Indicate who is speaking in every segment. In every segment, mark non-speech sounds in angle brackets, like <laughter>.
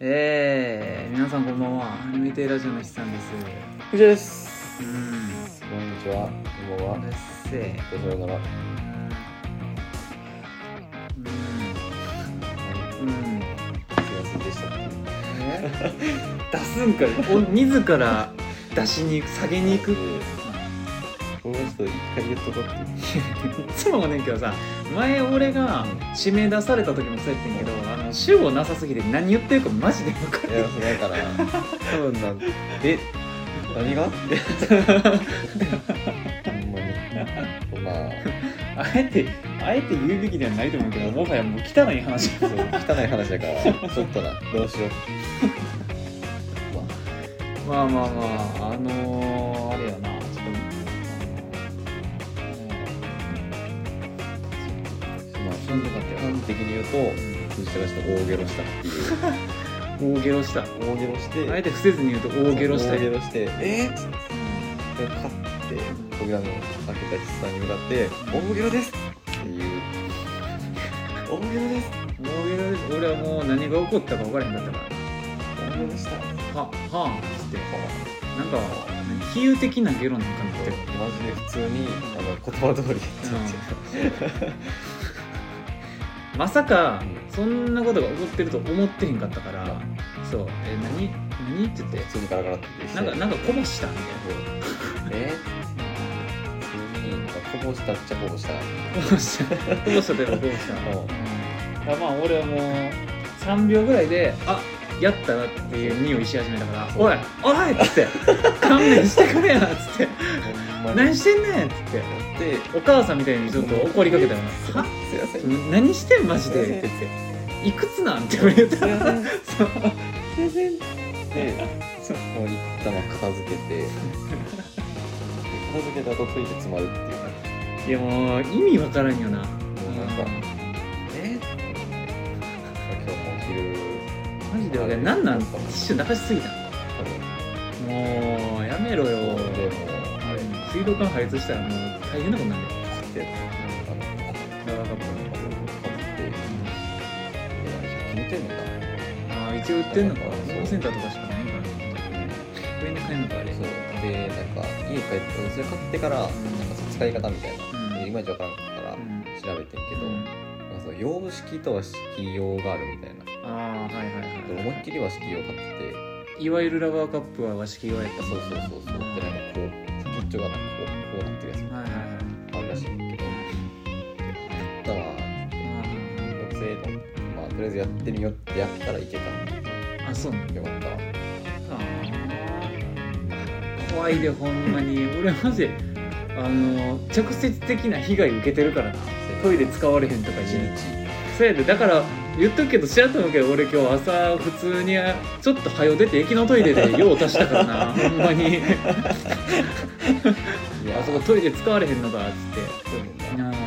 Speaker 1: えー、皆さんこんばんは。アニメテイラジオの日さんです。
Speaker 2: 藤井です
Speaker 1: う。ん。
Speaker 2: こんにちは。こんばんは。
Speaker 1: うっせえ。
Speaker 2: さよなら。
Speaker 1: うん。うん。
Speaker 2: すいませんでした。
Speaker 1: え出すんかい。お自ら出しに行く、下げに行く。い
Speaker 2: この人一回言っとこうって。
Speaker 1: つもねんけどさ、前俺が指名出された時もそうやってんけど、あの、主語なさすぎて何言ってるかマジで分か
Speaker 2: いや、そうだから。多分なん。え。何が。って
Speaker 1: る。
Speaker 2: ほんまに。まあ。
Speaker 1: あえて、あえて言うべきではないと思うけど、もはやもう汚い話。
Speaker 2: そう、汚い話だから。ちょっとな。どうしよう。ま
Speaker 1: まあまあまああのー、あれやなちょっと、
Speaker 2: あ。まあ、
Speaker 1: しんどかったよ
Speaker 2: 端的に言うと。藤田がちょっと大ゲロしたっていう。
Speaker 1: あの大ゲロした
Speaker 2: 大ゲロして。
Speaker 1: あえて伏せずに言うと大ゲロした
Speaker 2: 大ゲ
Speaker 1: よ、
Speaker 2: ロして。えーっつって。で勝って扉の開けた人さんに向かって「大ゲロです!」っていう「大ゲロです
Speaker 1: 大ゲロです俺はもう何が起こったか分からへんかったか
Speaker 2: 大ゲロでした」
Speaker 1: らははんっつってなんか比喩的なゲロなんかなって
Speaker 2: マジで普通にあの言葉通りやってて、
Speaker 1: まさか
Speaker 2: う
Speaker 1: そんなことが起こってると思ってへんかったからそうえ何何って言って
Speaker 2: 普通にガラガラって
Speaker 1: なんかなんかこぼしたみたいな
Speaker 2: え普通になんかこぼしたっちゃこぼした
Speaker 1: <laughs> こぼしたこぼしたといえばこぼした
Speaker 2: う
Speaker 1: だ
Speaker 2: ん
Speaker 1: からまあ俺はもう3秒ぐらいであやったなっていう匂いし始めたから「
Speaker 2: そう
Speaker 1: おいおい!」っつって <laughs> 「勘弁してくれや!」っつって
Speaker 2: ほ
Speaker 1: 「
Speaker 2: んまに
Speaker 1: 何してんねん!」っつって
Speaker 2: で
Speaker 1: お母さんみたいにちょっと怒りかけたよな「は
Speaker 2: すいません
Speaker 1: 何して <laughs> んマジで」って言って「いくつなん?」って俺言ったらそう
Speaker 2: <laughs> でもう一旦片付けてで片付けた後トイレ詰まるっていうね
Speaker 1: いやもう意味わからんよな
Speaker 2: もうなんかえ今日もお昼
Speaker 1: マジで俺何なんティッシュ流しすぎた
Speaker 2: 多分
Speaker 1: もうやめろよ
Speaker 2: でもあれ
Speaker 1: 水道管破裂したらもう大変なことになるよ
Speaker 2: 切ってあの
Speaker 1: やばかったね
Speaker 2: かぶって決めてんのか
Speaker 1: ああ一応売ってんのかホ
Speaker 2: そう
Speaker 1: ームセンターとかしかないからね上に買えんのかあれ
Speaker 2: そうでなんか家帰ってそれ買ってからなんかその使い方みたいな、
Speaker 1: うん
Speaker 2: でいまいちわからんかったか
Speaker 1: う
Speaker 2: ら
Speaker 1: ん
Speaker 2: 調べてんけど、
Speaker 1: うん
Speaker 2: なんかその洋式と和式用があるみたいな
Speaker 1: ああはいはい
Speaker 2: で思いっ
Speaker 1: は
Speaker 2: きり和式用買ってて
Speaker 1: いいわゆるラバーカップは和式用やった
Speaker 2: そうそうそうそうでなんかこう先っちょがなんかこうこうなってるやつ
Speaker 1: はいはいはい
Speaker 2: あるらしいんだけどやったわーって
Speaker 1: あ
Speaker 2: 学生のまあとりあえずやってみようってやったらいけたんで
Speaker 1: ーあそうなんだ
Speaker 2: よかったわ
Speaker 1: 怖いでほんまに俺マジあの直接的な被害受けてるからなトイレ使われへんとか
Speaker 2: 一
Speaker 1: に
Speaker 2: 日
Speaker 1: そうやでだから言っとくけど知らんと思うけど俺今日朝普通にちょっと早う出て駅のトイレ <laughs> で用を足したからなほんま <laughs> に
Speaker 2: いや
Speaker 1: あ
Speaker 2: あ
Speaker 1: そ
Speaker 2: そ
Speaker 1: こ
Speaker 2: こ
Speaker 1: トイレ使われへんのかっつって
Speaker 2: そうなんだ
Speaker 1: な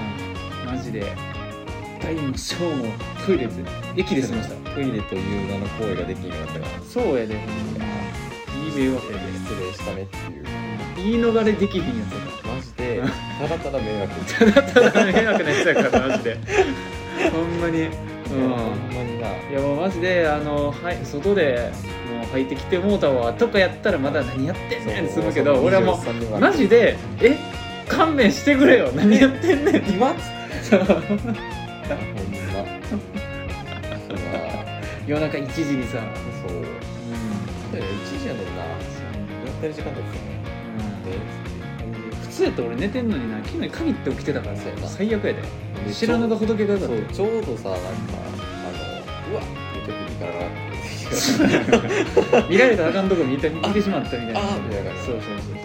Speaker 1: あマジで大も小もトイレで駅で済ました
Speaker 2: トイレという名の行為ができんようになったから
Speaker 1: そうやでほんまにいい迷惑やで
Speaker 2: 失礼したねっていう
Speaker 1: 言い逃れできひんや
Speaker 2: マジでただただ迷
Speaker 1: <laughs>
Speaker 2: 惑
Speaker 1: つやからただただ迷惑なやつやからマジ <laughs> でほんまに
Speaker 2: ほ
Speaker 1: うん
Speaker 2: んまにない
Speaker 1: やもうマジであの、はい、外でもう入ってきてもうたわとかやったらまだ何やってんねんってするけど俺はもうマジで「え勘弁してくれよ何やってんねん」って
Speaker 2: <laughs> 今ほんま
Speaker 1: そう <laughs> 夜中1時にさ、
Speaker 2: そうだよ1時やもんなやってる時間だったよねで
Speaker 1: 普通やったら俺寝てんのにな昨日限って起きてたからさ
Speaker 2: そうやな
Speaker 1: 最悪やで知らぬが仏がよか
Speaker 2: そ
Speaker 1: った
Speaker 2: う
Speaker 1: よ
Speaker 2: ちょうどさなんかあのうわっっていう時 <laughs> にガラガラっ
Speaker 1: <laughs>
Speaker 2: て
Speaker 1: 見られたらあかんとこ見て見てしまったみたいな
Speaker 2: ああみたいな
Speaker 1: そうそうそうそう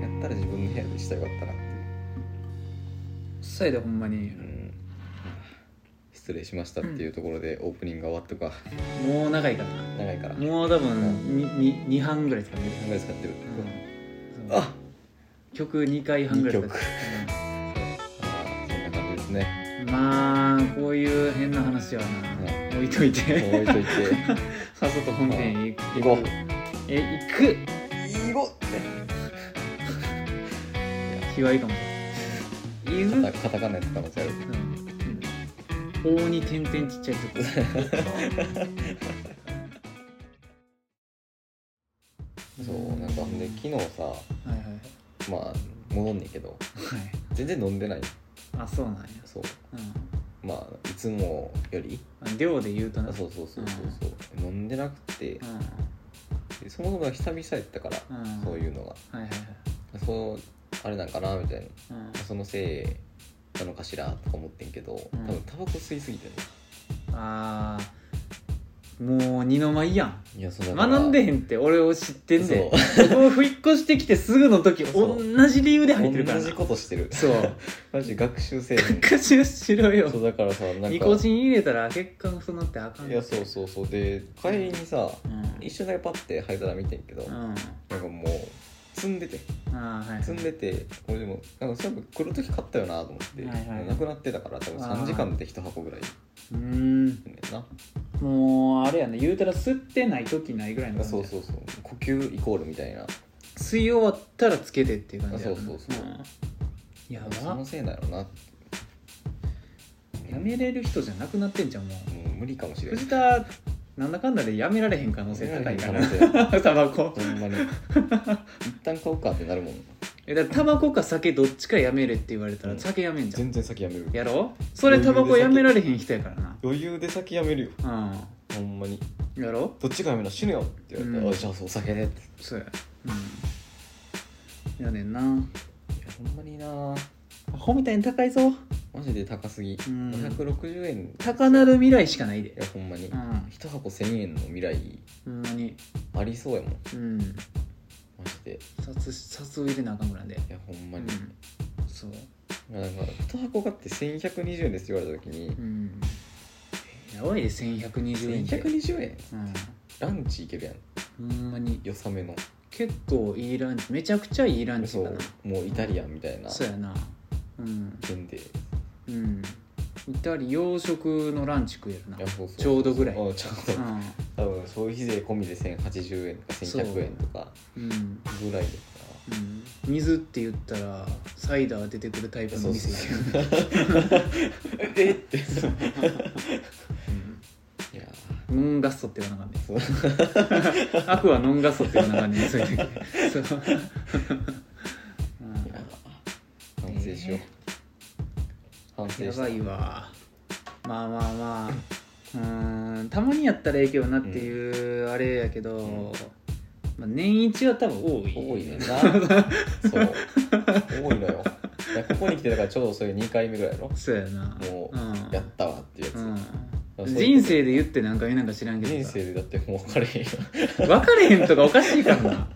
Speaker 2: やったら自分の部屋でしたらよかったなっていう、
Speaker 1: そうやでほんまに
Speaker 2: うん、失礼しましたっていうところでオープニングが終わったか
Speaker 1: もう長いからな
Speaker 2: 長いから何
Speaker 1: もう多分
Speaker 2: うん
Speaker 1: にに2半ぐらい使ってる
Speaker 2: 回使ってる、
Speaker 1: うん
Speaker 2: あ
Speaker 1: 曲2回半ぐらい使ってる
Speaker 2: あそんな感じですね
Speaker 1: うんまあこういう変な話はな置いとい
Speaker 2: もう置い
Speaker 1: て
Speaker 2: といて
Speaker 1: <laughs> さっさと本編へ
Speaker 2: <laughs> 行こう
Speaker 1: え行く
Speaker 2: いごって
Speaker 1: 卑猥かもしれない行く
Speaker 2: カタカナやった可能性ある
Speaker 1: うん「大に点々ちっちゃいとこ」
Speaker 2: <laughs> そうなんかほんで昨日さ
Speaker 1: はいはい
Speaker 2: まあ戻んねんけど
Speaker 1: はい
Speaker 2: 全然飲んでない
Speaker 1: あそうなんや
Speaker 2: そう
Speaker 1: う
Speaker 2: まあいつもより
Speaker 1: ん量で言うと
Speaker 2: あ
Speaker 1: な
Speaker 2: そうそうそうそうそう飲んでなくて
Speaker 1: うん
Speaker 2: でそもそも久々やったから
Speaker 1: うん
Speaker 2: そういうのが
Speaker 1: はいはいはい
Speaker 2: そのあれなんかなみたい
Speaker 1: うん
Speaker 2: なそのせいなのかしらとか思ってんけど多
Speaker 1: うん
Speaker 2: 分タバコ吸いすぎてね
Speaker 1: あーもう二の舞やん
Speaker 2: いやそうだから
Speaker 1: 学んでへんって俺を知ってんねん
Speaker 2: そう
Speaker 1: ここを引っ越してきてすぐの時
Speaker 2: そ
Speaker 1: 同
Speaker 2: う
Speaker 1: じ理由で入ってるから
Speaker 2: <laughs> 同じことしてる
Speaker 1: そう
Speaker 2: マジ学習せえへ
Speaker 1: <laughs>
Speaker 2: ん
Speaker 1: 学習しろよ
Speaker 2: そうだからさなん
Speaker 1: ニ
Speaker 2: か
Speaker 1: コチン入れたら血管そうなってあかん
Speaker 2: いやそうそうそうで帰りにさ
Speaker 1: うん
Speaker 2: 一瞬だけパッて灰皿見てんけど、
Speaker 1: うん
Speaker 2: なん
Speaker 1: あ
Speaker 2: かもう積んでて
Speaker 1: あはい
Speaker 2: 積んでて俺でもなんかそれも来る時買ったよなと思って、
Speaker 1: はいはい
Speaker 2: なくなってたから多分3時間で1箱ぐらいね
Speaker 1: うーん
Speaker 2: んな
Speaker 1: もうあれやな言うたら吸ってない時ないぐらいの感じ
Speaker 2: そうそうそう呼吸イコールみたいな
Speaker 1: 吸い終わったらつけてっていう感じやな
Speaker 2: そうそうそうん
Speaker 1: や
Speaker 2: そ
Speaker 1: ば
Speaker 2: のせいだろうなも
Speaker 1: やめれる人じゃなくなってんじゃんもう
Speaker 2: う無理かもしれない
Speaker 1: 藤田なんだかんだでやめられへん可能性高いか
Speaker 2: 可能性
Speaker 1: らタバコ
Speaker 2: ほんまに一旦買おうかってなるもん
Speaker 1: えだからタバコか酒どっちかやめれって言われたら酒やめんじゃん
Speaker 2: 全然先やめる
Speaker 1: やろそれタバコやめられへん人やからな
Speaker 2: 余裕で先やめるよ
Speaker 1: う
Speaker 2: ほんまに
Speaker 1: んやろ
Speaker 2: どっちがやめな死ぬよって言われて、
Speaker 1: うん
Speaker 2: あじゃあそうお酒でって
Speaker 1: そうやうんやねんない
Speaker 2: やほんまにな
Speaker 1: アホみたいに高いぞ
Speaker 2: マジで高すぎ、
Speaker 1: ん
Speaker 2: 560円い
Speaker 1: 高なる未来しかないで
Speaker 2: やほんまに、
Speaker 1: うん
Speaker 2: 一箱1000円の未来
Speaker 1: ほんまに
Speaker 2: ありそうやもん
Speaker 1: うん
Speaker 2: マジでい
Speaker 1: 札札を入れなあかんぐらいで
Speaker 2: やほん
Speaker 1: う
Speaker 2: ま
Speaker 1: ん
Speaker 2: に、
Speaker 1: そう
Speaker 2: なんか一箱買って1120円ですって言われた時に
Speaker 1: うんやばいで1120円って
Speaker 2: 1120円
Speaker 1: うん
Speaker 2: ランチいけるやん
Speaker 1: ほんまに
Speaker 2: よさめの
Speaker 1: 結構いいランチめちゃくちゃいいランチ
Speaker 2: そ
Speaker 1: だ
Speaker 2: う
Speaker 1: な
Speaker 2: もうイタリアンみたいな
Speaker 1: そうやなうん
Speaker 2: 点でい
Speaker 1: うんイタリ洋食のランチ食えるな
Speaker 2: やそうそう
Speaker 1: ちょうどぐらい
Speaker 2: うんちょうど
Speaker 1: う
Speaker 2: 多分消費税込みで1080円とか1100円とか
Speaker 1: んうん
Speaker 2: ぐらいや
Speaker 1: うん水って言ったらサイダー出てくるタイプの店
Speaker 2: そう
Speaker 1: やけど
Speaker 2: からえっていや
Speaker 1: ノンガッソって言わなあかんね
Speaker 2: そう
Speaker 1: アクはノンガッソって言わなあかんねそういう時そう
Speaker 2: いや反省しよう、
Speaker 1: え
Speaker 2: 反
Speaker 1: うん
Speaker 2: 省
Speaker 1: や
Speaker 2: した
Speaker 1: ばいわまあまあまあうーんたまにやったらええけどなっていうあれやけど、
Speaker 2: うん
Speaker 1: まあ、年一は多分多い
Speaker 2: 多
Speaker 1: <laughs>
Speaker 2: いねんなそう多いのよいやここに来てだからちょうどそれ2回目ぐらいやろ
Speaker 1: そうやな
Speaker 2: もう
Speaker 1: うん
Speaker 2: やったわっていうやつ、
Speaker 1: う、
Speaker 2: うんん
Speaker 1: 人生で言ってなんか言うなんか知らんけど
Speaker 2: 人
Speaker 1: さ
Speaker 2: 生でだってもう分かれへんよ
Speaker 1: 分かれへんとかおかしいから
Speaker 2: <laughs>
Speaker 1: な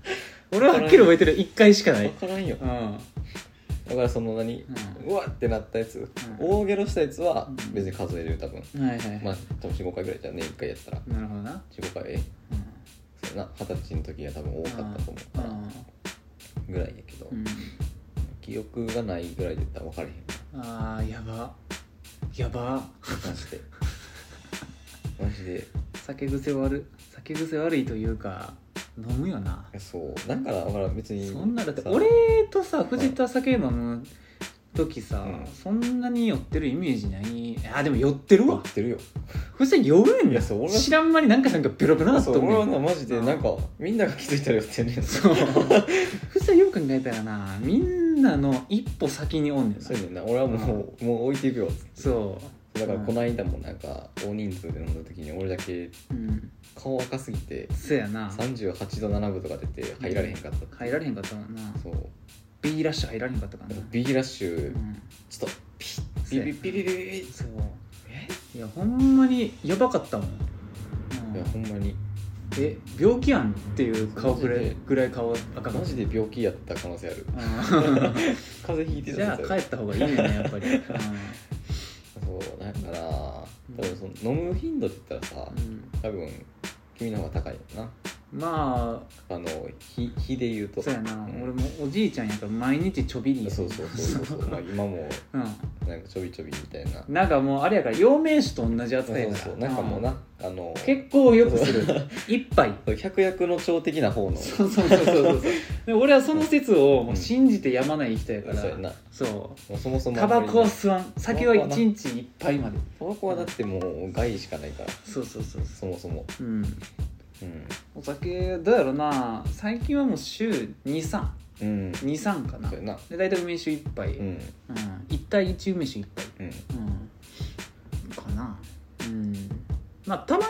Speaker 1: 俺ははっきり覚えてる1回しかない
Speaker 2: 分からんよ
Speaker 1: うんうん
Speaker 2: だからその何、
Speaker 1: う
Speaker 2: うわってなったやつ、大ゲロしたやつは別に数えるよ多分
Speaker 1: はいはい、
Speaker 2: まあ多分45回ぐらいじゃんね1回やったら
Speaker 1: なるほどな、
Speaker 2: 45回
Speaker 1: う
Speaker 2: そうやな二十歳の時が多分多かったと思うから
Speaker 1: ん
Speaker 2: ぐらいやけど、
Speaker 1: うん、
Speaker 2: 記憶がないぐらいで言ったら分かれへん
Speaker 1: あーやばやば
Speaker 2: マジでマジで
Speaker 1: 酒癖悪い酒癖悪いというか飲むよな
Speaker 2: そうだからだから別に
Speaker 1: そんなだって
Speaker 2: さ
Speaker 1: 俺とさ藤田酒飲む時さ、
Speaker 2: うん
Speaker 1: そんなに酔ってるイメージないあーでも酔ってる
Speaker 2: 酔
Speaker 1: わ
Speaker 2: ってるよ
Speaker 1: 藤田酔うん
Speaker 2: い
Speaker 1: だ
Speaker 2: やそう俺は
Speaker 1: 知らん間になんかなんかベロベロなっ
Speaker 2: そ
Speaker 1: と
Speaker 2: う
Speaker 1: る
Speaker 2: 俺は
Speaker 1: ねん
Speaker 2: なマジでなんかみんなが気づいたら酔ってんねん
Speaker 1: そう <laughs> 藤田よく考えたらなみんなの一歩先におんねんな
Speaker 2: そうやねんな俺はもうもう置いていくよっつって
Speaker 1: そう
Speaker 2: だからこの間もなんか大人数で飲んだ時に俺だけ
Speaker 1: うん
Speaker 2: 顔赤すぎて
Speaker 1: そやな
Speaker 2: 38度7分とか出て入られへんかった
Speaker 1: 入られへんかったもんな
Speaker 2: そう
Speaker 1: B ラッシュ入られへんかったからな、
Speaker 2: B ラッシ
Speaker 1: う
Speaker 2: ュ
Speaker 1: ん、
Speaker 2: ちょっとピッビビビビビビビ
Speaker 1: そう
Speaker 2: え
Speaker 1: いやほんまにやばかったもん、うん
Speaker 2: いやほんまに
Speaker 1: え病気やんっていう顔ぐら
Speaker 2: マジ
Speaker 1: い
Speaker 2: で
Speaker 1: ぐらい顔赤かった
Speaker 2: マジで <laughs> 病気やった可能性ある
Speaker 1: う
Speaker 2: 風邪ひいて
Speaker 1: ん
Speaker 2: た
Speaker 1: じゃあ
Speaker 2: 絶
Speaker 1: 帰
Speaker 2: 対
Speaker 1: った方がいいよねやっぱり、
Speaker 2: そうだから多
Speaker 1: ん
Speaker 2: 分その飲む頻度って言ったらさ
Speaker 1: うん
Speaker 2: 多分君の方が高いよな
Speaker 1: うまあ
Speaker 2: あの日日で言うと
Speaker 1: そうやな、
Speaker 2: ん
Speaker 1: 俺もおじいちゃんやから毎日ちょびりや
Speaker 2: そうそうそうそうまあ今も
Speaker 1: <laughs> う
Speaker 2: なんかちょびちょびみたいな。
Speaker 1: ん、なんかもうあれやから陽明酒と同じ
Speaker 2: そう
Speaker 1: 扱い
Speaker 2: そ
Speaker 1: や
Speaker 2: う
Speaker 1: から
Speaker 2: そう。なんかもうな、あの、
Speaker 1: 結構よくする一杯
Speaker 2: 百薬の長的な方の。
Speaker 1: そうそうそうそうそう <laughs> で俺はその説をもう信じてやまない人やから、
Speaker 2: そうやな。
Speaker 1: そ
Speaker 2: もうそもそも。
Speaker 1: うタバコは。吸わん酒は一日一杯まで
Speaker 2: タバコはだってもう害しかないから、
Speaker 1: そうそうそうそ
Speaker 2: そもそも。
Speaker 1: ううん
Speaker 2: うん。
Speaker 1: お酒どうやろな最近はもう週2323
Speaker 2: うん。そ
Speaker 1: かな
Speaker 2: うやな。
Speaker 1: で大体梅酒一杯、
Speaker 2: う
Speaker 1: うん
Speaker 2: ん。
Speaker 1: 一対一梅酒一杯、
Speaker 2: うん。
Speaker 1: うん、かなうんまあたま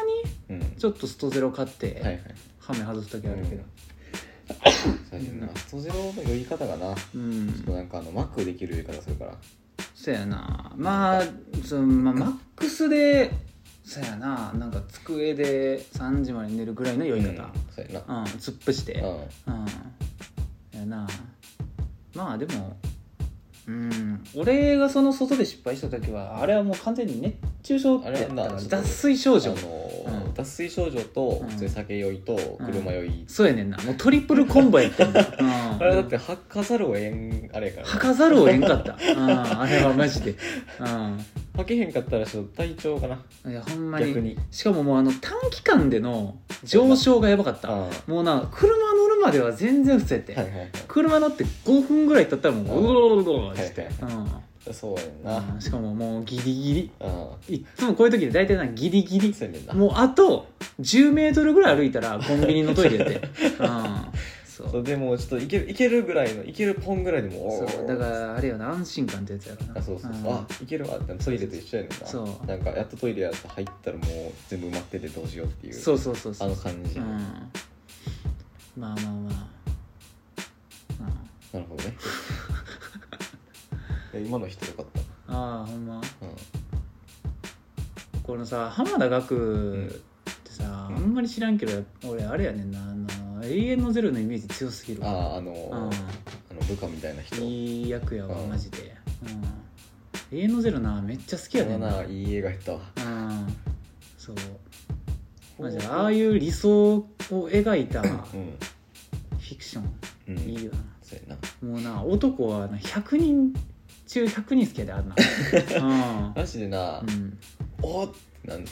Speaker 1: に
Speaker 2: うん。
Speaker 1: ちょっとストゼロ買っ
Speaker 2: はいは
Speaker 1: て
Speaker 2: い。
Speaker 1: ハメ外す時あるけど
Speaker 2: 最近な、ストゼロの酔い方がな、ち
Speaker 1: うん、
Speaker 2: ょっとなんかあの、マックできる酔い方するから。
Speaker 1: そやなまあそのまあマックスでそやななんか机で3時まで寝るぐらいの酔い方、う
Speaker 2: うんそうやな。
Speaker 1: 突っ伏して
Speaker 2: う
Speaker 1: う
Speaker 2: ん。
Speaker 1: んやなまあでもうん俺がその外で失敗した時はあれはもう完全に熱中症ってやったか
Speaker 2: あれは
Speaker 1: ら
Speaker 2: な
Speaker 1: 脱水症
Speaker 2: あ
Speaker 1: 状
Speaker 2: の、
Speaker 1: うん
Speaker 2: 脱水症状と普通に酒酔いと車酔い、
Speaker 1: そうやねんなもうトリプルコンボやったんだ、うん、
Speaker 2: あれだって吐かざるをえんあれやから
Speaker 1: 吐かざるを得んかった、うん、あれはマジで、
Speaker 2: 吐けへんかったらちょっと体調かな
Speaker 1: うん、いやほんまに
Speaker 2: 逆に
Speaker 1: しかももうあの短期間での上昇がやばかった
Speaker 2: あ
Speaker 1: もうな車乗るまでは全然伏せて、
Speaker 2: あはいはいはい
Speaker 1: 車乗って5分ぐらい経ったらもううろうろうろうろして、
Speaker 2: そうやん
Speaker 1: う
Speaker 2: な、
Speaker 1: んうん、しかももうギリギ
Speaker 2: うん、
Speaker 1: リいっつもこういう時で大体なギリギリ
Speaker 2: そうやねんな
Speaker 1: もうあと1 0ルぐらい歩いたらコンビニのトイレ
Speaker 2: <laughs>
Speaker 1: で、うん、そう
Speaker 2: そうでもちょっといけるいけるぐらいのいけるポンぐらいでもおー
Speaker 1: そうだからあれよな安心感ってやつやろな
Speaker 2: あそうそうそう、
Speaker 1: ん
Speaker 2: あいけるわってトイレと一緒やねんな
Speaker 1: そう
Speaker 2: なんかやっとトイレやって入ったらもう全部埋まっててどうしようっていう
Speaker 1: そうそうそうそう
Speaker 2: あの感じ、
Speaker 1: うん
Speaker 2: な
Speaker 1: まあまあまあ、うん、
Speaker 2: るほど
Speaker 1: <laughs>
Speaker 2: ねいや今の人よかっ
Speaker 1: ああほんま
Speaker 2: た、うん、
Speaker 1: このさ浜田岳ってさ、
Speaker 2: うん
Speaker 1: あんまり知らんけど俺あれやねんなあの永遠のゼロのイメージ強すぎるわ
Speaker 2: あああのーあの部下みたいな
Speaker 1: う
Speaker 2: 人
Speaker 1: んいい役やわ
Speaker 2: うん
Speaker 1: マジで、うん、永遠のゼロなめっちゃ好きやねんな
Speaker 2: そんないい映画やったわ
Speaker 1: うんそうマジでああいう理想を描いたフ
Speaker 2: うん
Speaker 1: ィクション
Speaker 2: うん
Speaker 1: いいよな
Speaker 2: そうや
Speaker 1: もうな男はな100人中100人好きやであんな
Speaker 2: <laughs> なマジでな、
Speaker 1: うん、
Speaker 2: おーってなん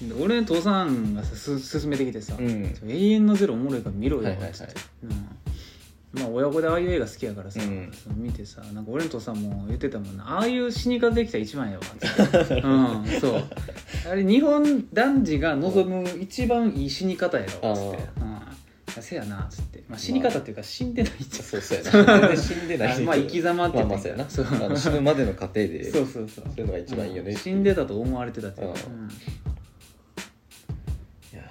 Speaker 1: うん、俺の父さんがさす勧めてきてさ、
Speaker 2: ん
Speaker 1: 永遠のゼロおもろいから見ろよ」
Speaker 2: は
Speaker 1: っ
Speaker 2: いはいはい
Speaker 1: つって、うん、まあ親子でああいう映画好きやからさ、
Speaker 2: うん
Speaker 1: そう見てさなんか俺のとさんも言ってたもんなああいう死に方できたら一番
Speaker 2: <laughs>
Speaker 1: やわっつってうんそうあれ日本男児が望む一番いい死に方やろっつって、うん、せやなっつって、まあ、死に方っていうか死んでないじ
Speaker 2: そうそうやな全然死ん
Speaker 1: ゃ
Speaker 2: で
Speaker 1: ん、
Speaker 2: ない
Speaker 1: あ <laughs> まあ生き様って
Speaker 2: まあ
Speaker 1: 言
Speaker 2: ま
Speaker 1: って
Speaker 2: あそう
Speaker 1: た
Speaker 2: や
Speaker 1: か
Speaker 2: な
Speaker 1: らそう
Speaker 2: あの死ぬまでの過程で
Speaker 1: そうそうそう
Speaker 2: そういうのが一番いいよね、
Speaker 1: うん死んでたと思われてたっていうか、
Speaker 2: う
Speaker 1: うん
Speaker 2: いや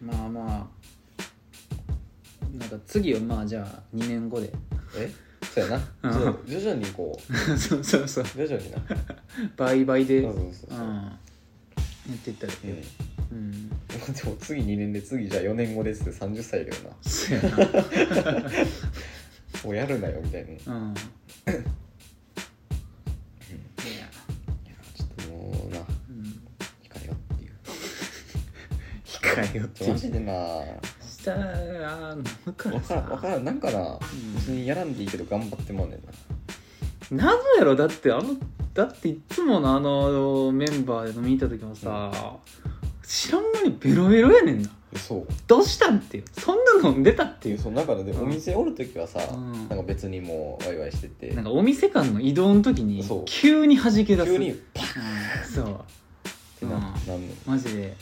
Speaker 1: まあまあなんか次はまあじゃあ2年後で
Speaker 2: ーえそうや
Speaker 1: う
Speaker 2: な
Speaker 1: ん
Speaker 2: そう徐々にこう
Speaker 1: そうそうそう
Speaker 2: 徐々になそう
Speaker 1: 倍々で
Speaker 2: そう
Speaker 1: <laughs> うん
Speaker 2: そうそう、うん
Speaker 1: やっていったらいいようん
Speaker 2: でも次2年で次じゃあ4年後ですって30歳だよな
Speaker 1: そやな
Speaker 2: もうやるなよみたいな、い
Speaker 1: う
Speaker 2: や
Speaker 1: んいや
Speaker 2: ちょっともうな
Speaker 1: うん
Speaker 2: 控えようっていう
Speaker 1: 控えようっ
Speaker 2: ち
Speaker 1: て
Speaker 2: ょマジでな
Speaker 1: したら飲むから
Speaker 2: 分か
Speaker 1: さ
Speaker 2: らん分からんなんかな別にやらんでいいけど頑張ってもうねんな
Speaker 1: 謎やろだってあのだっていつものあのメンバーで飲みに行った時もさ知らん間にベロベロやねんな
Speaker 2: えそう
Speaker 1: どうしたんっていうそんな飲んでたって
Speaker 2: て
Speaker 1: い
Speaker 2: いううその中で
Speaker 1: うん
Speaker 2: お店おる時はさ、
Speaker 1: うん
Speaker 2: なんか別にもうワイワイしてて
Speaker 1: なんかお店間の移動の時に
Speaker 2: そう
Speaker 1: 急に弾け出す
Speaker 2: 急にパッっ
Speaker 1: うんそう
Speaker 2: てな,、
Speaker 1: うん
Speaker 2: なんの
Speaker 1: マジで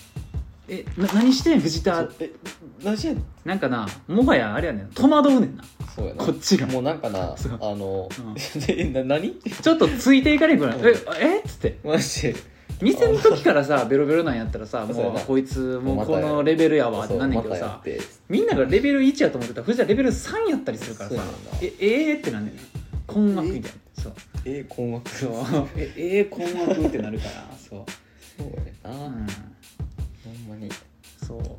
Speaker 1: えな何してん藤田
Speaker 2: そうえ何してんの
Speaker 1: なんかなもはやあれやねん戸惑うねんな
Speaker 2: そうやな
Speaker 1: こっちが
Speaker 2: もうなんかなあ
Speaker 1: そう
Speaker 2: の、 <laughs>
Speaker 1: う
Speaker 2: でな何 <laughs>
Speaker 1: ちょっとついていかれんくな
Speaker 2: うん
Speaker 1: いええっつって
Speaker 2: マジで
Speaker 1: 店の時からさベロベロなんやったらさ
Speaker 2: そうや
Speaker 1: もう
Speaker 2: な
Speaker 1: こいつもうこのレベルやわってなんねんけど
Speaker 2: そうま
Speaker 1: さ
Speaker 2: たやって
Speaker 1: みんながレベル1やと思ってたら藤田レベル3やったりするから
Speaker 2: そう
Speaker 1: さ
Speaker 2: やねんな
Speaker 1: ええーってなんねんな困惑みたいなそう
Speaker 2: えー、困惑
Speaker 1: そうええー困惑ってなるからそう
Speaker 2: そうやな、
Speaker 1: う
Speaker 2: ほん
Speaker 1: ん
Speaker 2: まにちょ
Speaker 1: そう
Speaker 2: っと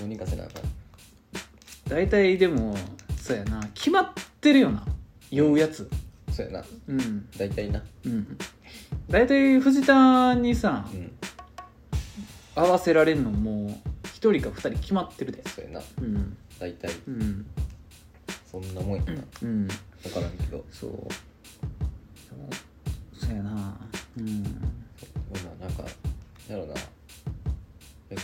Speaker 2: どうにかせなあかん
Speaker 1: 大体でもそうやな決まってるよな酔うやつ
Speaker 2: そうやな
Speaker 1: うん
Speaker 2: 大体な
Speaker 1: うん大体藤田にさ
Speaker 2: うん
Speaker 1: 合わせられんのも一一人か二人決まってるで
Speaker 2: そうやな
Speaker 1: うん
Speaker 2: 大体
Speaker 1: うん
Speaker 2: そんなもんやな
Speaker 1: うん
Speaker 2: 分からんけど
Speaker 1: そうでもそうやなうん
Speaker 2: でもななんかやろうなえ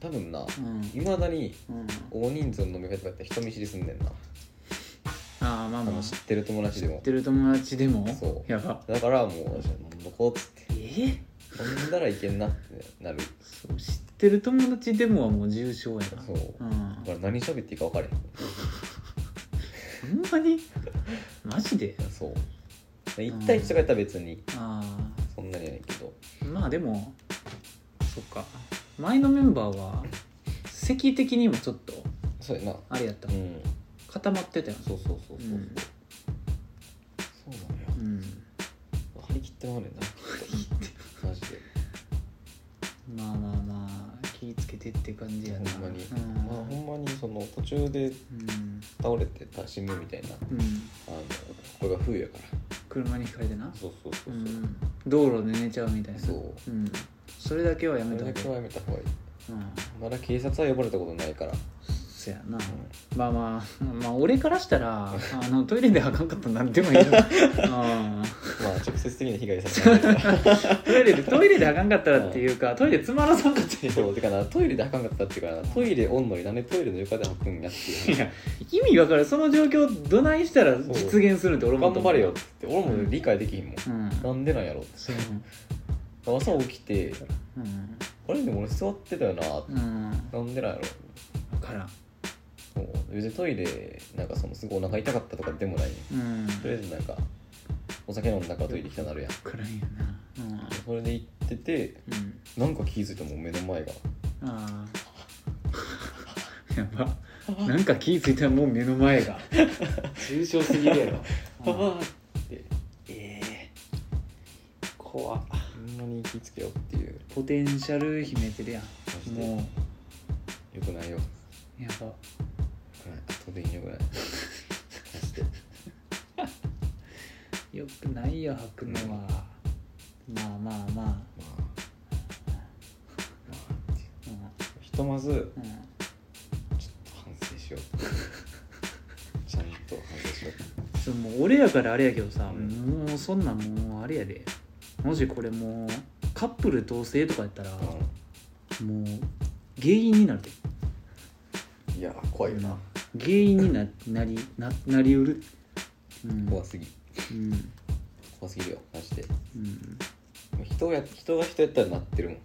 Speaker 2: 多分な
Speaker 1: うん
Speaker 2: いまだに
Speaker 1: うん
Speaker 2: 大人数の飲み会とかやって人見知りすんねんな
Speaker 1: ああまあ
Speaker 2: あ
Speaker 1: ま
Speaker 2: の
Speaker 1: あ
Speaker 2: 知
Speaker 1: 知
Speaker 2: ってる友達でも
Speaker 1: ってる友達でも
Speaker 2: そう
Speaker 1: やば
Speaker 2: だからもうじゃあ飲んどこうっつって
Speaker 1: えー
Speaker 2: 飲んだらいけんなってなる
Speaker 1: そう知ってる友達でもはもう重症やな
Speaker 2: そう
Speaker 1: うん
Speaker 2: だから何喋っていいか分かれへ
Speaker 1: ほんまに <laughs> マジで
Speaker 2: んそう1対1とかやったら別に
Speaker 1: あ
Speaker 2: そんなにやねんけど
Speaker 1: あまあでもそっか前のメンバーは席的にもちょっと
Speaker 2: そうやな
Speaker 1: あれやった
Speaker 2: うん
Speaker 1: 固まってたよ
Speaker 2: そうそうそうそうそう、
Speaker 1: うん
Speaker 2: そうなのよ
Speaker 1: うん
Speaker 2: 張り切ってまうねんなマジで
Speaker 1: まあまあまあ気ぃつけてって感じやな
Speaker 2: ほんまに、
Speaker 1: うん
Speaker 2: まあ、ほんまにその途中で
Speaker 1: うん、
Speaker 2: 倒れて死ぬみたいな
Speaker 1: うん、
Speaker 2: あのこれが冬やか
Speaker 1: 車にひかれてな
Speaker 2: らそうそうそううそう、
Speaker 1: ん、道路で寝ちゃうみたいな
Speaker 2: そう
Speaker 1: うん、それだけはや
Speaker 2: そ
Speaker 1: め
Speaker 2: れ
Speaker 1: た
Speaker 2: だ
Speaker 1: 方
Speaker 2: け
Speaker 1: がいい
Speaker 2: はやめた方がいい
Speaker 1: うん
Speaker 2: まだ警察は呼ばれたことないから、
Speaker 1: そやな、まあまあまあ俺からしたらあのトイレであかんかったら何でもいい
Speaker 2: <laughs>
Speaker 1: よ、うん
Speaker 2: まあ直接的な被害させてないから
Speaker 1: トイレでトイレであかんかったらっていうかトイレつまらさんかった
Speaker 2: そうてかな <laughs> トイレであかんかったっていうからトイレおんのになんでトイレの床で吐くんやっていう
Speaker 1: いや意味わかるその状況どないしたら実現するんって俺も
Speaker 2: 頑張れよっ
Speaker 1: う
Speaker 2: て言って俺も理解できひんもん、
Speaker 1: ん
Speaker 2: なんでなんやろって
Speaker 1: そう
Speaker 2: 朝起きて
Speaker 1: うん
Speaker 2: あれでも俺座ってたよな
Speaker 1: うん
Speaker 2: なんでなんやろ
Speaker 1: 分からん
Speaker 2: そう別にトイレなんかそのすごいお腹痛かったとかでもないね
Speaker 1: うん
Speaker 2: とりあえずなんかお酒飲んだからトイレ行きたなるやん
Speaker 1: 分からんよなうん
Speaker 2: それで行ってて
Speaker 1: うん
Speaker 2: なんか気づいてもう目の前が
Speaker 1: ああやばなんか気ぃ付いたらもう目の前が重症すぎるやろ
Speaker 2: パパ
Speaker 1: うん
Speaker 2: ーって
Speaker 1: ええ怖っ
Speaker 2: ほんまに気ぃつけようっていう
Speaker 1: ポテンシャル秘めてるや
Speaker 2: マ
Speaker 1: ん
Speaker 2: ジで
Speaker 1: も
Speaker 2: よくないよよ
Speaker 1: うやば
Speaker 2: くない後でいいよくないマジで
Speaker 1: よくないよ吐くのは、まあまあま
Speaker 2: まあまあってい
Speaker 1: あ、
Speaker 2: うひとまずちょっ
Speaker 1: うん
Speaker 2: と反省しよう <laughs> ちゃんと反省しよ
Speaker 1: うん、そうもう俺やからあれやけどさ、
Speaker 2: うん
Speaker 1: もうそんなんもうあれやでもしこれもうカップル同棲とかやったら、
Speaker 2: う、
Speaker 1: もう原因になるで
Speaker 2: うん、いや怖いよな、
Speaker 1: 原因にななりななりうる、うん、
Speaker 2: 怖すぎ
Speaker 1: うん
Speaker 2: 怖すぎるよマジで
Speaker 1: うん
Speaker 2: もう人や人が人やったらなってるもん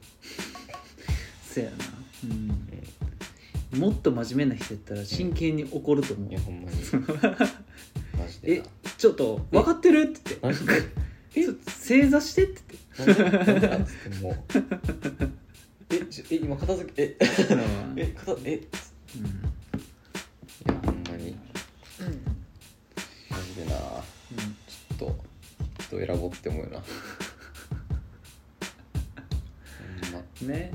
Speaker 1: そやな、うん、もっと真面目な人やったら真剣に怒ると思う
Speaker 2: いやほ <laughs> んまにマジで
Speaker 1: え
Speaker 2: な
Speaker 1: ちょっと分かってるって言
Speaker 2: マ
Speaker 1: っ
Speaker 2: ジで
Speaker 1: <laughs> てちょっと正座してって
Speaker 2: なんかなんかつって <laughs> もうえちょえ今片付けえ
Speaker 1: 言って、
Speaker 2: <laughs> え片えい
Speaker 1: うん
Speaker 2: やほんまに
Speaker 1: うん
Speaker 2: マジでなちょっと人選ぼうって思う
Speaker 1: <laughs>
Speaker 2: よなほんま
Speaker 1: うんね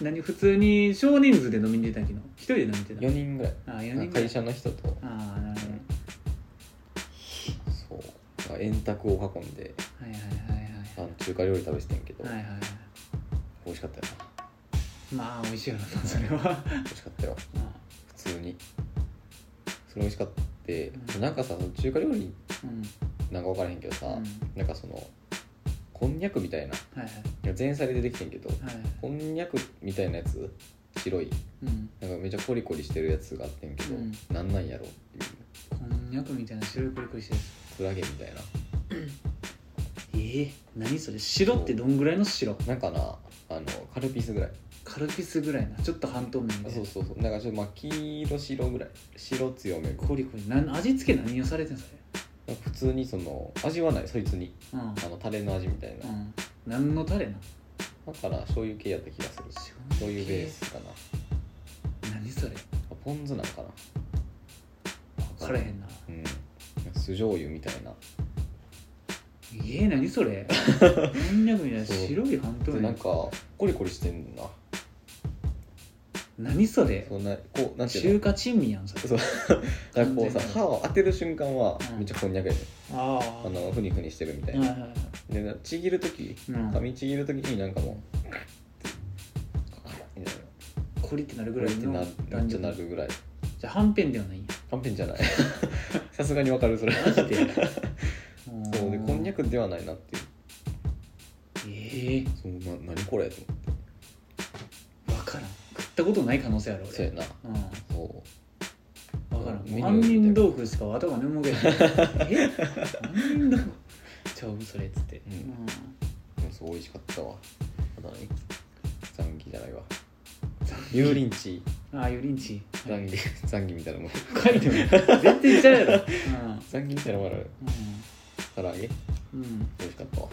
Speaker 1: 何普通に少人数で飲みに出たけど一人で飲みに出た
Speaker 2: 4人ぐらい
Speaker 1: あ4人ぐらい
Speaker 2: 会社の人と
Speaker 1: ああなるほど
Speaker 2: そうまあ円卓を囲んで
Speaker 1: はいはいはい
Speaker 2: あの中華料理食べててんけど、
Speaker 1: はいはいはいは
Speaker 2: 美味しかったよない
Speaker 1: まあ美味しいよなそれは
Speaker 2: 美味しかったよ
Speaker 1: あ
Speaker 2: 普通にそれ美味しかった、
Speaker 1: うん
Speaker 2: なんかさ中華料理
Speaker 1: うん
Speaker 2: なんか分からへんけどさ、
Speaker 1: うん
Speaker 2: なんかそのこんにゃくみたいな
Speaker 1: はいはい
Speaker 2: 前菜で出てきてんけど
Speaker 1: はい
Speaker 2: こんにゃくみたいなやつ白い
Speaker 1: うん
Speaker 2: なんかめっちゃコリコリしてるやつがあってんけど、
Speaker 1: うん
Speaker 2: なんなんやろっていう
Speaker 1: こんにゃくみたいな白いコリコリしてる
Speaker 2: クラゲみたいな
Speaker 1: ええ何それ白ってどんぐらいの白
Speaker 2: なんかなあのカルピスぐらい、
Speaker 1: カルピスぐらいなちょっと半透明みたいな
Speaker 2: そうそうそうなんかちょっとまあ黄色白ぐらい白強め
Speaker 1: コリコリなん味付け何をされてんのそれ
Speaker 2: なんか普通にその味はないそいつに
Speaker 1: うん
Speaker 2: あのタレの味みたいな、
Speaker 1: うん何のタレな
Speaker 2: だから醤油系やった気がする醤油ベースかな
Speaker 1: 何それ
Speaker 2: あポン酢なのかな
Speaker 1: 分からへんな
Speaker 2: うん酢醤油みたいな
Speaker 1: えー、何それこんにゃくみたいな
Speaker 2: そう
Speaker 1: 白い半透明
Speaker 2: でなんかコリコリしてんねんな
Speaker 1: 何それ
Speaker 2: そんなこうなんていう
Speaker 1: 中
Speaker 2: の
Speaker 1: 華珍味やんそれ
Speaker 2: そうなんかこう
Speaker 1: 完
Speaker 2: さ
Speaker 1: 全に
Speaker 2: 歯を当てる瞬間は
Speaker 1: うん
Speaker 2: めっちゃこんにゃくやね、
Speaker 1: あ
Speaker 2: ん、あのふにふにしてるみたい
Speaker 1: は
Speaker 2: な、
Speaker 1: いはいはい
Speaker 2: でなちぎる時
Speaker 1: うん
Speaker 2: 噛みちぎる時になんかもうみたいな
Speaker 1: コリってなるぐ
Speaker 2: こ
Speaker 1: ら
Speaker 2: れ
Speaker 1: い
Speaker 2: って
Speaker 1: の
Speaker 2: なめっちゃな
Speaker 1: 弾力
Speaker 2: るぐらい
Speaker 1: じゃあはんぺんではないんや
Speaker 2: はんぺんじゃない <laughs> さすがにわかるそれ
Speaker 1: マジで
Speaker 2: <laughs> そうでこんにゃ
Speaker 1: く
Speaker 2: くではないなっていう
Speaker 1: ええ
Speaker 2: そうな何これと思って
Speaker 1: ー、分からん食ったことない可能性ある
Speaker 2: そう
Speaker 1: 俺
Speaker 2: やな
Speaker 1: うん
Speaker 2: そ
Speaker 1: 分からん
Speaker 2: メニュー
Speaker 1: もう杏仁豆腐しか頭が眠くやん
Speaker 2: <laughs>
Speaker 1: え杏仁豆腐ちゃうそれっつって
Speaker 2: うんうでもそう美味しかったわあと何ザンギじゃないわ <laughs> 油淋鶏
Speaker 1: うんああいうリンチ
Speaker 2: ザ <laughs> ンギザンギみたいなもん
Speaker 1: 書いても全然ちゃうやろ
Speaker 2: ザンギみたいなもんある
Speaker 1: う
Speaker 2: 唐揚げ
Speaker 1: んうん、うん、
Speaker 2: 美味しかったわ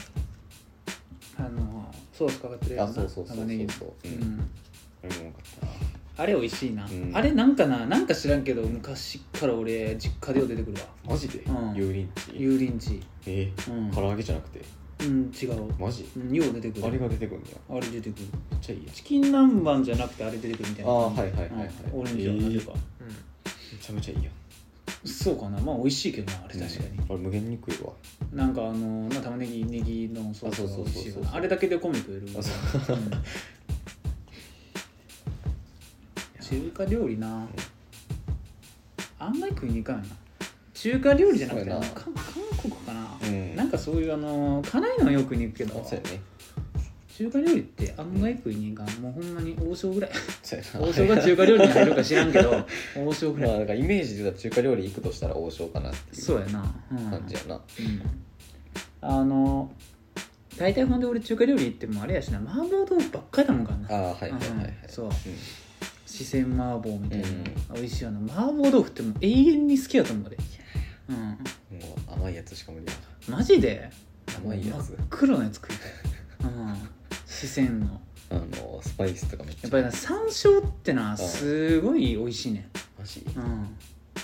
Speaker 1: あのソースかかってるや
Speaker 2: あ
Speaker 1: つ
Speaker 2: そうそうそうそうそ
Speaker 1: 玉
Speaker 2: う、
Speaker 1: ねぎの
Speaker 2: う、
Speaker 1: うんん
Speaker 2: あれもうまかったな
Speaker 1: あれ美味しいな、
Speaker 2: うん
Speaker 1: あれなんかななんか知らんけど昔から俺実家でよう出てくるわ
Speaker 2: マジで、
Speaker 1: うん
Speaker 2: 油淋鶏
Speaker 1: 油淋鶏
Speaker 2: え
Speaker 1: うん
Speaker 2: 唐揚げじゃなくて
Speaker 1: うん違う
Speaker 2: マジ
Speaker 1: うんよう出てくる
Speaker 2: あれが出てくるんだよ
Speaker 1: あれ出てくる
Speaker 2: めっちゃいいや
Speaker 1: チキン南蛮じゃなくてあれ出てくるみたいな
Speaker 2: あーはいはいはいはい
Speaker 1: うんオレンジのなぜか、
Speaker 2: めちゃめちゃいいやん
Speaker 1: うんそうかなまあ美味しいけどなあれ確かに、
Speaker 2: うんあれ無限に食えるわ
Speaker 1: なんかあのな玉ねぎネギのソースが美味しい
Speaker 2: あそうそうそう
Speaker 1: よ
Speaker 2: そう
Speaker 1: なあれだけで米食える
Speaker 2: あそ
Speaker 1: うん中華料理なあんまり食いに行かんよな中華料理じゃなくて
Speaker 2: そうやな
Speaker 1: か韓国かな、
Speaker 2: うん
Speaker 1: なんかそういうあの辛いのはよく食いに行くけど
Speaker 2: あそうやね
Speaker 1: 中華料理ってあんまり食いに行かん、もうほんまに王将
Speaker 2: <laughs>
Speaker 1: ぐらい
Speaker 2: そうやな
Speaker 1: 王将が中華料理に入るか知らんけど王将ぐらい、
Speaker 2: <laughs> まあなんかイメージで言ったら中華料理行くとしたら王将かなっていう
Speaker 1: そうやな、うん、
Speaker 2: 感じやな
Speaker 1: うんあの大体ほんで俺中華料理行ってもあれやしな麻婆豆腐ばっかりだもんからな
Speaker 2: ああはいはいはいはい
Speaker 1: うんそう
Speaker 2: うん
Speaker 1: 四川麻婆みたいな、
Speaker 2: う
Speaker 1: 美味しいよな麻婆豆腐ってもう永遠に好きやと思うで、うん、
Speaker 2: もう甘いやつしか無理や
Speaker 1: マジで
Speaker 2: な甘いやつ
Speaker 1: 真っ黒なやつ食いたい、うん、四川の
Speaker 2: あのスパイスとかめっちゃ
Speaker 1: やっぱりな山椒ってなすごい美味しいね
Speaker 2: マジ
Speaker 1: んうん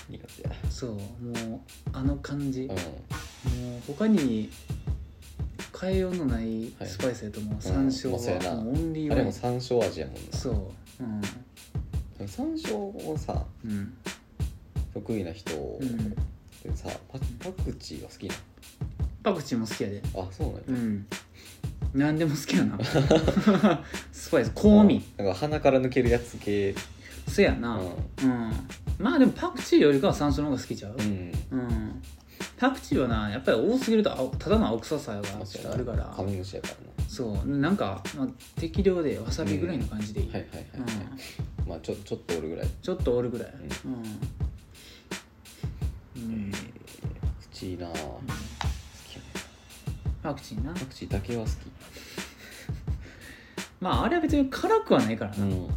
Speaker 2: 苦手や
Speaker 1: そうもうあの感じ
Speaker 2: う
Speaker 1: も
Speaker 2: ん
Speaker 1: う他に変えようのないスパイスやと思う、山椒
Speaker 2: うんそうやな
Speaker 1: はもうオンリー
Speaker 2: あ
Speaker 1: ワ
Speaker 2: れ
Speaker 1: ン
Speaker 2: も山椒味やもんな
Speaker 1: そううん
Speaker 2: 山椒をさ
Speaker 1: うん
Speaker 2: 得意な人
Speaker 1: うん
Speaker 2: でさパパクチーが好きな
Speaker 1: パクチーも好きやで
Speaker 2: のあそうなんや
Speaker 1: うん何でも好きやなスパイス香味
Speaker 2: なんか鼻から抜けるやつ系
Speaker 1: せや
Speaker 2: う
Speaker 1: なうんまあでもパクチーよりかは山椒の方が好きちゃう
Speaker 2: うん
Speaker 1: うんパクチーはなやっぱり多すぎると青ただの青臭さが
Speaker 2: あ
Speaker 1: ちょっとあるから
Speaker 2: カメムシやからな
Speaker 1: そうなんか、まあ、適量でわさびぐらいの感じでいい、
Speaker 2: はいはいはいはい
Speaker 1: うん
Speaker 2: まあちょちょっとおるぐらい
Speaker 1: ちょっとおるぐらい
Speaker 2: うん
Speaker 1: うん、うん
Speaker 2: パクチーなあ好きやね
Speaker 1: パクチーな
Speaker 2: パクチーだけは好き
Speaker 1: まああれは別に辛くはないからな、
Speaker 2: ん
Speaker 1: うん、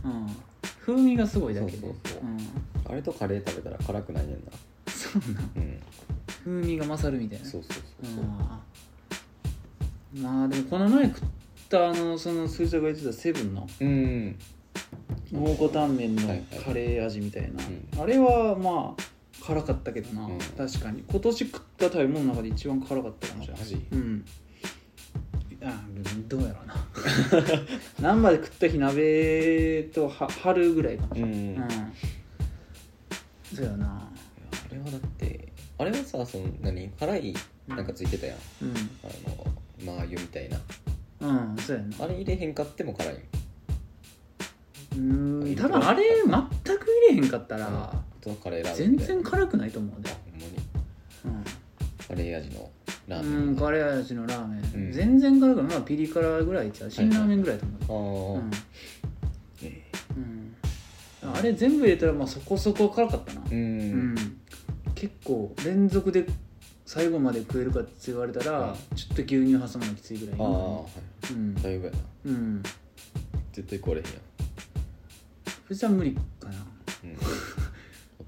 Speaker 1: 風味がすごいだけで
Speaker 2: そうそうそう
Speaker 1: うん
Speaker 2: あれとカレー食べたら辛くないねんな
Speaker 1: そうなん
Speaker 2: うん
Speaker 1: 風味が勝るみたいな
Speaker 2: そうそうそうそう
Speaker 1: うんまあでもこの前食ったあのその鈴ちゃんが言ってたセブンの
Speaker 2: うんうん
Speaker 1: 蒙古タンメンの
Speaker 2: はいはい
Speaker 1: カレー味みたいな、
Speaker 2: うん
Speaker 1: あれはまあ辛かったけどな、
Speaker 2: うん
Speaker 1: 確かに今年食った食べ物の中で一番辛かったかもしれない
Speaker 2: マジ
Speaker 1: うんあどうやろうな <laughs> 何まで食った日鍋とは春ぐらいかも
Speaker 2: うん
Speaker 1: うん、
Speaker 2: いや
Speaker 1: そうやな
Speaker 2: あれはだってあれはさその何辛いなんかついてたやん
Speaker 1: うん
Speaker 2: あのマー油みたいな
Speaker 1: うんそうやな
Speaker 2: あれ入れへんかっても辛いん
Speaker 1: うーん多分あれ全く入れへんかったら
Speaker 2: 普通のカレーラーメン
Speaker 1: 全
Speaker 2: みたいな
Speaker 1: 然辛くないと思うで
Speaker 2: あほんまにカレー味のラ
Speaker 1: う
Speaker 2: ーメン
Speaker 1: ん、うん、カレー味のラーメン、
Speaker 2: うん
Speaker 1: 全然辛くないまあピリ辛ぐらいちゃう辛ラーメンぐらいと思う、
Speaker 2: ああ、え
Speaker 1: うんうん、あれ全部入れたらまあそこそこ辛かったな
Speaker 2: えうん、
Speaker 1: うん結構連続で最後まで食えるかって言われたら、
Speaker 2: うん
Speaker 1: ちょっと牛乳挟むのきついぐらい
Speaker 2: ああは
Speaker 1: うん
Speaker 2: いだいぶやな
Speaker 1: うん
Speaker 2: 絶対これへんや、
Speaker 1: 富士山無理かなん
Speaker 2: うん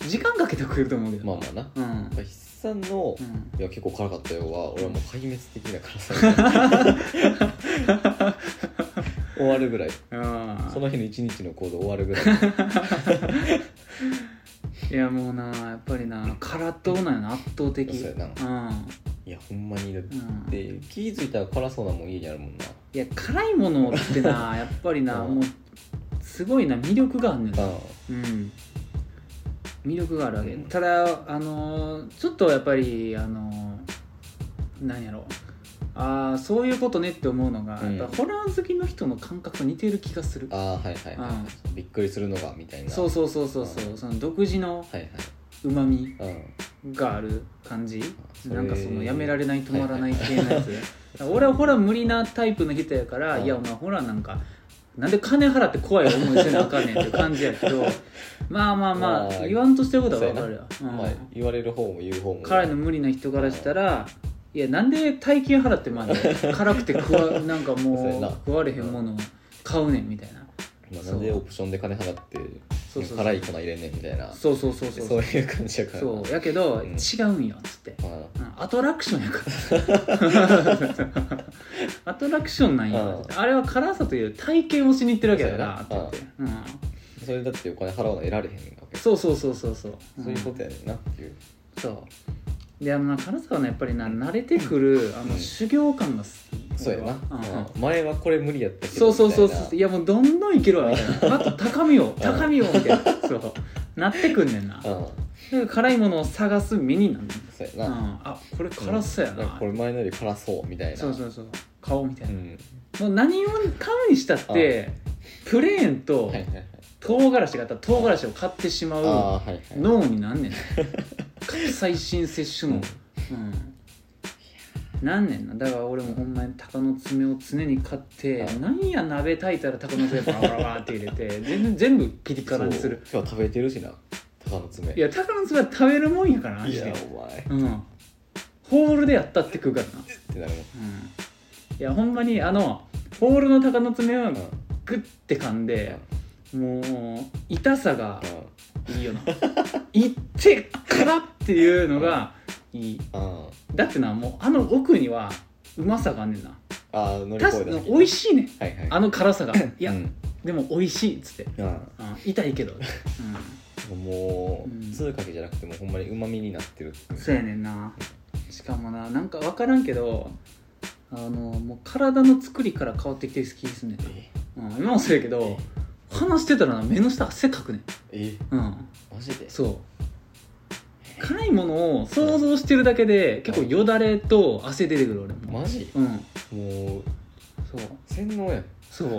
Speaker 1: 時間かけて食えると思うけど、
Speaker 2: まあまあな、やっ
Speaker 1: うん
Speaker 2: ぱ筆算の、
Speaker 1: う
Speaker 2: い
Speaker 1: ん
Speaker 2: や結構辛かったよは俺はもう壊滅的な辛さ
Speaker 1: <laughs>
Speaker 2: 終わるぐらい
Speaker 1: あ
Speaker 2: その日の一日の行動終わるぐらい
Speaker 1: いやもうなやっぱりな辛党なんやな圧倒的
Speaker 2: そうやなないやほんまにだっ
Speaker 1: うん、うん、
Speaker 2: て気づいたら辛そうなもん家にあるもんない
Speaker 1: や辛いものってなやっぱりな
Speaker 2: <laughs> うん
Speaker 1: もうすごいな魅力があんねんな
Speaker 2: あ
Speaker 1: うん魅力があるわけ、
Speaker 2: うん
Speaker 1: ただあのーちょっとやっぱりあのーなんやろああそういうことねって思うのが、
Speaker 2: うん
Speaker 1: やっぱホラー好きの人の感覚と似てる気がする
Speaker 2: ああはいはいはい、びっくりするのがみたいな
Speaker 1: そうそうそうそうそうその独自の
Speaker 2: はいはいう
Speaker 1: まみ
Speaker 2: うん
Speaker 1: がある感じ
Speaker 2: それ
Speaker 1: なんかそのやめられない止まらない系のやつ、 <laughs> 俺はホラー無理なタイプの人やから、
Speaker 2: うん
Speaker 1: いやお前ホラーなんかなんで金払って怖い思いせなあかんねんって感じやけ
Speaker 2: <laughs>
Speaker 1: どまあまあまあ
Speaker 2: まあ
Speaker 1: 言わんとしてることは分かるよ、うん
Speaker 2: まあ、言われる方も言う方も
Speaker 1: 彼の無理な人からしたら、いやなんで大金払ってまで辛くて食
Speaker 2: <laughs>
Speaker 1: わなんか
Speaker 2: そうやな
Speaker 1: もう食われへんものを買うねんみたいな
Speaker 2: まあ、なんでオプションで金払って
Speaker 1: そうそうそう
Speaker 2: 辛い粉入れんねんみたいな
Speaker 1: そうそうそうそう
Speaker 2: そういう感じやからな
Speaker 1: そうやけど、
Speaker 2: うん
Speaker 1: 違うんよっつって
Speaker 2: あ
Speaker 1: うんアトラクションやか
Speaker 2: <laughs>
Speaker 1: らアトラクションなんや
Speaker 2: う
Speaker 1: あれは辛さという体験をしに行ってるわけだからって
Speaker 2: そう
Speaker 1: 言
Speaker 2: や
Speaker 1: っ
Speaker 2: な
Speaker 1: て、うん、
Speaker 2: それだってお金払うの得られへんわけ
Speaker 1: そうそうそうそうそう
Speaker 2: そういうことやねんなっていう
Speaker 1: うんそうであのな辛さはねやっぱりな慣れてくるあ
Speaker 2: う
Speaker 1: の
Speaker 2: ん
Speaker 1: 修行感が好き
Speaker 2: そうやな、
Speaker 1: 俺はうん
Speaker 2: うん前はこれ無理やったけ
Speaker 1: そ
Speaker 2: ど
Speaker 1: うそうそう
Speaker 2: みたいな
Speaker 1: そういやもうどんどんいけるわみたい
Speaker 2: <laughs>
Speaker 1: なあと高みを高みをみたいなそうなってくんねんな
Speaker 2: うん
Speaker 1: だから辛いものを探す身になんねん
Speaker 2: そう
Speaker 1: う
Speaker 2: や
Speaker 1: ん
Speaker 2: な、
Speaker 1: あこれ辛さやな,、
Speaker 2: んかこれ前のより辛そうみたいな
Speaker 1: そうそうそう顔みたいな、
Speaker 2: ん
Speaker 1: もう何を買うにしたってプレーンと
Speaker 2: はいはいはい
Speaker 1: 唐辛子があったら唐辛子を買ってしま
Speaker 2: あ
Speaker 1: う
Speaker 2: あーはいはい
Speaker 1: 脳になん
Speaker 2: <laughs>
Speaker 1: ねんカプサイシン摂取脳
Speaker 2: うん
Speaker 1: うんなんねんなだから俺もほんまに鷹の爪を常に買って
Speaker 2: うん
Speaker 1: なんや鍋炊いたら鷹の爪バラバラバラって入れて全然全部ピリ
Speaker 2: そう
Speaker 1: 辛にする
Speaker 2: 今日食べてるしな鷹の爪
Speaker 1: いや鷹の爪は食べるもんやからマ
Speaker 2: い
Speaker 1: ジ
Speaker 2: や
Speaker 1: で
Speaker 2: お前っ
Speaker 1: うんホールでやったって食うからな
Speaker 2: てなるもん
Speaker 1: うんいやほんまにあのホールの鷹の爪は
Speaker 2: うん
Speaker 1: グッて噛んでもう痛さが
Speaker 2: うん
Speaker 1: いい <laughs> よないってからっていうのがいい
Speaker 2: あ
Speaker 1: だってなもうあの奥にはうまさがあんねんな
Speaker 2: あ乗り越
Speaker 1: 確
Speaker 2: え
Speaker 1: か
Speaker 2: た
Speaker 1: に
Speaker 2: 時
Speaker 1: 美味しいねん
Speaker 2: はいはい
Speaker 1: あの辛さがいや、
Speaker 2: うん
Speaker 1: でも美味しいっつって、うん痛いけど、
Speaker 2: うんも
Speaker 1: う
Speaker 2: うん通かけじゃなくてもうほんまにうまみになってる
Speaker 1: うん、そうやねんなしかもななんか分からんけどあのもう体の作りから変わってきてる気すんねんな、
Speaker 2: え
Speaker 1: うん、今もそうやけど話してたらな目の下汗かくねん
Speaker 2: え
Speaker 1: うん
Speaker 2: マジで
Speaker 1: そう辛いものを想像してるだけで結構よだれと汗出てくる俺も
Speaker 2: マジ
Speaker 1: うん
Speaker 2: もう
Speaker 1: そう
Speaker 2: 洗脳やん
Speaker 1: そう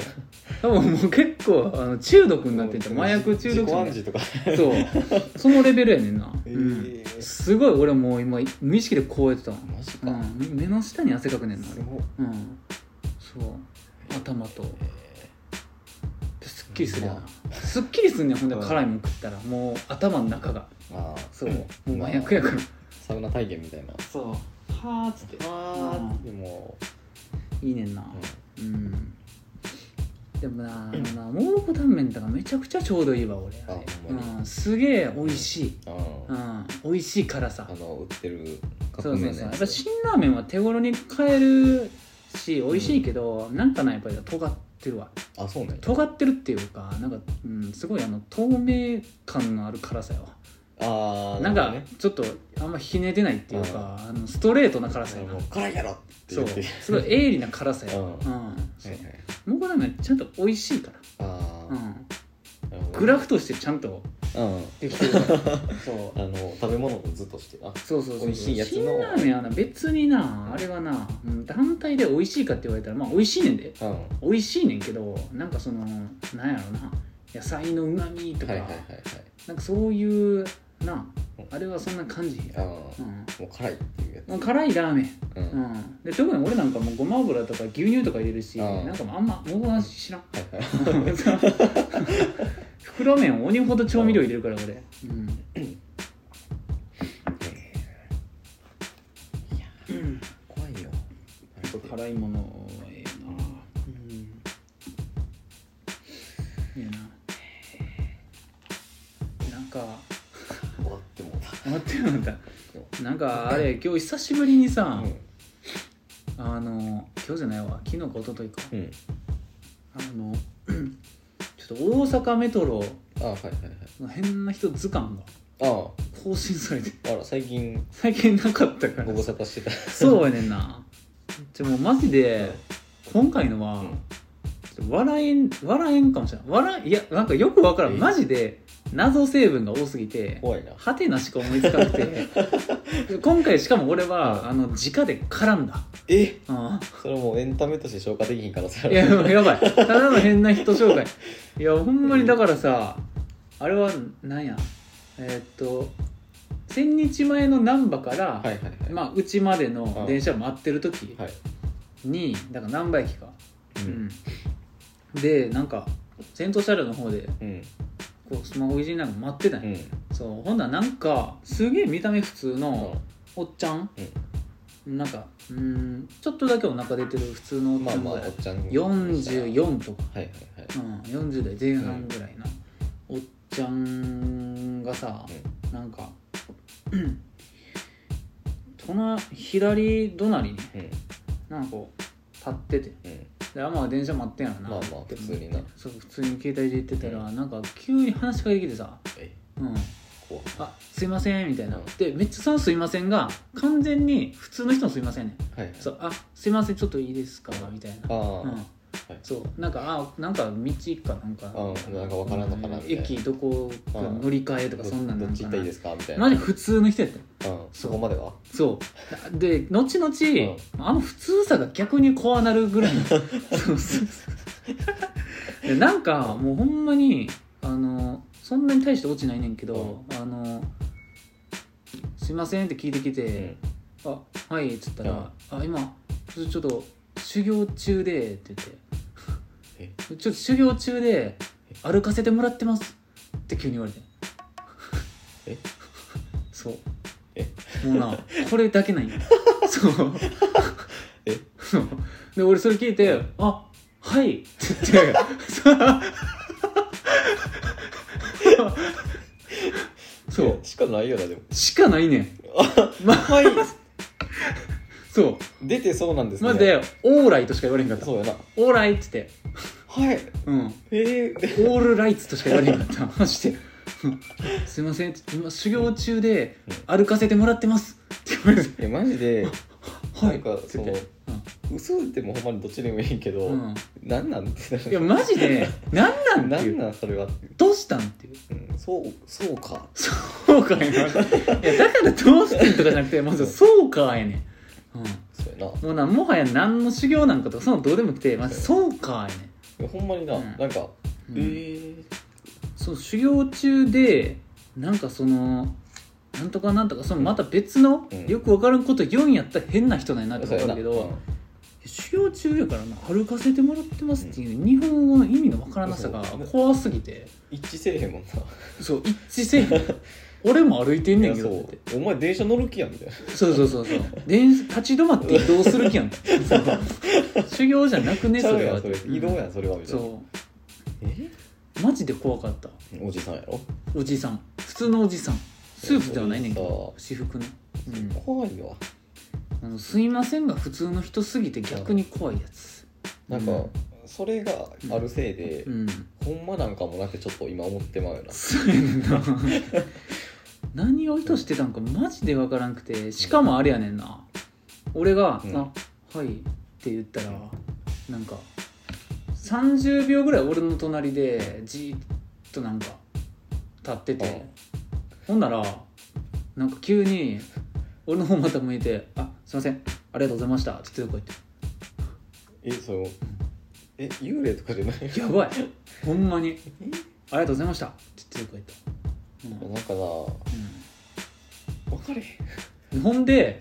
Speaker 1: 多分もう結構あの中毒になってんじゃん
Speaker 2: もう
Speaker 1: 麻薬中毒
Speaker 2: 自己暗
Speaker 1: 者
Speaker 2: 示とか
Speaker 1: そうそのレベルやねんな、
Speaker 2: え
Speaker 1: うん
Speaker 2: ー
Speaker 1: すごい俺もう今無意識でこうやってたの、
Speaker 2: マジか
Speaker 1: うん、目の下に汗かくねんな
Speaker 2: す
Speaker 1: 俺
Speaker 2: ごい
Speaker 1: うんそう頭とすっきりするやなすっきりすんねんほんで辛いもん食ったらもう頭の中が
Speaker 2: ああ
Speaker 1: そうもう麻薬やから
Speaker 2: サウナ体験みたいな
Speaker 1: そうはあっつって
Speaker 2: ああでも
Speaker 1: いいねんな
Speaker 2: う
Speaker 1: うんでもなあのな蒙古タンメンとかめちゃくちゃちょうどいいわ俺
Speaker 2: あほんまに
Speaker 1: うん、すげえ美味しい、
Speaker 2: ん
Speaker 1: う
Speaker 2: あ
Speaker 1: ん、美味しい辛さ
Speaker 2: の売ってるカ
Speaker 1: そ
Speaker 2: ッ
Speaker 1: うそう
Speaker 2: プ麺
Speaker 1: そう
Speaker 2: の
Speaker 1: や
Speaker 2: や
Speaker 1: っぱ
Speaker 2: つ
Speaker 1: 辛ラーメンは手頃に買えるし美味しいけど、なんかなやっぱり尖ってるわ
Speaker 2: あそうなんや
Speaker 1: 尖ってるっていうかなんか、うん、すごいあの透明感のある辛さやわ
Speaker 2: ああ
Speaker 1: なんか
Speaker 2: ね
Speaker 1: ちょっとあんまひねてないっていうかあのストレートな辛さやな
Speaker 2: もう辛いやろって
Speaker 1: そ
Speaker 2: 言っ
Speaker 1: う
Speaker 2: て
Speaker 1: すごい鋭利な辛さやう
Speaker 2: う
Speaker 1: んん、
Speaker 2: は
Speaker 1: そ
Speaker 2: いうはい
Speaker 1: モグラメンちゃんと美味しいか
Speaker 2: あ
Speaker 1: ら、う
Speaker 2: あ
Speaker 1: ん、
Speaker 2: なるほど
Speaker 1: グラフとしてちゃんと
Speaker 2: うん
Speaker 1: できてるか
Speaker 2: <laughs>
Speaker 1: らそ
Speaker 2: あの食べ物をずっとしてあ
Speaker 1: うそうそうそう
Speaker 2: 美味しいやつの
Speaker 1: 辛ラーメンはな別になあれはな、うん、団体で美味しいかって言われたらまあ美味しいねんで
Speaker 2: うん
Speaker 1: 美味しいねんけどなんかそのなんやろな野菜のうまみとか、
Speaker 2: はいはいはいはい
Speaker 1: なんかそういうな
Speaker 2: うん
Speaker 1: あれはそんな感じ、
Speaker 2: ああ
Speaker 1: うん
Speaker 2: もう辛いっていうやつ
Speaker 1: もう辛いラーメン、
Speaker 2: うん
Speaker 1: う
Speaker 2: はい
Speaker 1: ん、で特に俺なんかもうごま油とか牛乳とか入れるし、
Speaker 2: うん
Speaker 1: なんかもうあんま僕は知らん
Speaker 2: はい
Speaker 1: <laughs> 袋麺鬼ほど調味料入れるから俺、うん、
Speaker 2: いやー怖いよ
Speaker 1: 辛いものはええなうんいいななんか
Speaker 2: 終わってもう
Speaker 1: 待って待ったなんかあれ今日久しぶりに
Speaker 2: た
Speaker 1: さ、
Speaker 2: うん
Speaker 1: あの今日じゃないわ昨日か一昨日か
Speaker 2: うん
Speaker 1: あの <clears throat> ちょっと大阪メトロ
Speaker 2: あはいはいはい
Speaker 1: の変な人図鑑が
Speaker 2: あ
Speaker 1: 更新されて <laughs>
Speaker 2: ああら最近
Speaker 1: 最近なかったから
Speaker 2: ご無沙汰してた
Speaker 1: そうやねんなじゃもうマジで今回の
Speaker 2: う
Speaker 1: は
Speaker 2: ん
Speaker 1: 笑えん笑えんかもしれない笑いいやなんかよくわから
Speaker 2: え
Speaker 1: んマジで謎成分が多すぎて
Speaker 2: <laughs> 怖いな
Speaker 1: ハテナしか思いつかなく
Speaker 2: <laughs>
Speaker 1: て今回しかも俺はあの直で絡んだ、
Speaker 2: え
Speaker 1: うん
Speaker 2: それもうエンタメとして消化できひんからさ
Speaker 1: いや、やばい。ただの変な人紹介。いや、ほんまにだからさ、あれは、なんや、えーっと、千日前の難波から、
Speaker 2: はいはいはい
Speaker 1: まあ、うちまでの
Speaker 2: い
Speaker 1: 電車待ってる時
Speaker 2: はい
Speaker 1: に、だから難波駅か。
Speaker 2: う
Speaker 1: うんん。で、なんか、先頭車両の方で、
Speaker 2: うん
Speaker 1: こう、スマホいじりながら待ってたん
Speaker 2: う
Speaker 1: や。
Speaker 2: ん
Speaker 1: そう、ほんならなんか、すげえ見た目普通のおっちゃん、なんか、うん、ちょっとだけお腹出てる普通のおっ
Speaker 2: ま
Speaker 1: ちゃん
Speaker 2: あ
Speaker 1: ぐ
Speaker 2: まあお
Speaker 1: らい
Speaker 2: っ。ちゃんはい
Speaker 1: 44とか。
Speaker 2: はいはい
Speaker 1: うん、40代前半ぐらいな、おっちゃんがさ、なんか隣左隣に
Speaker 2: うん
Speaker 1: なんかこう立ってて
Speaker 2: うん
Speaker 1: であまあ電車待ってんやろな
Speaker 2: まあまあ
Speaker 1: って思って
Speaker 2: 普通にな
Speaker 1: そう普通に携帯で言ってたら、なんか急に話しかけてきてさ
Speaker 2: え
Speaker 1: 「うん、
Speaker 2: 怖
Speaker 1: あすいません」みたいな、
Speaker 2: うん
Speaker 1: でめっちゃその「すいません」が完全に普通の人の「すいませんねん」
Speaker 2: はいはい
Speaker 1: そうあすいませんちょっといいですか」みたいな
Speaker 2: ああ
Speaker 1: うん
Speaker 2: い
Speaker 1: そうなんかあなんか道かなんか
Speaker 2: うんなんかわからんのかなみたいな
Speaker 1: 駅どこか
Speaker 2: うん
Speaker 1: 乗り換えとかそんなん
Speaker 2: ど
Speaker 1: な
Speaker 2: っ
Speaker 1: ん
Speaker 2: ち
Speaker 1: かな
Speaker 2: 行ったらいいですかみたいな
Speaker 1: マジ普通の人やったよ
Speaker 2: うんそこまでは
Speaker 1: そうで後々、
Speaker 2: う
Speaker 1: あの普通さが逆に怖なるぐ
Speaker 2: <laughs>
Speaker 1: らいの <laughs> そうそうそうでなんかもうほんまにあのそんなに大して落ちないねんけど、あの「すいません」って聞いてきて、
Speaker 2: うん
Speaker 1: あはい」っつったら「あ今ちょちょっと修行中で」って言っ
Speaker 2: え
Speaker 1: て「ちょっと修行中で歩かせてもらってます」って急に言われて
Speaker 2: え
Speaker 1: そう
Speaker 2: え
Speaker 1: もうなこれだけ
Speaker 2: <laughs>
Speaker 1: なんやそう
Speaker 2: え
Speaker 1: そうで俺それ聞いて「あはい」って言っ
Speaker 2: <laughs>
Speaker 1: てそうそう
Speaker 2: しかないよなでも
Speaker 1: しかないねん
Speaker 2: はい
Speaker 1: そう
Speaker 2: 出てそうなんですね
Speaker 1: まずで「オーライ」としか言われへんかった
Speaker 2: そうやな
Speaker 1: 「オーライ」っつって
Speaker 2: はい
Speaker 1: うん
Speaker 2: えー、で
Speaker 1: オールライツとしか言われへんかったマジ
Speaker 2: <laughs>
Speaker 1: で「すいません今修行中で歩かせてもらってます」って言われて
Speaker 2: いやマジで
Speaker 1: 「は
Speaker 2: ないん」かその嘘でもほんまにどっちでもいいけど、
Speaker 1: うん、うん、
Speaker 2: なんなんって
Speaker 1: いやマジで「なんなん?」
Speaker 2: <laughs> な
Speaker 1: ってい
Speaker 2: ん
Speaker 1: う
Speaker 2: なんそれはっていう、
Speaker 1: 「どうしたん?」っていう
Speaker 2: うん、そうそうか
Speaker 1: 「そうかやな」いやだから「どうしてん?」とかじゃなくてまず「そうか」やねん、う
Speaker 2: そうや
Speaker 1: ん、もうなもはや何の修行なんかとかそのどうでもよくてまず「そうか」やね
Speaker 2: なほんまにな、
Speaker 1: うん
Speaker 2: なんか、
Speaker 1: ん、うん
Speaker 2: えー、
Speaker 1: そう修行中でなんかそのなんとかなんとかそのまた別の、
Speaker 2: うん
Speaker 1: よく分からんこと言うんやったら変な人なんやなって
Speaker 2: そう
Speaker 1: 分
Speaker 2: や
Speaker 1: か
Speaker 2: な
Speaker 1: るけど、
Speaker 2: うん
Speaker 1: 修行中やからな歩かせてもらってますっていう日本語の意味の分からなさが
Speaker 2: そう
Speaker 1: 怖すぎて
Speaker 2: 一致せえへんもんな
Speaker 1: そう一致せえへ
Speaker 2: <laughs>
Speaker 1: ん俺も歩いてんねんけど
Speaker 2: い
Speaker 1: っ
Speaker 2: や
Speaker 1: て
Speaker 2: そうお前電車乗る気やみたいな
Speaker 1: そうそうそうそう電立ち止まって移動する気や
Speaker 2: <laughs>
Speaker 1: んそう修行じゃなくね
Speaker 2: ちゃ
Speaker 1: そうれ
Speaker 2: や
Speaker 1: は
Speaker 2: んそれ移動やんそれはみたいな
Speaker 1: そ
Speaker 2: え
Speaker 1: うマジで怖かった
Speaker 2: おじさんやろ
Speaker 1: おじさん普通のおじさんスーツではないねんけど
Speaker 2: ど
Speaker 1: 私服の、うん、
Speaker 2: 怖いわ
Speaker 1: あのすいませんが普通の人すぎて逆に怖いやつ
Speaker 2: なんか、それがあるせいで、
Speaker 1: うん
Speaker 2: ほんまなんかもなってちょっと今思ってまうよな
Speaker 1: そうやねんな <laughs> 何を意図してたんかマジで分からんくてしかもあれやねんな俺が「
Speaker 2: うん
Speaker 1: あはい」って言ったらなんか30秒ぐらい俺の隣でじーっとなんか立ってて、
Speaker 2: うん
Speaker 1: ほんならなんか急に俺の方また向いて「あすいませんありがとうございました」って言ってこうやって
Speaker 2: えそのえ幽霊とかじゃない
Speaker 1: やばいほんまに「ありがとうございました」って言ってこうやった、うん
Speaker 2: <laughs> なんかな分かれへ
Speaker 1: うんほんで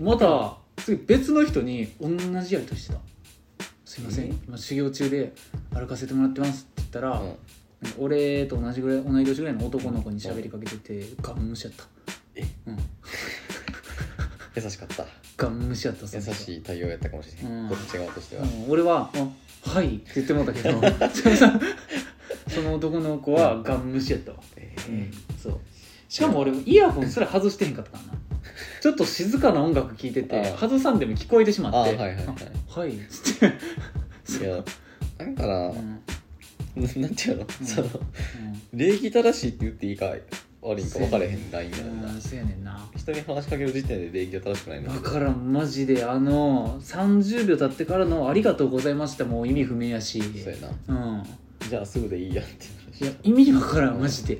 Speaker 2: ん
Speaker 1: また次別の人に同じやりとりしてた「すいません
Speaker 2: え
Speaker 1: 今修行中で歩かせてもらってます」って言ったら、
Speaker 2: うん
Speaker 1: なんか俺と同じぐらい同い年ぐらいの男の子に喋りかけててガン無視やった
Speaker 2: え
Speaker 1: うん
Speaker 2: 優しかった
Speaker 1: ガン無視やった
Speaker 2: 優
Speaker 1: い、
Speaker 2: しい対応やったかもしれ
Speaker 1: う
Speaker 2: なんいこっち側としては
Speaker 1: うん、俺は「あはい」って言ってもらったけどそのさその男の子はガン無視やったわ
Speaker 2: え
Speaker 1: うん
Speaker 2: ー
Speaker 1: そうしかも俺イヤホンすら外してへんかったからなちょっと静かな音楽聴いてて
Speaker 2: ああ
Speaker 1: 外さんでも聞こえてしまって
Speaker 2: あはいはいはい
Speaker 1: あ
Speaker 2: <laughs>
Speaker 1: はいっつって
Speaker 2: いやなんかな
Speaker 1: う、ん
Speaker 2: なんていうの、
Speaker 1: うん
Speaker 2: その礼儀正しいって言っていいか悪いんか分かれへんラインや
Speaker 1: うん
Speaker 2: な、
Speaker 1: んそうやねんな
Speaker 2: 人に話しかける時点で礼儀が正しくないな
Speaker 1: だからんマジであの30秒経ってからの「ありがとうございました」もう意味不明やし
Speaker 2: そうや
Speaker 1: う
Speaker 2: な
Speaker 1: ん
Speaker 2: じゃあすぐでいいやって
Speaker 1: い
Speaker 2: い
Speaker 1: や
Speaker 2: う
Speaker 1: 意味わからんマジで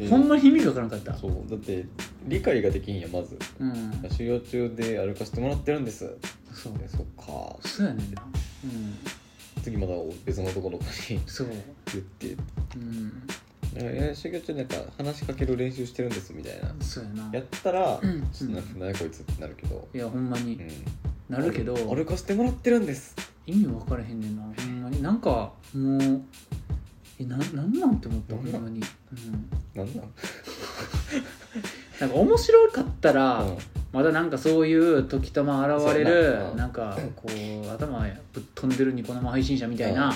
Speaker 2: 話
Speaker 1: ほんまに意味わからんかった
Speaker 2: そうだって理解ができんやまず
Speaker 1: うん
Speaker 2: 修行中で歩かせてもらってるんです
Speaker 1: そう
Speaker 2: でそっか
Speaker 1: そうやねんなうん
Speaker 2: 次まだ別のところに
Speaker 1: そう
Speaker 2: 言って
Speaker 1: うん
Speaker 2: なんかいや修行中なんか話しかける練習してるんですみたいな
Speaker 1: そうやな
Speaker 2: やったら、
Speaker 1: うん
Speaker 2: ちょっとなんか何やこいつってなるけど、
Speaker 1: いやほんま
Speaker 2: う
Speaker 1: に
Speaker 2: ん
Speaker 1: なるけど
Speaker 2: 歩かせてもらってるんです
Speaker 1: 意味分からへんねんなほんまになんかもうえななんなんて思った
Speaker 2: な
Speaker 1: ほ
Speaker 2: ん
Speaker 1: ん
Speaker 2: なん
Speaker 1: まに、うん、
Speaker 2: なんなん
Speaker 1: なんか面白かったら、
Speaker 2: うん
Speaker 1: まだなんかそういう時たま現れ
Speaker 2: そう
Speaker 1: る
Speaker 2: やなうん
Speaker 1: なんかこう頭ぶっ飛んでるニコ生配信者みたいな
Speaker 2: うん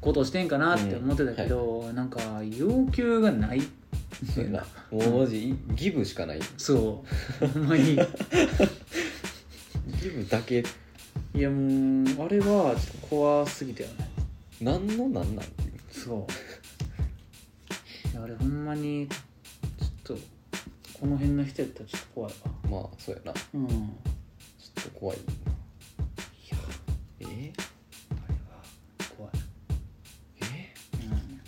Speaker 1: ことをしてんかなって思ってたけど、なんか要求がない
Speaker 2: そうやなもうマジギブしかない
Speaker 1: そうほんまに
Speaker 2: ギブだけ
Speaker 1: いやもうあれはちょっと怖すぎたよね
Speaker 2: なんのなんなんっていう
Speaker 1: そういやあれほんまにちょっとこの辺の人やったらちょっと怖いわ
Speaker 2: まあそうやなち
Speaker 1: うん
Speaker 2: ょっと怖い
Speaker 1: いや
Speaker 2: え
Speaker 1: あれは怖い、
Speaker 2: え
Speaker 1: うん、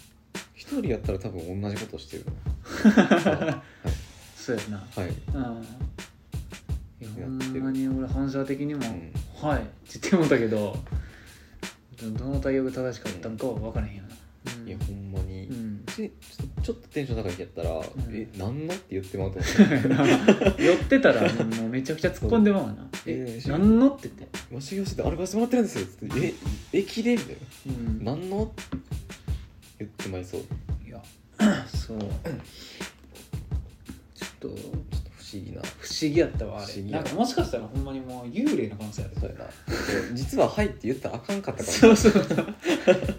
Speaker 2: 一人やったら多分同じこ
Speaker 1: <laughs>
Speaker 2: としてる
Speaker 1: そうやな
Speaker 2: はい
Speaker 1: うんいやほ
Speaker 2: や
Speaker 1: ん
Speaker 2: ってる
Speaker 1: まに俺反射的にも
Speaker 2: ん
Speaker 1: 「はい」って言ってもうたけどどどの対応が正しかったんかは分からへんよな、うん、
Speaker 2: いやほんまに、
Speaker 1: うん <laughs>
Speaker 2: ちちょっとちょっとテンション高い日やったら「
Speaker 1: ん
Speaker 2: えなんの?」って言ってまうと思
Speaker 1: 寄ってたらもうめちゃくちゃ突っ込んでまうわな「え
Speaker 2: ええ
Speaker 1: 何の?」って言って
Speaker 2: う「わしがして歩かせてもらってるんですよ」つって「え駅で?」みたい
Speaker 1: 「うん
Speaker 2: な「なんの?」言ってまいそうちょ
Speaker 1: いや <clears throat> そうちょっと
Speaker 2: っと不思議な
Speaker 1: 不思議やったわあ
Speaker 2: 不
Speaker 1: れ
Speaker 2: 思議や
Speaker 1: なんかもしかしたらほんまにもう幽霊の可能性ある
Speaker 2: そうやな実は「はい」って言ったらあかんかったかも
Speaker 1: そうそう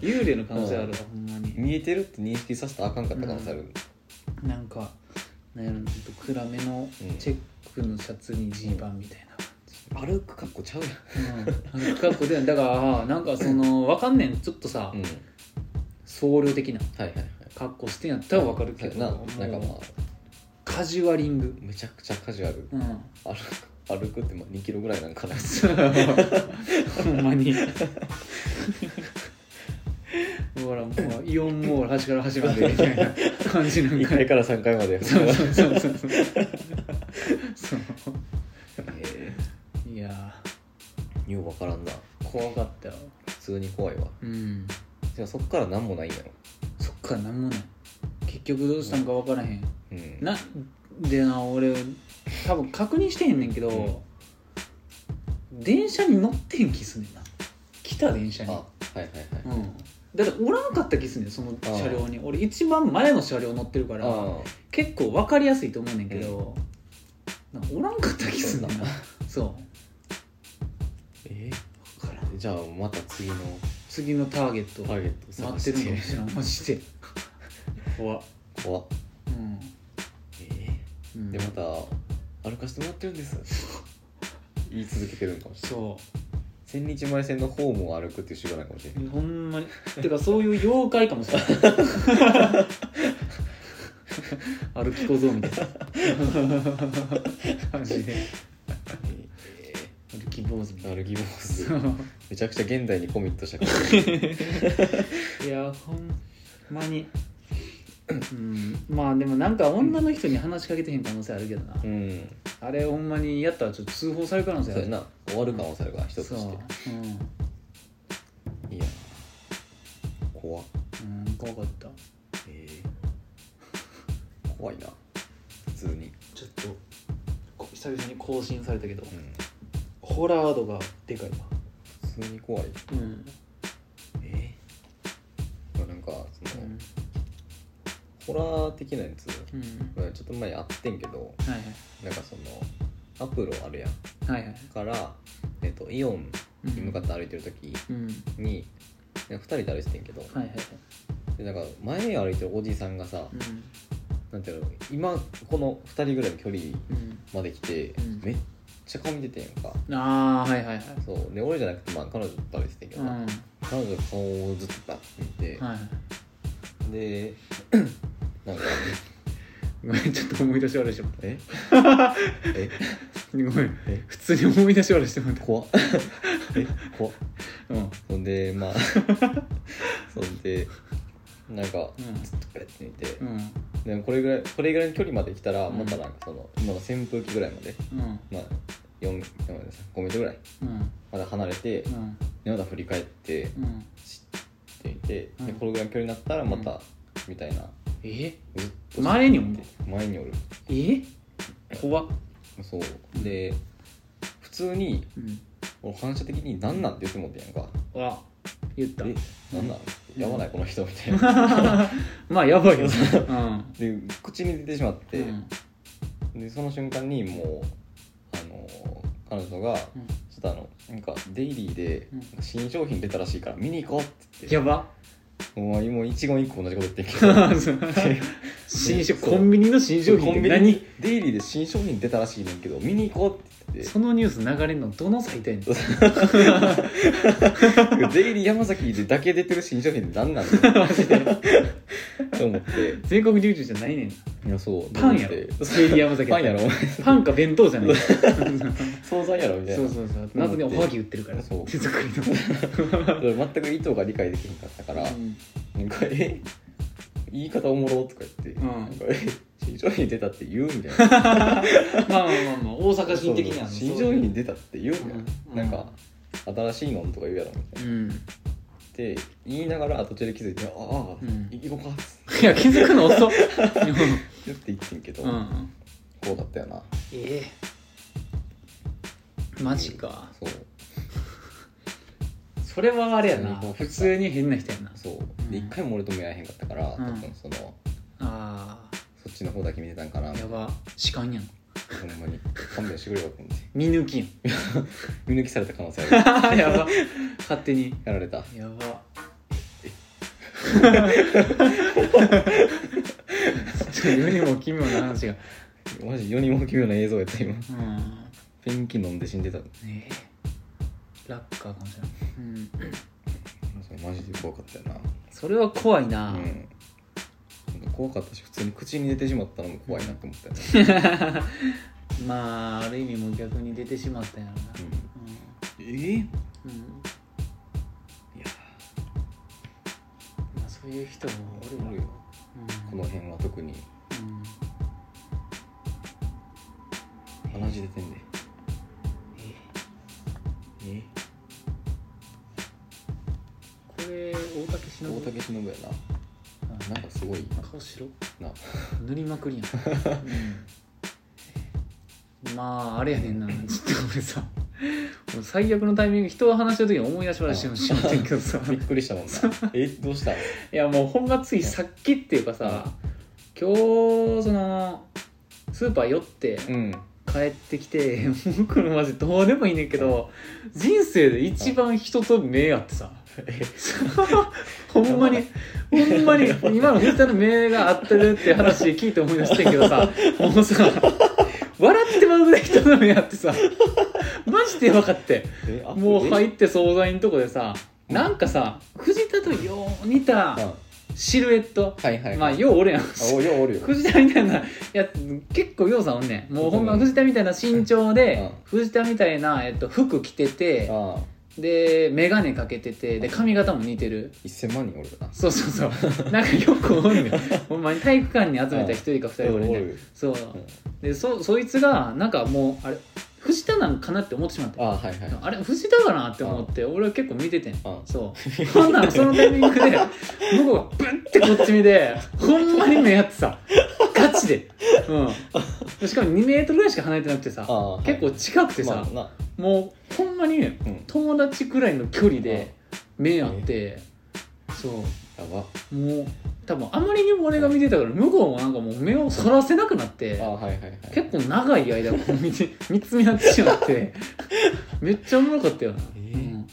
Speaker 1: 幽霊の可能性あるわほんまに
Speaker 2: 見えてるって認識させたらあかんかった可能性ある、
Speaker 1: なんかなんやろちょっと暗めのチェックのシャツにジーパンみたい
Speaker 2: 歩く格好ちゃうや
Speaker 1: な、う
Speaker 2: ん
Speaker 1: ん、あの格好でだからなんかそのわかんねんちょっとさ、
Speaker 2: うんはい
Speaker 1: 僧侶的な
Speaker 2: はいはい
Speaker 1: 格好してんやったらわかるけど
Speaker 2: な
Speaker 1: もう
Speaker 2: なんかまあ
Speaker 1: カジュアリング
Speaker 2: めちゃくちゃカジュアル
Speaker 1: うん
Speaker 2: 歩く歩くってまあ2キロぐらいなんか
Speaker 1: <laughs>
Speaker 2: な
Speaker 1: そうほんまにほらもうイオンモール端から端までみたい <laughs> な感じなん
Speaker 2: 1
Speaker 1: か
Speaker 2: 回から3回まで
Speaker 1: そうそうそうそうそうそう
Speaker 2: え
Speaker 1: いや
Speaker 2: ーよう分からんな
Speaker 1: ー怖かったよ
Speaker 2: 普通に怖いわ
Speaker 1: うん
Speaker 2: じゃあそっから何もないんやろ
Speaker 1: そっから何もない結局どうしたんか分からへん、
Speaker 2: うん
Speaker 1: なでな俺多分確認してへんねんけど、電車に乗ってへん気すんねんな来た電車
Speaker 2: あ
Speaker 1: に
Speaker 2: は、いはいはい
Speaker 1: うん、だっておらんかった気すんねんその
Speaker 2: ああ
Speaker 1: 車両に俺一番前の車両乗ってるから
Speaker 2: あ
Speaker 1: 結構分かりやすいと思うねんけど、なんかおらんかった気すんねんなそう
Speaker 2: え
Speaker 1: 分からん
Speaker 2: じゃあまた次の
Speaker 1: 次のターゲット
Speaker 2: ターゲット
Speaker 1: 待
Speaker 2: 探
Speaker 1: って
Speaker 2: して
Speaker 1: るんかもしれんマジで怖っ
Speaker 2: <laughs> 怖っ
Speaker 1: うん、
Speaker 2: え
Speaker 1: うん
Speaker 2: ー、でまた歩かせてもらってるんです <laughs> 言い続けてるんかもしれない
Speaker 1: そう
Speaker 2: 千日前線のホームを歩くっていう習慣なんかもしれない
Speaker 1: ほんまにてかそういう妖怪かもし
Speaker 2: <laughs>
Speaker 1: れない歩き小僧みたい
Speaker 2: <laughs>
Speaker 1: なマジで
Speaker 2: え
Speaker 1: 歩き坊主み
Speaker 2: ー
Speaker 1: たい
Speaker 2: 歩き坊主
Speaker 1: な
Speaker 2: <laughs> めちゃくちゃ現代にコミットしたから <laughs>
Speaker 1: いやほんまにうんまあでもなんか女の人に話しかけてへん可能性あるけどな、
Speaker 2: うん
Speaker 1: あれほんまにやったらちょっと通報される可能性あ
Speaker 2: そう
Speaker 1: る
Speaker 2: やな終わる可能性あるから人として
Speaker 1: そう、うん
Speaker 2: いや怖っ
Speaker 1: うん、怖かった
Speaker 2: えー怖いな普通に
Speaker 1: ちょっとこ久々に更新されたけど
Speaker 2: うん
Speaker 1: ホラーワードがでかいわ
Speaker 2: 普通に怖い
Speaker 1: うん
Speaker 2: えーまあなんかその、
Speaker 1: うん
Speaker 2: ホラー的なやつ
Speaker 1: うん
Speaker 2: まあちょっと前あってんけど
Speaker 1: はい
Speaker 2: なんかそのアプロあるやん
Speaker 1: はいはいはい
Speaker 2: から、えっとイオンに向かって歩いてる時
Speaker 1: うん
Speaker 2: に、なんか2人で歩いててんけど、
Speaker 1: はいはいはい
Speaker 2: でなんか前歩いてるおじさんがさ、
Speaker 1: うん
Speaker 2: なんていうの今この2人ぐらいの距離
Speaker 1: う
Speaker 2: まで来て、
Speaker 1: うん
Speaker 2: めっちゃ顔見ててんやんか
Speaker 1: んああはいはいはい
Speaker 2: そうで俺じゃなくて、まあ、彼女と歩いててんけ
Speaker 1: う
Speaker 2: ど
Speaker 1: ん
Speaker 2: な、
Speaker 1: は
Speaker 2: 彼女の顔をずっとバッて見て、
Speaker 1: いはい
Speaker 2: でなんか
Speaker 1: ごめんちょっと思い出し悪いしても
Speaker 2: 「
Speaker 1: <laughs>
Speaker 2: ええ
Speaker 1: ごめん
Speaker 2: え
Speaker 1: 普通に思い出し悪いしてもらっ
Speaker 2: 怖っえ怖った
Speaker 1: うん <laughs>
Speaker 2: そんでまあそんでなんか
Speaker 1: う
Speaker 2: これって見て、
Speaker 1: んうん
Speaker 2: でもこれぐらいこれぐらいの距離まで来たら
Speaker 1: うん
Speaker 2: またなんかその今の扇風機ぐらいまで
Speaker 1: うん
Speaker 2: まあ4 5メートルぐらい
Speaker 1: うん
Speaker 2: まだ離れて
Speaker 1: うん
Speaker 2: でまた振り返って
Speaker 1: うん
Speaker 2: 知っていて、
Speaker 1: うん
Speaker 2: でこれぐらいの距離になったらまた、
Speaker 1: うん
Speaker 2: みたいな
Speaker 1: え
Speaker 2: ずっと
Speaker 1: 前におんの
Speaker 2: 前におる
Speaker 1: え怖っ
Speaker 2: そうで普通に
Speaker 1: うん
Speaker 2: 俺反射的に「なんなん?」って言ってもってやんか
Speaker 1: あ言っ
Speaker 2: 「
Speaker 1: た
Speaker 2: えなんなん?」やばないこの人」みたいな。
Speaker 1: <laughs> まあやばいよねうん
Speaker 2: で口に出てしまって、
Speaker 1: うん
Speaker 2: でその瞬間にもうあの彼女がちょ
Speaker 1: うん
Speaker 2: っとあのなんかデイリーで
Speaker 1: うん
Speaker 2: 新商品出たらしいから見に行こうって言って
Speaker 1: や <laughs> ば
Speaker 2: もうもう一言一句同じこと言ってるけど
Speaker 1: 新商コンビニの <laughs> 新商品
Speaker 2: コ
Speaker 1: っ
Speaker 2: ン
Speaker 1: て
Speaker 2: ビニ
Speaker 1: 何
Speaker 2: にデイリーで新商品出たらしいねんけど見に行こうって言って
Speaker 1: そのニュース流れんのどのサイトやねん
Speaker 2: デイリー山崎でだけ出てる新商品って何なのと思って
Speaker 1: 全国流通じゃないねん
Speaker 2: いやそう
Speaker 1: パンやろ
Speaker 2: と思って
Speaker 1: ステーリアム酒
Speaker 2: パンやろ
Speaker 1: パンか弁当じゃないそ
Speaker 2: 惣 <laughs> 菜やろみたいな
Speaker 1: うそうそう謎におはぎ売ってるから
Speaker 2: そう
Speaker 1: 手作 <laughs> りの
Speaker 2: 全く意図が理解できなかったから、
Speaker 1: うん
Speaker 2: なんか「え言い方おもろ」とか言っ
Speaker 1: う
Speaker 2: て「
Speaker 1: ん
Speaker 2: なんかえ新商品出たって言う?」みたい
Speaker 1: ま
Speaker 2: な
Speaker 1: あまあまあまあ大阪人的にはね
Speaker 2: そう新商品出たって言う?」みたい
Speaker 1: うん
Speaker 2: な、なんか新しいのんとか言うやろみた
Speaker 1: う
Speaker 2: いな、っ
Speaker 1: ん
Speaker 2: て言いながら途中で気づいて「ああ、
Speaker 1: うん
Speaker 2: 行こうか」っつって
Speaker 1: いや気づくの遅
Speaker 2: <laughs>
Speaker 1: っ
Speaker 2: 言って行ってんけど、
Speaker 1: うんう
Speaker 2: こ
Speaker 1: ん
Speaker 2: うだったよな
Speaker 1: ええマジか
Speaker 2: そう
Speaker 1: それはあれやな
Speaker 2: そう
Speaker 1: 普通に変な人やな
Speaker 2: そうで
Speaker 1: うん
Speaker 2: 一回も俺とも会えへんかったから、
Speaker 1: うん
Speaker 2: 多分その
Speaker 1: あ
Speaker 2: そっちの方だけ見てたんかな
Speaker 1: あやば痴漢やん
Speaker 2: ほんまに勘弁してくれよって思って
Speaker 1: 見抜きやん
Speaker 2: 見抜きされた可能性ある
Speaker 1: <laughs> やば勝手に
Speaker 2: やられた
Speaker 1: やばちょ世にも奇妙な話が
Speaker 2: マジ世にも奇妙な映像やった今
Speaker 1: うん
Speaker 2: ペンキ飲んで死んでた
Speaker 1: ええラッカーかもしれない、うん、
Speaker 2: マジで怖かったよ
Speaker 1: それは怖い
Speaker 2: な
Speaker 1: な、
Speaker 2: うん怖かったし普通に口に出てしまったのも怖いなって思ったよね、
Speaker 1: <laughs> まあある意味もう逆に出てしまったんやろな
Speaker 2: うん、えい
Speaker 1: うん、うん
Speaker 2: や
Speaker 1: まあ、そういう人もおるわ
Speaker 2: おるよ
Speaker 1: うん
Speaker 2: この辺は特に
Speaker 1: うん
Speaker 2: 鼻血出てんで
Speaker 1: え
Speaker 2: え
Speaker 1: これ大竹しの
Speaker 2: 大竹しのぶやななんかすごい
Speaker 1: <laughs> 顔白
Speaker 2: な
Speaker 1: 塗りまくりやん、まああれやねんなちょっと俺さもう最悪のタイミング人が話してる時に思い出し話してもしまってんけどさ
Speaker 2: びっくりしたもんなえどうした
Speaker 1: いやもうほんまついさっきっていうかさ今日そのスーパー寄って
Speaker 2: うん
Speaker 1: 帰ってきて、もうこれマジどうでもいいねんけど人生で一番人と目合って
Speaker 2: <laughs>
Speaker 1: さ、ほんまにほんまに今の藤田の目が合ってるって話聞いて思い出してんけど
Speaker 2: <laughs>
Speaker 1: さもうさ笑ってまうぐらい人の目合ってさマジでやばかって
Speaker 2: えあ
Speaker 1: もう
Speaker 2: い
Speaker 1: 入って惣菜のとこでさなんかさ藤田とよう似た
Speaker 2: うん
Speaker 1: シルエット
Speaker 2: はいはい
Speaker 1: まあよう俺やん
Speaker 2: あおよおるよ
Speaker 1: 藤田みたいなやつ結構ようさんおんねんもうほんま藤田みたいな身長で
Speaker 2: うん
Speaker 1: 藤田みたいな、えっと、服着てて
Speaker 2: ああ
Speaker 1: で眼鏡かけててで髪型も似てる
Speaker 2: 1000万人おるかな
Speaker 1: そうそうそうなんかよくおんねん
Speaker 2: <laughs>
Speaker 1: ほんまに体育館に集めた一人か二人おる
Speaker 2: お
Speaker 1: ねん
Speaker 2: る
Speaker 1: そう
Speaker 2: うん
Speaker 1: でそそいつがなんかもうあれ藤田なんかなって思ってしまって
Speaker 2: ああはいはい
Speaker 1: あれ藤田かなって思って俺は結構見ててん
Speaker 2: うん
Speaker 1: そうほんならそのタイミン
Speaker 2: <laughs>
Speaker 1: グで向こうがブンってこっち見てほんまに目合ってさガチでうんしかも2メートルぐらいしか離れてなくてさ
Speaker 2: ああはい
Speaker 1: 結構近くてさ、
Speaker 2: まあな
Speaker 1: もうほんまに
Speaker 2: うん
Speaker 1: 友達くらいの距離で目合って、そう
Speaker 2: やば
Speaker 1: もう多分あまりにも俺が見てたから向こうもなんかもう目をそらせなくなって
Speaker 2: ああはいはいはい
Speaker 1: 結構長い間こう見て見つめ合ってしま
Speaker 2: <laughs>
Speaker 1: ってめっちゃおもろかったよな、
Speaker 2: えー
Speaker 1: うん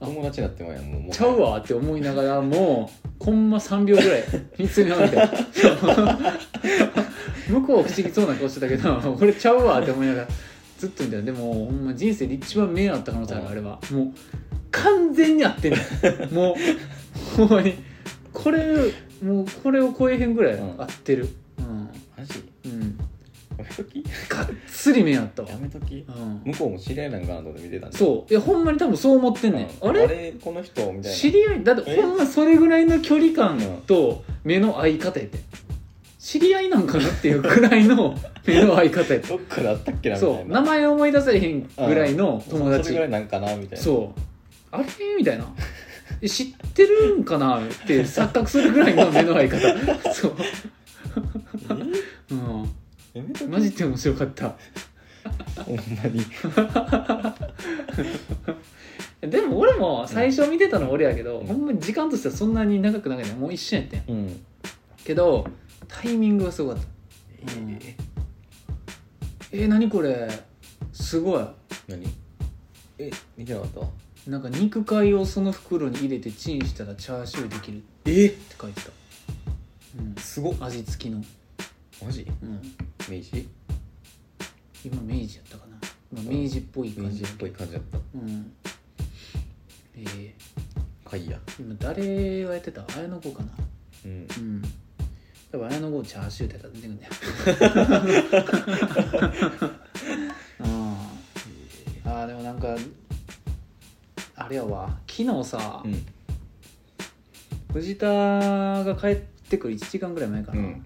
Speaker 2: 友達になってまうやんもうも
Speaker 1: ちゃうわって思いながらもうコンマ3秒ぐ <laughs> らい見つめ合 <laughs> って向こうは不思議そうな顔してたけど俺ちゃうわって思いながらずっと見てたでもほんま人生で一番目合った可能性あるあれはもう完全に合ってんの <laughs> もうほんまにこれもうこれを超えへんぐらい合ってるうん
Speaker 2: マジ
Speaker 1: うん
Speaker 2: やめとき
Speaker 1: ガッツすり目やったわ
Speaker 2: やめとき
Speaker 1: うん
Speaker 2: 向こうも知り合いなんかなと思って見てたんで
Speaker 1: そういやほんまに多分そう思ってんねんあ
Speaker 2: あ
Speaker 1: れ
Speaker 2: れこの人みたいな
Speaker 1: 知り合いだって
Speaker 2: え
Speaker 1: ほんまそれぐらいの距離感と目の合い方やって知り合いなんかなっていうぐらい
Speaker 2: <laughs>
Speaker 1: の目の合い方やって
Speaker 2: どっからあったっけなみた
Speaker 1: そ
Speaker 2: いう
Speaker 1: 名
Speaker 2: な
Speaker 1: 前思い出せへんぐらいの友
Speaker 2: それ
Speaker 1: 達
Speaker 2: ぐらいなんかなみたいな
Speaker 1: そうあれみたいなえ知ってるんかなって錯覚するぐらいの目の合い方
Speaker 2: <laughs>
Speaker 1: そう、うん、
Speaker 2: えやめとき
Speaker 1: マジで面白かった
Speaker 2: ほんまに
Speaker 1: でも俺も最初見てたの俺やけど、
Speaker 2: うん
Speaker 1: ほんまに時間としてはそんなに長くなくてもう一瞬やってん
Speaker 2: うん
Speaker 1: けどタイミングがすごかったうんえー、何これすごい
Speaker 2: 何え見てなかった
Speaker 1: なんか肉塊をその袋に入れてチンしたらチャーシューできるって
Speaker 2: え
Speaker 1: 書いてた、うん
Speaker 2: すごっ
Speaker 1: 味付きの、
Speaker 2: マジ
Speaker 1: うん、
Speaker 2: 明治
Speaker 1: 今明治やったかな、まあ、明治っぽい
Speaker 2: 明
Speaker 1: 感
Speaker 2: 治
Speaker 1: じ
Speaker 2: っぽい感じだっ
Speaker 1: うんえー、
Speaker 2: たかいや
Speaker 1: 今誰がやってた綾野剛かな
Speaker 2: うん
Speaker 1: うん多分綾野剛チャーシューってやったら出てくるんだよ
Speaker 2: <laughs>
Speaker 1: うんあーでもなんかあれやわ昨日さ、
Speaker 2: うん
Speaker 1: 藤田が帰ってくる1時間ぐらい前かな、
Speaker 2: うん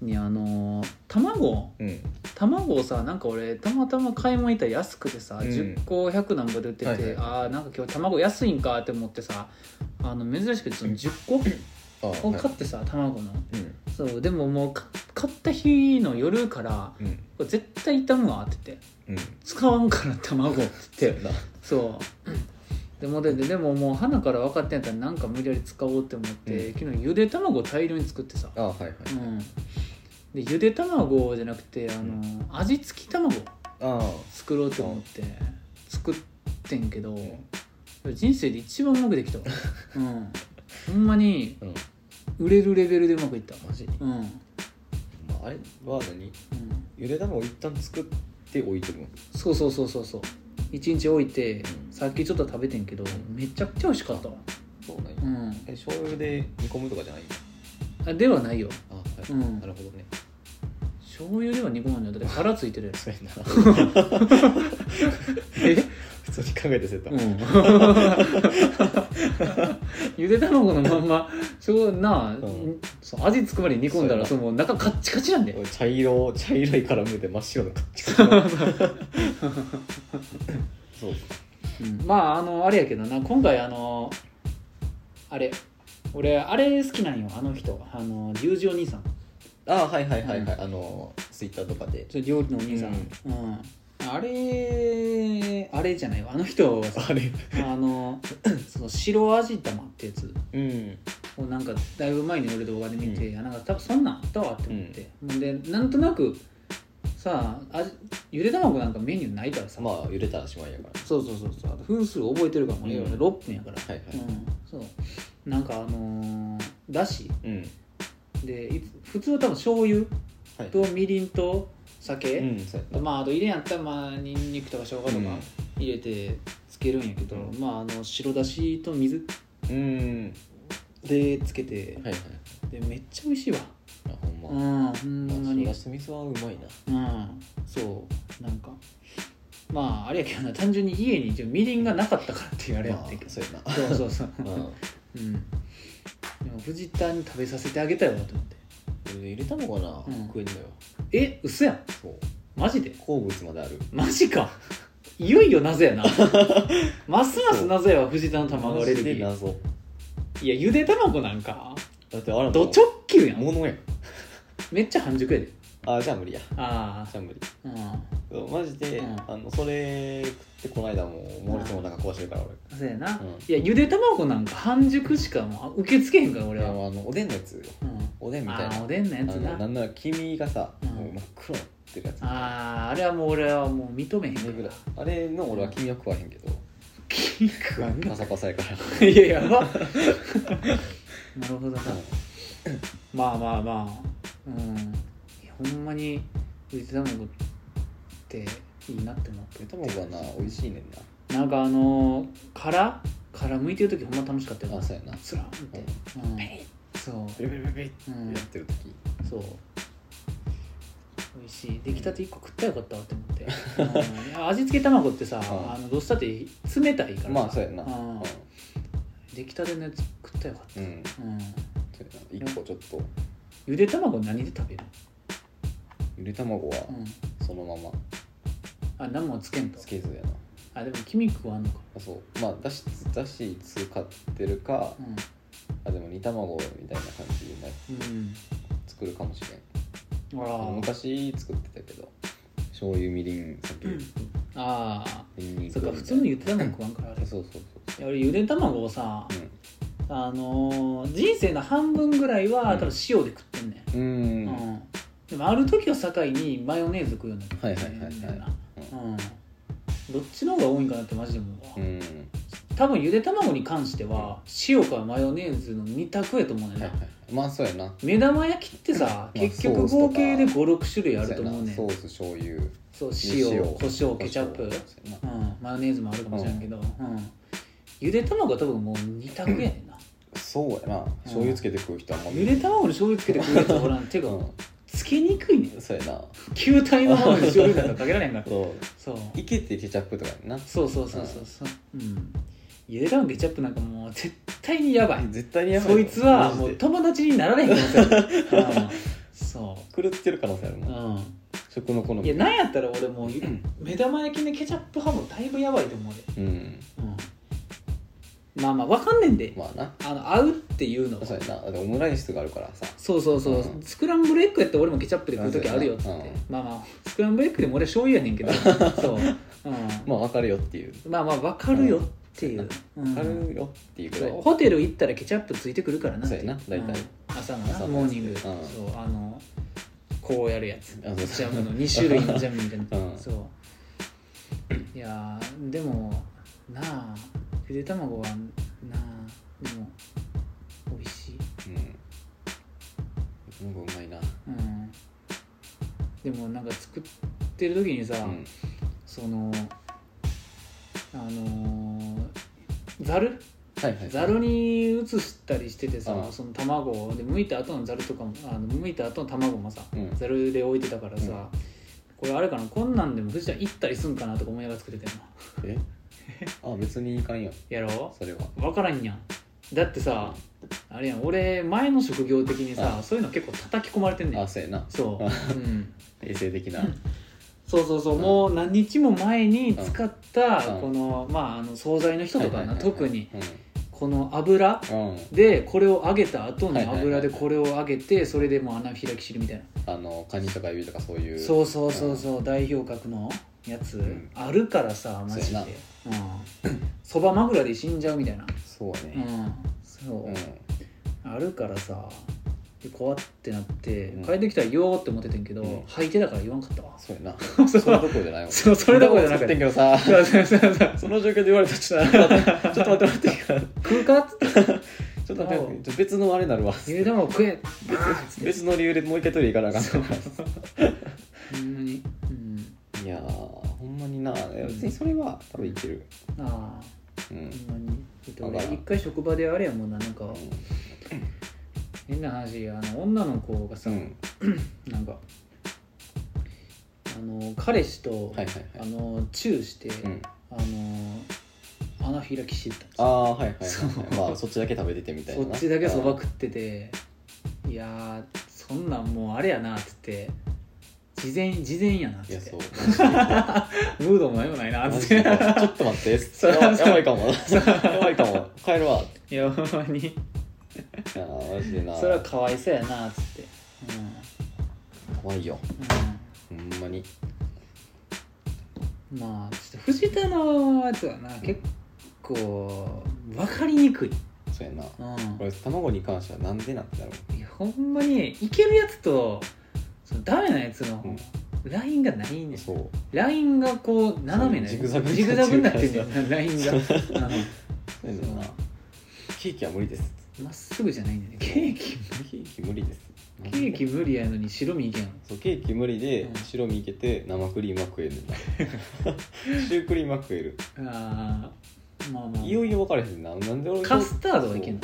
Speaker 1: にあのー卵
Speaker 2: うん
Speaker 1: 卵をさなんか俺たまたま買い物行ったら安くてさ、
Speaker 2: うん
Speaker 1: 10個100なんかで売ってて、
Speaker 2: はいはい
Speaker 1: あーなんか今日卵安いんかって思ってさあの珍しくその10
Speaker 2: あ
Speaker 1: 個を
Speaker 2: は
Speaker 1: 買ってさ、卵の
Speaker 2: いうん
Speaker 1: そうでももうか買った日の夜から
Speaker 2: うん
Speaker 1: これ絶対傷むわって言って
Speaker 2: うん
Speaker 1: 使わんから卵って言って
Speaker 2: な
Speaker 1: そうでもでででももう花から分かってんやったらなんか無理やり使おうって思って、
Speaker 2: うん
Speaker 1: 昨日ゆで卵を大量に作ってさ、
Speaker 2: あはいはい
Speaker 1: うん、でゆで卵じゃなくてあの、味付き卵
Speaker 2: あ
Speaker 1: 作ろうと思って作ってんけど、
Speaker 2: ん
Speaker 1: 人生で一番うまくできたわ、うん、ほんまに
Speaker 2: うん
Speaker 1: 売れるレベルでうまくいった
Speaker 2: マジに
Speaker 1: うん、うん、
Speaker 2: まああれは何ゆで卵を一旦作って置いとくん
Speaker 1: そうそうそうそうそう一日置いて
Speaker 2: うん
Speaker 1: さっきちょっと食べてんけどめちゃくちゃ美味しかったわ
Speaker 2: そうなんや
Speaker 1: うん
Speaker 2: え醤油で煮込むとかじゃない
Speaker 1: あではないよ
Speaker 2: あはい、
Speaker 1: うん
Speaker 2: なるほどね
Speaker 1: 醤油では煮込まんのよだって殻ついてるやつ
Speaker 2: そうやな
Speaker 1: え
Speaker 2: 普通に考 <laughs> えてせた、
Speaker 1: うん <laughs> ゆで卵のまんまそうなあ、
Speaker 2: うん
Speaker 1: そう味つくまで煮込んだらそ
Speaker 2: そう
Speaker 1: の中カッチカチなんで
Speaker 2: おい茶色茶色いから見て真っ白のカッチカチの <laughs> そう
Speaker 1: うんまああのあれやけどな今回あのあれ俺あれ好きなんよあの人あのリュウジお兄さん
Speaker 2: あはいはいはいはい、あのツイッターとかで
Speaker 1: それ料理のお兄さん、うんあれあれじゃないわあの人は <laughs> さ
Speaker 2: あれ
Speaker 1: あのその白味玉ってやつ
Speaker 2: うん
Speaker 1: をなんかだいぶ前に俺動画で見て、あなんか多分そんなんあったわって思って、でなんとなくさあ味ゆで卵なんかメニューないからさ、
Speaker 2: まあ揺れたらしまいやから
Speaker 1: そうそうそうそうあと分数覚えてるからもね、
Speaker 2: うん
Speaker 1: 俺6分やから
Speaker 2: はいはい
Speaker 1: うん、そうなんかあのーだし
Speaker 2: うん、
Speaker 1: でいつ普通は多分醤油
Speaker 2: はい
Speaker 1: とみりんと酒、
Speaker 2: うんそうやな
Speaker 1: まああと入れんやったらまあにんにくとか生姜とか
Speaker 2: うん
Speaker 1: 入れてつけるんやけど、
Speaker 2: うん
Speaker 1: まああの白だしと水
Speaker 2: うん
Speaker 1: でつけて、
Speaker 2: はいはい
Speaker 1: でめっちゃ美味しいわ
Speaker 2: あほんま、
Speaker 1: う
Speaker 2: ま
Speaker 1: んほん
Speaker 2: あ
Speaker 1: まに
Speaker 2: 白だしと味噌はうまい
Speaker 1: う
Speaker 2: な
Speaker 1: んそうなんかまああれやけどな単純に家に一応みりんがなかったからっていうあれやってんけど、
Speaker 2: まそうやな
Speaker 1: そうそう
Speaker 2: <laughs>
Speaker 1: そう
Speaker 2: うん
Speaker 1: うん、でも藤田に食べさせてあげたいわと思って
Speaker 2: 俺入れたのかな、
Speaker 1: うん
Speaker 2: 食えんのよ
Speaker 1: え嘘やん
Speaker 2: そう
Speaker 1: マジで
Speaker 2: 好物まである
Speaker 1: マジかいよいよ謎やなますます謎やわ藤田の卵アレルギ
Speaker 2: マジで
Speaker 1: ー
Speaker 2: 謎
Speaker 1: いやゆで卵なんか
Speaker 2: だってあれ
Speaker 1: ド直球やん
Speaker 2: ものやん
Speaker 1: めっちゃ半熟やで
Speaker 2: あじゃあ無理や
Speaker 1: あ
Speaker 2: じゃあ無理
Speaker 1: あ
Speaker 2: そうマジで、
Speaker 1: うん
Speaker 2: あのそれ食ってこの間もモルトの中壊してるから俺
Speaker 1: うんそうやな、
Speaker 2: うん
Speaker 1: いやゆで卵なんか半熟しかもう受け付けへんから俺
Speaker 2: いや
Speaker 1: は、
Speaker 2: あ
Speaker 1: うん、あ
Speaker 2: のおでんのやつおでんみたいな
Speaker 1: ーおでんのやつ
Speaker 2: あの
Speaker 1: な
Speaker 2: なんなら黄身がさ、
Speaker 1: うん
Speaker 2: もう真っ黒になってるやつあ
Speaker 1: ああーあれはもう俺はもう認めへんか
Speaker 2: れぐら
Speaker 1: ら
Speaker 2: いあれの俺は黄身は食わへんけど、
Speaker 1: 筋 <laughs> 肉はな
Speaker 2: パサパサやか
Speaker 1: <laughs>
Speaker 2: ら
Speaker 1: いややばなるほどな
Speaker 2: う
Speaker 1: まあまあまあうんいやほんまにゆで卵っていいなって思って
Speaker 2: ん卵はな美味しいねんな
Speaker 1: なんかあのー殻殻剥いてる時ほんま楽しかったよ
Speaker 2: あ
Speaker 1: な
Speaker 2: そうやな
Speaker 1: スランって、うん、そう
Speaker 2: ペリペリペリペリ
Speaker 1: うん
Speaker 2: ってやってる時
Speaker 1: そう美味しい出来たて1個食ったらよかったわって思
Speaker 2: <laughs>
Speaker 1: って、うんいや味付け卵ってさ、
Speaker 2: ん
Speaker 1: あのどうしたって冷たいからさ
Speaker 2: まあそうやな
Speaker 1: うん出来たてのやつ食ったらよかっ
Speaker 2: うん、うん、
Speaker 1: た、うん、
Speaker 2: そうやな一個ちょっと
Speaker 1: ゆで卵何で食べる、
Speaker 2: ゆで卵は
Speaker 1: うん、
Speaker 2: そのまま
Speaker 1: あ何もつけんと
Speaker 2: つけずやな
Speaker 1: あでも黄身食わんのか、
Speaker 2: あそうまあだしだし使ってるか
Speaker 1: うん
Speaker 2: あでも煮卵みたいな感じでね
Speaker 1: うん、
Speaker 2: 作るかもしれん
Speaker 1: あら
Speaker 2: 昔作ってたけど醤油みりん酒、
Speaker 1: ああ
Speaker 2: ニンニ
Speaker 1: そ
Speaker 2: ク
Speaker 1: っか普通のゆで卵食わんからあれい
Speaker 2: そうそうそ
Speaker 1: や
Speaker 2: う
Speaker 1: 俺ゆで卵をさ、あのー人生の半分ぐらいは
Speaker 2: うん
Speaker 1: 多分塩で食ってんね
Speaker 2: うんうん
Speaker 1: ん、
Speaker 2: うん
Speaker 1: うんでもある時を境にマヨネーズ食うようになって
Speaker 2: はいはいはいはい
Speaker 1: みたなうんどっちの方が多いんかなってマジで思うわ、
Speaker 2: うん
Speaker 1: 多分ゆで卵に関しては塩かマヨネーズの2択やと思うねん
Speaker 2: はい
Speaker 1: な、
Speaker 2: はいまあそうやな
Speaker 1: 目玉焼きってさ
Speaker 2: うん
Speaker 1: 結局
Speaker 2: ソースとか
Speaker 1: 合計で56種類あると思うねん
Speaker 2: そやなソース醤油
Speaker 1: そう塩
Speaker 2: 塩
Speaker 1: 胡椒ケチャップ
Speaker 2: 胡椒
Speaker 1: うん、マヨネーズもあるかもしれんけど、うんゆで卵は多分もう2択やねんな、
Speaker 2: そうやな醤油つけて食う人あんま
Speaker 1: ゆで卵に醤油つけて食うやつおらんていううか
Speaker 2: ん
Speaker 1: つけにくいねん
Speaker 2: そうやな
Speaker 1: 球体のものに醤油なんかかけられへんから
Speaker 2: <laughs> そう
Speaker 1: そう
Speaker 2: いけてケチャップとかやな
Speaker 1: そうそうそうそうそううんゆで卵ケチャップなんかもう絶対にやばい
Speaker 2: 絶対にやばい
Speaker 1: そいつはも
Speaker 2: マ
Speaker 1: う
Speaker 2: ジで
Speaker 1: 友達になられへん可能性ある、う
Speaker 2: <laughs>
Speaker 1: ん、そ
Speaker 2: 狂ってる可能性ある
Speaker 1: う
Speaker 2: もん
Speaker 1: うん
Speaker 2: 食の好み
Speaker 1: いやなんやったら俺もう目玉焼きのケチャップ派もだいぶやばいと思うで、
Speaker 2: うん
Speaker 1: うん、まあまあわかんねんで、
Speaker 2: まあな
Speaker 1: あの合うっていうのは
Speaker 2: そうやなだってオムライスがあるからさ
Speaker 1: そうそうそう、
Speaker 2: うん
Speaker 1: スクランブルエッグやったら俺もケチャップで食う時あるよっつって、
Speaker 2: うん
Speaker 1: まあまあスクランブルエッグでも俺醤油やねん
Speaker 2: <laughs>
Speaker 1: けどそう、うん
Speaker 2: まあ分かるよっていう
Speaker 1: まあまあ分かるよっていう、うん
Speaker 2: 分かるよっていうぐ
Speaker 1: そ
Speaker 2: ら
Speaker 1: う
Speaker 2: い
Speaker 1: ホテル行ったらケチャップついてくるからなってい
Speaker 2: そうやな大体
Speaker 1: うん朝のな
Speaker 2: 朝のやつ
Speaker 1: モーニング、
Speaker 2: うん
Speaker 1: そうあのこうやるやつジ
Speaker 2: あそう
Speaker 1: ャムの2種類のジャムみたいな、
Speaker 2: <laughs> うん
Speaker 1: そういやーでもなあゆで卵はなあでも美味しい
Speaker 2: うん。なんかうまいな。
Speaker 1: うんでもなんか作ってる時にさ、
Speaker 2: うん。
Speaker 1: そのあのーざる
Speaker 2: はいはい。
Speaker 1: ざるに移したりしててさ、
Speaker 2: うん
Speaker 1: その卵で剥いた後のざるとかもあの剥いた後の卵もさ
Speaker 2: うん。
Speaker 1: ざるで置いてたからさ、
Speaker 2: うん
Speaker 1: これあれかなこんなんでも藤田行ったりすんかなとか思いながら作ってたよ <laughs>
Speaker 2: えあ、別にいかんよ。
Speaker 1: なやろ
Speaker 2: それは。
Speaker 1: 分からんやんだってさあれやん俺前の職業的にさ、
Speaker 2: う
Speaker 1: そういうの結構叩き込まれてんね
Speaker 2: あ、
Speaker 1: ん
Speaker 2: そうやな。
Speaker 1: そう、うん
Speaker 2: 衛生的な。
Speaker 1: そうそうそう、
Speaker 2: うん
Speaker 1: もう何日も前に使った
Speaker 2: うん
Speaker 1: この、まああの惣菜の人とかな、
Speaker 2: はいはいはいはい
Speaker 1: 特に。この油
Speaker 2: うん。うん。
Speaker 1: でこれを揚げた後の
Speaker 2: はいはいはい
Speaker 1: 油でこれを揚げてそれでもう穴開き知るみたいな、
Speaker 2: あの、カニとかエビとかそういう。
Speaker 1: そうそうそうそう代表格のやつ、
Speaker 2: ん
Speaker 1: あるからさマジ
Speaker 2: そう
Speaker 1: で
Speaker 2: やな
Speaker 1: うんそば、まぐらで死んじゃうみたいな、
Speaker 2: そう
Speaker 1: う
Speaker 2: ね。
Speaker 1: んそう、
Speaker 2: うん。
Speaker 1: あるからさで怖ってなって
Speaker 2: うん
Speaker 1: 帰ってきたら言おうって思ってたんやけど、
Speaker 2: うん
Speaker 1: 履いてたから言わんかったわ、
Speaker 2: そうやな。それどころじゃないもん。
Speaker 1: そうそれどころじゃな
Speaker 2: 作
Speaker 1: く
Speaker 2: ってん
Speaker 1: て
Speaker 2: けどさ。
Speaker 1: そうそうそうそう
Speaker 2: その状況で言われたらちょっと待って、ちょっと待って待ってちょっ
Speaker 1: 食うかっつって
Speaker 2: と待って、ちょっと別のあれになるわ。
Speaker 1: ゆで卵食えバーンっつって
Speaker 2: 別の理由でもう一回トイレ行かなあかんか
Speaker 1: <laughs> ほんまにうん
Speaker 2: ら。いやー、ほんまにな。いや別にそれは多分いける。
Speaker 1: ああ
Speaker 2: うん
Speaker 1: ほ。んまにえっと
Speaker 2: わからん
Speaker 1: 一回職場であれやもんななんか変な話あの女の子が
Speaker 2: う
Speaker 1: さ、
Speaker 2: ん。うん
Speaker 1: なんかあの彼氏と、
Speaker 2: はいはい
Speaker 1: あ
Speaker 2: はい。
Speaker 1: のチューして、
Speaker 2: うん。
Speaker 1: あの穴開きしてたんです
Speaker 2: あ
Speaker 1: よ
Speaker 2: あはいはいはい
Speaker 1: そう
Speaker 2: まあそっちだけ食べててみたい
Speaker 1: そ
Speaker 2: な
Speaker 1: っちだけそば食ってていやーそんなんもうあれやなっつって事前事前やなっ
Speaker 2: い
Speaker 1: つ
Speaker 2: や
Speaker 1: って
Speaker 2: <laughs> そう
Speaker 1: ムードも何もないなっ
Speaker 2: マ
Speaker 1: つっ
Speaker 2: ジ
Speaker 1: て
Speaker 2: でちょっと待って
Speaker 1: そう
Speaker 2: やばやばいかもやばいかも帰るわ
Speaker 1: <laughs> いやほんまに
Speaker 2: いやーマジでな
Speaker 1: それはかわいそうやなっつってう
Speaker 2: 怖いよ
Speaker 1: ん、
Speaker 2: ほんまに
Speaker 1: うん、まあちょっと藤田のやつはな結構分かりにくい、
Speaker 2: そうやなこ
Speaker 1: う
Speaker 2: れ卵に関してはなんでなんてなる
Speaker 1: ん、いやほんまにいけるやつとそのダメなやつの
Speaker 2: うん
Speaker 1: ラインがないん
Speaker 2: の
Speaker 1: です
Speaker 2: そう
Speaker 1: ラインがこう斜めな
Speaker 2: ジグザグ
Speaker 1: ジグザグになってんね
Speaker 2: <laughs>
Speaker 1: んラインがあの
Speaker 2: そうやねんな
Speaker 1: そう
Speaker 2: ケーキは無理です
Speaker 1: まっすぐじゃないんだよねケーキ
Speaker 2: ケーキ無理です
Speaker 1: ケーキ無理やのに白身いけん
Speaker 2: そうケーキ無理で
Speaker 1: うん
Speaker 2: 白身いけて生クリームは食える
Speaker 1: <laughs>
Speaker 2: んだシュークリームは食える
Speaker 1: あーまあまあ
Speaker 2: いよいよ分からへんななんで俺
Speaker 1: カスタードはいけんの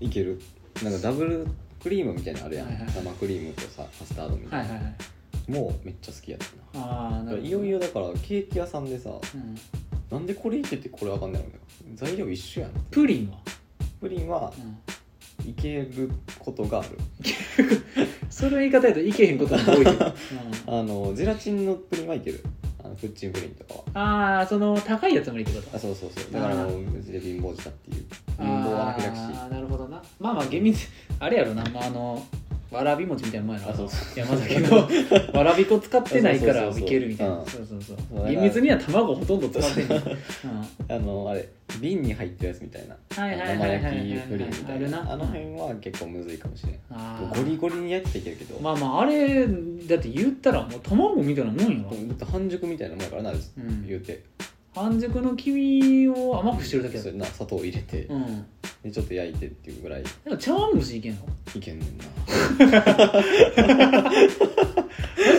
Speaker 2: いけるなんかダブルクリームみたいなのあるやん、
Speaker 1: はいはい
Speaker 2: 生クリームとさカスタードみたい
Speaker 1: は
Speaker 2: な、
Speaker 1: いはいはい
Speaker 2: もめっちゃ好きやったな
Speaker 1: ああ
Speaker 2: だ
Speaker 1: な
Speaker 2: か
Speaker 1: るほ
Speaker 2: ら
Speaker 1: ど
Speaker 2: いよいよだからケーキ屋さんでさ
Speaker 1: うん
Speaker 2: なんでこれいけてこれあかんねやろね材料一緒やん
Speaker 1: プリンは、
Speaker 2: プリンは
Speaker 1: うん
Speaker 2: いけることがある
Speaker 1: その言い方やといけへんことが
Speaker 2: <laughs>
Speaker 1: 多いよ、うん
Speaker 2: あのゼラチンのプリンはいけるあのプッチンプリンとかは
Speaker 1: ああその高いやつもいいってこと
Speaker 2: あそうそうそうだからあのうちで貧乏したっていう貧乏アナフィラキシー
Speaker 1: ああなるほどなまあまあ厳密あれやろな、まあ、あのわらび餅みたいなもんやろ
Speaker 2: あそうそ
Speaker 1: 山崎のわらび粉使ってないから
Speaker 2: そうそうそうそう
Speaker 1: いけるみたいな
Speaker 2: うん
Speaker 1: そうそうそう
Speaker 2: そうだから
Speaker 1: 厳密には卵ほとんど使ってない、うん、
Speaker 2: あのあれ瓶に入ってるやつみたいな
Speaker 1: はいはいはいはいはい
Speaker 2: 生焼きプリンみた
Speaker 1: あ
Speaker 2: い
Speaker 1: る
Speaker 2: な
Speaker 1: な
Speaker 2: あの辺は結構むずいかもしれん
Speaker 1: あ
Speaker 2: もう
Speaker 1: ー
Speaker 2: ゴリゴリにやっていけるけど、
Speaker 1: まあまああれだって言ったらもう卵みたいなもんよ
Speaker 2: だ、って半熟みたいなもんやからな
Speaker 1: うん
Speaker 2: 言うて
Speaker 1: 半熟の黄身を甘くしてるだけ
Speaker 2: そ
Speaker 1: だ
Speaker 2: れな砂糖入れて、
Speaker 1: うん
Speaker 2: でちょっと焼いてっていうぐらい
Speaker 1: でも茶碗蒸しいけんの
Speaker 2: いけんねんな
Speaker 1: マ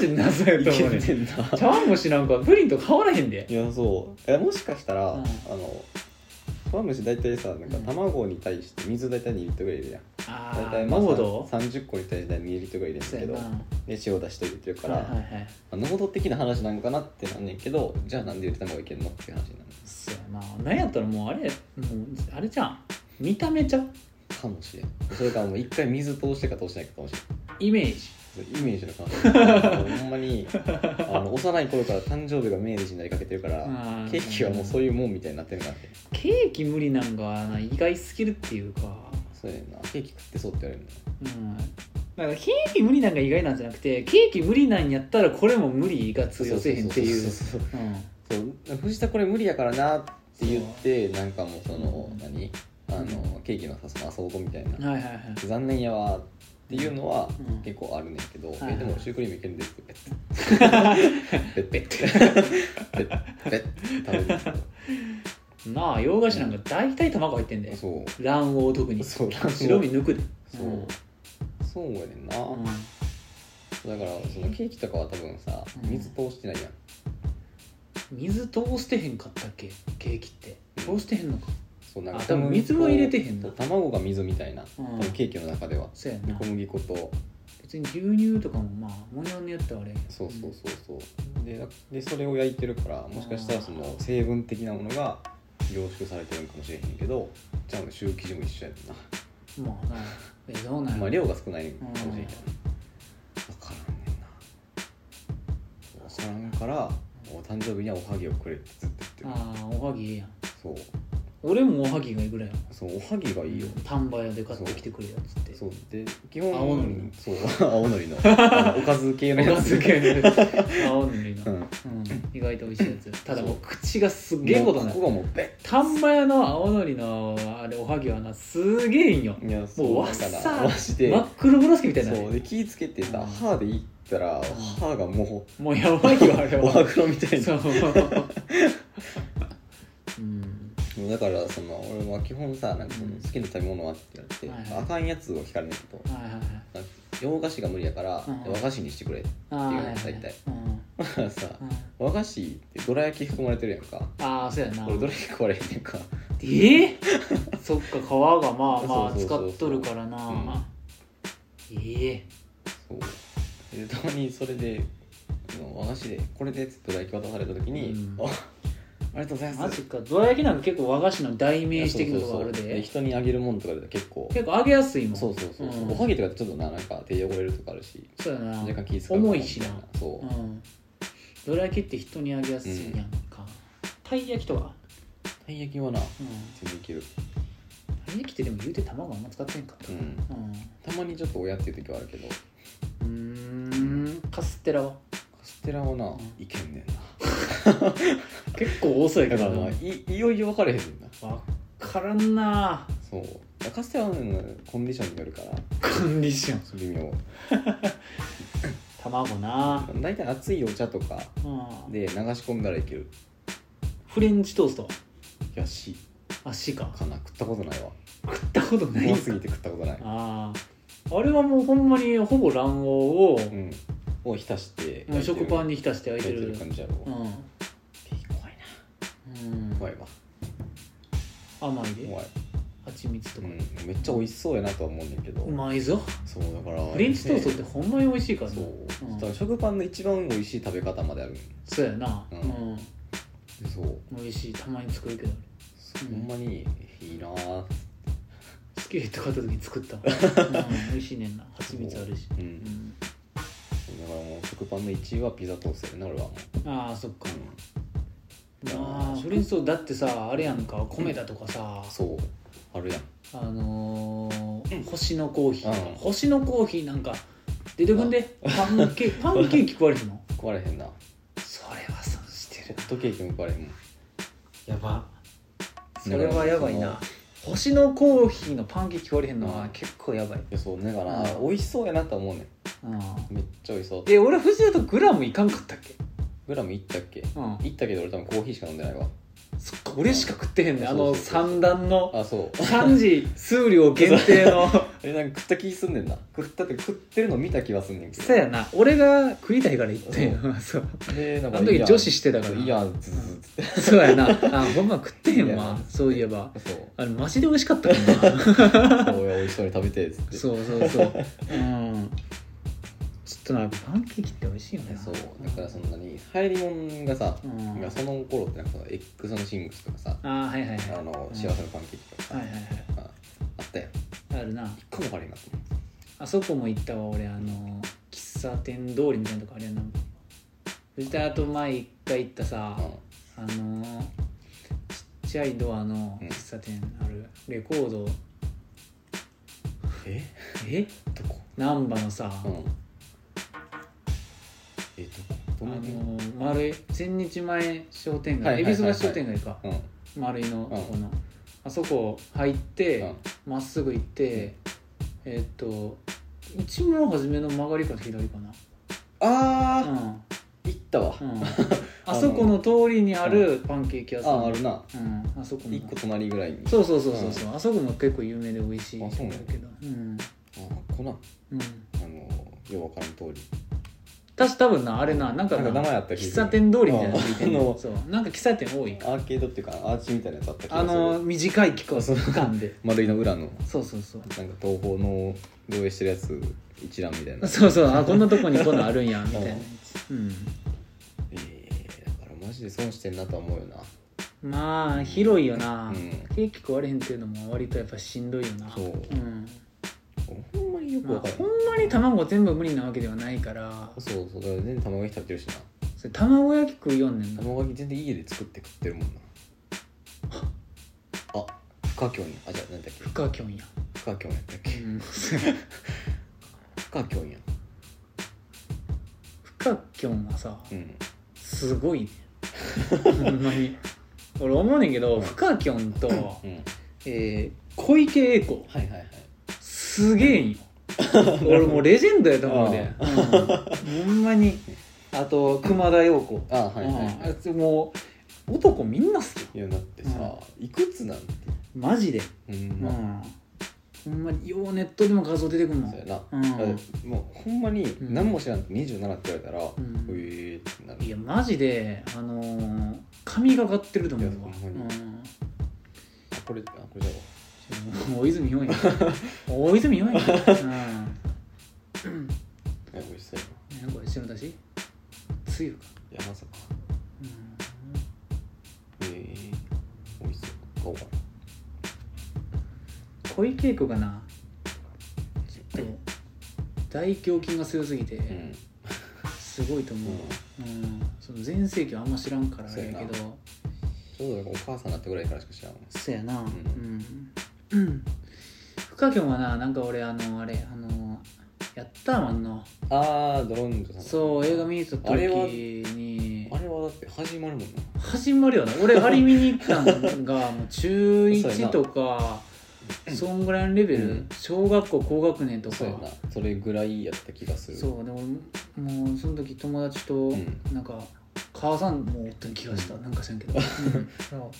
Speaker 1: ジで謎や
Speaker 2: い
Speaker 1: と
Speaker 2: け
Speaker 1: 思うんね
Speaker 2: ねんな
Speaker 1: 茶碗蒸しなんかプリンと変わらへんで
Speaker 2: いやそうえもしかしたら、
Speaker 1: うん
Speaker 2: あのファムシ大体さなんか
Speaker 1: うん
Speaker 2: 卵に対して水大体2リットルぐらい入れるやん
Speaker 1: あ
Speaker 2: 大
Speaker 1: あ
Speaker 2: 体まあ
Speaker 1: 濃度
Speaker 2: さん30個に対して2リットルぐらい入れるんだ
Speaker 1: そう
Speaker 2: け
Speaker 1: や
Speaker 2: ど
Speaker 1: な
Speaker 2: で塩出して入れてるから、
Speaker 1: はいはいはい
Speaker 2: まあ濃度的な話なんかなってなんねんけどじゃあなんでゆで卵いけんのっていう話になる
Speaker 1: そうやななんやったらもうあれもうあれじゃん見た目じゃん
Speaker 2: かもしれんそれからもう一回水通してか通してないかかもしれん
Speaker 1: イメージ
Speaker 2: イメージの
Speaker 1: <laughs>
Speaker 2: 感じほんまにあの幼い頃から誕生日が明治になりかけてるから
Speaker 1: あー
Speaker 2: ケーキはもうそういうもんみたいになってるなって
Speaker 1: ケーキ無理なんかな意外すぎるっていうか
Speaker 2: そうやねんなケーキ食ってそうって言われるんだよ
Speaker 1: うんだからケーキ無理なんか意外なんじゃなくてケーキ無理なんやったらこれも無理が通用せえへんっていう
Speaker 2: そうそう
Speaker 1: うん
Speaker 2: そうそう藤田これ無理やからなって言ってなんかもうその
Speaker 1: うん
Speaker 2: 何あのケーキのさその遊ぼうみたいな
Speaker 1: はいはいはい
Speaker 2: 残念やわっていうのは
Speaker 1: うん
Speaker 2: 結構あるねんけど、
Speaker 1: はい
Speaker 2: えでもシュークリームいけるんですってペッペッペッペッペッペッ食べるんですよ
Speaker 1: なあ洋菓子なんか大体卵入ってんだよ
Speaker 2: そう
Speaker 1: 卵黄特に
Speaker 2: そう卵黄
Speaker 1: <laughs> 白身抜くで
Speaker 2: そ
Speaker 1: う
Speaker 2: う、
Speaker 1: ん
Speaker 2: そうやねんな、
Speaker 1: うん
Speaker 2: だからそのケーキとかは多分さ
Speaker 1: うん
Speaker 2: 水通してないやん、
Speaker 1: 水通してへんかったっけケーキって通してへんのか
Speaker 2: そうなん
Speaker 1: あ多分水は入れてへんな
Speaker 2: そう卵が水みたいな、
Speaker 1: うん
Speaker 2: 多分ケーキの中では
Speaker 1: そうやん
Speaker 2: で
Speaker 1: な
Speaker 2: 小麦粉と
Speaker 1: 別に牛乳とかもまあもにょによってはあれやけど
Speaker 2: そうそうそうそうでだでそれを焼いてるからもしかしたらその成分的なものが凝縮されてるんかもしれへんけどじゃあシュー生地も一緒やねんな、
Speaker 1: まあなえどうなんや
Speaker 2: まあ
Speaker 1: ろ
Speaker 2: 量が少ないかもしれへんやん、分からんねんな分からんからお誕生日にはおはぎをくれってずっと言ってる
Speaker 1: ああおはぎええやん
Speaker 2: そう
Speaker 1: 俺もおはぎがいいぐらいやん
Speaker 2: そうおはぎがいいよ、
Speaker 1: 丹波屋で買ってきてくれよっつって
Speaker 2: そうで基本
Speaker 1: 青のりの
Speaker 2: そう <laughs> 青のり
Speaker 1: <laughs>
Speaker 2: のあのおかず系のや
Speaker 1: お
Speaker 2: つ
Speaker 1: かず系のやつ青のり
Speaker 2: う
Speaker 1: の、
Speaker 2: んも
Speaker 1: うん、意外と美味しいやつただもう
Speaker 2: そう
Speaker 1: 口がすっ
Speaker 2: う
Speaker 1: げえことにな
Speaker 2: こ
Speaker 1: る
Speaker 2: こがもうべ
Speaker 1: 丹波屋の青のりのあれおはぎはなすげえいいんよ
Speaker 2: いや
Speaker 1: もうわっ
Speaker 2: だ
Speaker 1: さ
Speaker 2: から
Speaker 1: ー
Speaker 2: わして
Speaker 1: 真っ黒ブロスケみたいな
Speaker 2: そうで気ぃつけてさ
Speaker 1: うん
Speaker 2: 歯でいったら歯がも
Speaker 1: もうやばいよあれ <laughs>
Speaker 2: うお歯
Speaker 1: は
Speaker 2: 黒み <laughs> たい
Speaker 1: そ
Speaker 2: な
Speaker 1: ううん
Speaker 2: もうだからその俺は基本さなんかその
Speaker 1: うん
Speaker 2: 好きな食べ物はって言われて、
Speaker 1: はいはい
Speaker 2: あかんやつを聞かれないけど
Speaker 1: はいはいはい
Speaker 2: なんか洋菓子が無理やから、
Speaker 1: うん
Speaker 2: 和菓子にしてくれ <laughs> って
Speaker 1: あー
Speaker 2: いう
Speaker 1: はいはい
Speaker 2: 大体
Speaker 1: うん
Speaker 2: だからさ
Speaker 1: うん
Speaker 2: 和菓子ってどら焼き含まれてるやんか
Speaker 1: ああそうやな
Speaker 2: 俺どら焼き食われへんねんか
Speaker 1: えー、 <laughs> そっか皮がまあまあ
Speaker 2: そうそ
Speaker 1: 使
Speaker 2: うそうそう
Speaker 1: っとるからな、
Speaker 2: うん
Speaker 1: ええ
Speaker 2: そうでたまにそれであの和菓子でこれでっつってドラ焼き渡された時に、
Speaker 1: うん
Speaker 2: あありがとうございま
Speaker 1: マジ
Speaker 2: す
Speaker 1: かどら焼きなんか結構和菓子の代名詞的なとこある
Speaker 2: そうそうそう
Speaker 1: で
Speaker 2: 人にあげるもんとかで結構
Speaker 1: 結構揚げやすいもん
Speaker 2: そうそうそう、
Speaker 1: うん
Speaker 2: おはぎとかってちょっとななんか手汚れるとかあるし
Speaker 1: そうやな
Speaker 2: 若干気使うかも
Speaker 1: 重いしな
Speaker 2: みたいそう、
Speaker 1: うんどら焼きって人にあげやすいやんか、たい焼きとか、
Speaker 2: たい焼きはな
Speaker 1: うん、
Speaker 2: 全然いける、
Speaker 1: たい焼きってでも言うて卵あんま使ってんかった
Speaker 2: う、
Speaker 1: うん
Speaker 2: たまにちょっと親っていう時はあるけどカ
Speaker 1: んうーんカステラは
Speaker 2: ステラはな、
Speaker 1: ん
Speaker 2: いけんねんな
Speaker 1: 結構遅いけ
Speaker 2: だから
Speaker 1: ど
Speaker 2: な
Speaker 1: わ
Speaker 2: いいよいよ分かれへんねんな
Speaker 1: からんな
Speaker 2: そうカステラはねコンディションによるから
Speaker 1: コンディション
Speaker 2: 微妙
Speaker 1: 卵な
Speaker 2: 大体熱いお茶とか
Speaker 1: うん
Speaker 2: で流し込んだらいける
Speaker 1: フレンチトーストは
Speaker 2: やし
Speaker 1: あ C か
Speaker 2: かな食ったことないわ
Speaker 1: 食ったことない
Speaker 2: 怖すぎて食ったことない
Speaker 1: あああれはもうほんまにほぼ卵黄を
Speaker 2: うんを浸して
Speaker 1: もう食パンに
Speaker 2: に
Speaker 1: 浸して焼い
Speaker 2: 焼
Speaker 1: て
Speaker 2: い
Speaker 1: る
Speaker 2: てる感じやろ、
Speaker 1: うん、う、
Speaker 2: 怖いなん怖いわ
Speaker 1: 甘いで
Speaker 2: 怖い
Speaker 1: あ蜂蜜と
Speaker 2: う
Speaker 1: か、
Speaker 2: ん、めっちゃ美味しそうやなとは思うねんだけど、
Speaker 1: うまいぞ
Speaker 2: そうだから
Speaker 1: フレンチトーストって
Speaker 2: ね
Speaker 1: ほんまに美味しいからね
Speaker 2: そう、
Speaker 1: うん
Speaker 2: だから食パンの一番美味しい食べ方まであるん
Speaker 1: そうやな
Speaker 2: う
Speaker 1: うんん、
Speaker 2: でそう
Speaker 1: 美味しいたまに作るけどうん
Speaker 2: ほんまにいいなぁ
Speaker 1: スキレット買った時に作
Speaker 2: <laughs>
Speaker 1: ったわ、うん、美味しいねんな蜂蜜あるし、
Speaker 2: う、
Speaker 1: うんん、
Speaker 2: だからもう食パンの1位はピザトーストやな俺はも
Speaker 1: ああそっか
Speaker 2: う、
Speaker 1: まあフレンチトーストだってさあれやんか米だとかさ、
Speaker 2: そうあるやん
Speaker 1: あのー星のコーヒーとか、
Speaker 2: うん
Speaker 1: 星のコーヒーなんか出てくんでパンケー
Speaker 2: <laughs>
Speaker 1: キパンケーキ食われへんの
Speaker 2: 食われへんなホ
Speaker 1: それは損してる
Speaker 2: ットケーキも食われへんもん
Speaker 1: やばそ
Speaker 2: だから
Speaker 1: れはやばい
Speaker 2: その
Speaker 1: な星のコーヒーのパンケーキ食われへんのは結構やばい、
Speaker 2: いやそうだから、
Speaker 1: うん
Speaker 2: 美味しそうやなとは思うね
Speaker 1: うん、
Speaker 2: んめっちゃ美味しそう
Speaker 1: え俺藤田とグラムいかんかったっけ
Speaker 2: グラムいったっけ
Speaker 1: うん
Speaker 2: いったけど俺多分コーヒーしか飲んでないわ
Speaker 1: そっか俺しか食ってへんねんあの
Speaker 2: そうそうそうそう
Speaker 1: 三段の
Speaker 2: あそう <laughs>
Speaker 1: 3時数量限定の
Speaker 2: えなんか食った気すんねんな食ったって食ってるの見た気はすんねんけど
Speaker 1: そうやな俺が食いたいから行ってん <laughs> そう
Speaker 2: でなんか
Speaker 1: あの時
Speaker 2: いや
Speaker 1: 女子してたから
Speaker 2: いやずずずって
Speaker 1: そうやなあほんま食ってへ
Speaker 2: い
Speaker 1: ん
Speaker 2: や
Speaker 1: わ
Speaker 2: まあ
Speaker 1: そういえば
Speaker 2: そう
Speaker 1: あれマジで美味しかったから
Speaker 2: <laughs>
Speaker 1: な
Speaker 2: おい美味しそうに食べてっつって
Speaker 1: そうそうそううんちょっとなんかパンケーキって美味しいよね
Speaker 2: そうだからそんなに流行りもんがさ、
Speaker 1: うん
Speaker 2: がその頃ってなんかその X のシングスとかさ、
Speaker 1: ああはいはいはい
Speaker 2: あの
Speaker 1: うん
Speaker 2: 幸せのパンケーキとかさ、
Speaker 1: はいはいはい
Speaker 2: ああったやん
Speaker 1: あるな
Speaker 2: 一個もわれへんかったもん
Speaker 1: あそこも行ったわ俺あの喫茶店通りみたいなとこあれやな藤田と前一回行ったさ、あのーちっちゃいドアの喫茶店ある、レコード
Speaker 2: うんえ
Speaker 1: え
Speaker 2: どこ
Speaker 1: 難波のさ、
Speaker 2: うんえどこど
Speaker 1: あの
Speaker 2: んなに
Speaker 1: ー丸い千日前商店
Speaker 2: はいは
Speaker 1: 街恵
Speaker 2: いはいはい
Speaker 1: 比寿橋商店街か
Speaker 2: うん
Speaker 1: 丸いのとこの、あそこ入ってま、っすぐ行って、えーっと一問初めの曲がりから左かな
Speaker 2: <laughs> あ
Speaker 1: うん、
Speaker 2: ー行ったわ、
Speaker 1: うん、あそこの通りにあるパンケーキ屋さん
Speaker 2: ああるな
Speaker 1: うん、あそこも
Speaker 2: 一個隣ぐらいに
Speaker 1: そうそうそうそうそう、あそこも結構有名で美味しい
Speaker 2: あそうなん
Speaker 1: だ
Speaker 2: や
Speaker 1: けどうん、
Speaker 2: あこんなん
Speaker 1: うん、
Speaker 2: あのようわからん通り
Speaker 1: たし多分なあれななんかな
Speaker 2: なんか名前あった気がする
Speaker 1: 喫茶店通りみたいなのついてん
Speaker 2: ああ
Speaker 1: の
Speaker 2: の
Speaker 1: そうなんか喫茶店多い
Speaker 2: アーケードっていうかアーチみたいなやつあった気が
Speaker 1: あ
Speaker 2: する
Speaker 1: の短い期間
Speaker 2: そう
Speaker 1: 期間で
Speaker 2: 丸いの裏の
Speaker 1: そうそうそう
Speaker 2: なんか東宝の上映してるやつ一覧みたいな
Speaker 1: そうそうあこんなとこにこんなんあるんやみたいなやつうん
Speaker 2: えー、だからマジで損してんなとは思うよな
Speaker 1: まあ広いよな、
Speaker 2: うん
Speaker 1: ケーキ食われへんっていうのも割とやっぱしんどいよな
Speaker 2: そうんほんまによく
Speaker 1: ま
Speaker 2: わ
Speaker 1: あ
Speaker 2: かる、
Speaker 1: ほんまに卵全部無理なわけではないから
Speaker 2: そうそうだから全然卵焼き食べてるしな
Speaker 1: それ卵焼き食うよんねんな
Speaker 2: 卵焼き全然家で作って食ってるもんなあ不可教にあじゃあ何だっけ
Speaker 1: 不可教や、
Speaker 2: 不可教やったっ
Speaker 1: う
Speaker 2: け
Speaker 1: <laughs> ん、
Speaker 2: 不可教や
Speaker 1: 不可教はさ、
Speaker 2: うん
Speaker 1: すごいねほんまに俺思うねんけどフカキョンと、
Speaker 2: うん
Speaker 1: えー小池栄子
Speaker 2: はいはいはい
Speaker 1: すげえ
Speaker 2: <laughs>
Speaker 1: んよ俺もうレジェンドやと思うで、うんほんまにあと熊田曜子
Speaker 2: あはいはいはい、
Speaker 1: うんあもう男みんな好きよ
Speaker 2: いやだってさ、いくつなんて
Speaker 1: マジで、
Speaker 2: うん
Speaker 1: うん
Speaker 2: まあ、
Speaker 1: ほんまにようネットでも画像出てくんもん
Speaker 2: そうやな、
Speaker 1: うん
Speaker 2: だってもうほんまに何も知らんって27って言われたら、うんえーってなる
Speaker 1: いやマジであのー神がかってると思うわ
Speaker 2: いやほんまにあこれあこれじゃ
Speaker 1: う
Speaker 2: あ
Speaker 1: ん大泉洋
Speaker 2: <laughs>
Speaker 1: やん大泉洋やん、うん
Speaker 2: え美味しそうや
Speaker 1: 何これ白だしつゆか、
Speaker 2: ないやまさか
Speaker 1: うん、
Speaker 2: ええ美味しそう買おうか
Speaker 1: 小池栄子がなちょっと大胸筋が強すぎて、
Speaker 2: なうん
Speaker 1: すごいと思う、うんその全盛期はあんま知らんからあれやけ
Speaker 2: そう
Speaker 1: ど
Speaker 2: ちょうどなんかお母さんになったぐらいからしか知らん
Speaker 1: そやなうんん、うん、深きょんはななんか俺あのあれあのやったーマンの
Speaker 2: ああドロンジョさん
Speaker 1: そう映画見に行った
Speaker 2: あ
Speaker 1: 時
Speaker 2: れは
Speaker 1: に
Speaker 2: あれはだって始まるもんな
Speaker 1: 始まるよな俺あれ見に行ったんがもう中1と
Speaker 2: <laughs>
Speaker 1: かそんぐらいのレベル、
Speaker 2: うん
Speaker 1: 小学校高学年とか
Speaker 2: そうやなそれぐらいやった気がする
Speaker 1: そうで俺もうその時友達と
Speaker 2: ん
Speaker 1: なんか、母さんもおった気がしたなんか知らんけど、
Speaker 2: <laughs>
Speaker 1: うんそ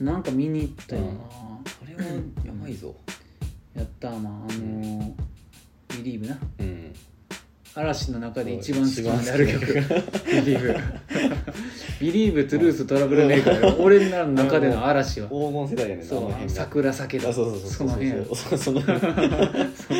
Speaker 1: うなんか見に行ったよな、
Speaker 2: あれはやばいぞ
Speaker 1: やったまああのー「ビリーブな
Speaker 2: うん
Speaker 1: 嵐の中で一番好きななる曲「ビリーブビリーブ、トゥルース、トラブルメーカーよ俺らの中での嵐は。
Speaker 2: 黄金世代やねんな
Speaker 1: そ
Speaker 2: あの
Speaker 1: う、
Speaker 2: 辺が
Speaker 1: 桜酒
Speaker 2: あ
Speaker 1: だ。
Speaker 2: そうそうそ
Speaker 1: そうの辺や
Speaker 2: そうそうその辺
Speaker 1: <laughs>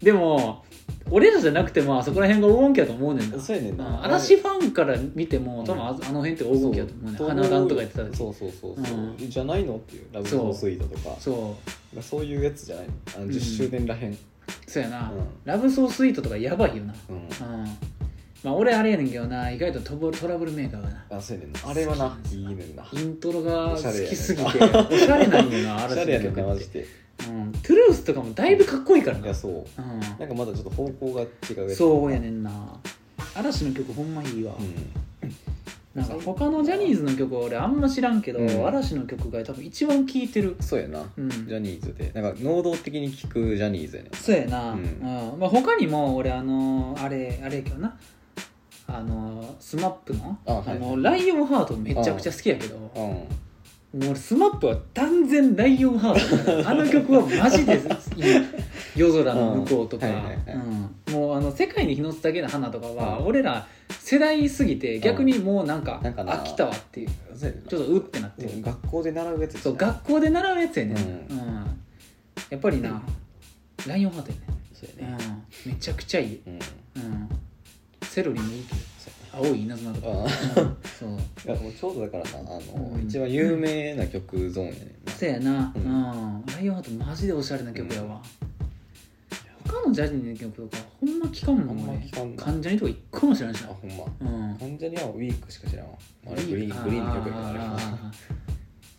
Speaker 1: でも、俺らじゃなくても、あそこら辺が黄金期やと思うねんな。
Speaker 2: そうやねんな
Speaker 1: 嵐ファンから見ても、多分ああ
Speaker 2: う
Speaker 1: の辺って黄金期やと思うねん。花壇とか言ってた時。
Speaker 2: そうそうそうそう、
Speaker 1: う
Speaker 2: じゃないのっていうラブソースイートとか
Speaker 1: そ
Speaker 2: そういうやつじゃないのあの
Speaker 1: うん
Speaker 2: 10周年らへん、うん
Speaker 1: う、そうやな
Speaker 2: うん。
Speaker 1: ラブソースイートとかやばいよな。うん。まあ、俺あれやねんけどな、意外とトボトラブルメーカーがな。
Speaker 2: あそうやねんなあれはな
Speaker 1: 好き
Speaker 2: いいねんな
Speaker 1: イントロが好きすぎ
Speaker 2: お
Speaker 1: て
Speaker 2: し
Speaker 1: おしゃれなんよな
Speaker 2: <laughs> お
Speaker 1: 嵐
Speaker 2: しゃれやねんな
Speaker 1: の曲
Speaker 2: マ
Speaker 1: っ
Speaker 2: ジ
Speaker 1: て、
Speaker 2: で
Speaker 1: うん、トゥルースとかもだいぶかっこいいから
Speaker 2: い
Speaker 1: な
Speaker 2: や、そうなんかまだちょっと方向が違う
Speaker 1: う
Speaker 2: や
Speaker 1: ん、
Speaker 2: つ
Speaker 1: そうやねんな嵐の曲ほんまいいわ、
Speaker 2: う
Speaker 1: なんか他のジャニーズの曲は俺あんま知らんけど、
Speaker 2: うん
Speaker 1: 嵐の曲が多分一番聴いてる
Speaker 2: んそうやな
Speaker 1: うん
Speaker 2: ジャニーズでなんか能動的に聞くジャニーズやねん
Speaker 1: そうやな、
Speaker 2: う
Speaker 1: うんんまあ、他にも俺あのあれあれやけどなあのスマップの
Speaker 2: あはい
Speaker 1: のライオンハートめちゃくちゃ好きやけども
Speaker 2: うん
Speaker 1: う俺スマップは断然ライオンハートだからあの曲はマジでいい夜空の向こうとか、
Speaker 2: うんはいはいはい
Speaker 1: うんもうあの「世界に日のつだけの花」とかは、
Speaker 2: うん
Speaker 1: 俺ら世代すぎて逆にもうなんか
Speaker 2: なんかな
Speaker 1: 飽きたわっていう
Speaker 2: そうやねんな
Speaker 1: ちょっとうってなってる、
Speaker 2: うん学校で習うやつ
Speaker 1: そう学校で習うやつやねん、
Speaker 2: う
Speaker 1: うんやっぱりな、ライオンハートやね
Speaker 2: そうやね
Speaker 1: うん、めちゃくちゃいい、
Speaker 2: うん
Speaker 1: うん、セロリもいいけど
Speaker 2: そうやね
Speaker 1: 青い稲妻
Speaker 2: <laughs>
Speaker 1: とか、
Speaker 2: あ
Speaker 1: うんそう
Speaker 2: いやもうちょうどだからなあの、
Speaker 1: うん
Speaker 2: 一番有名な曲ゾーンやねんな
Speaker 1: せやな、
Speaker 2: う
Speaker 1: うんんライオンハートマジでおしゃれな曲やわ、他のジャニーの曲とかほんま聞かんもん
Speaker 2: ほんま
Speaker 1: ね
Speaker 2: 聞かんな
Speaker 1: 関ジャニとか一個も知らんし
Speaker 2: あ
Speaker 1: な
Speaker 2: ほんま
Speaker 1: うん
Speaker 2: 関ジャニはウィークしか知らんわあれグリーングリーンの曲やからあれ
Speaker 1: あーあー
Speaker 2: は
Speaker 1: あー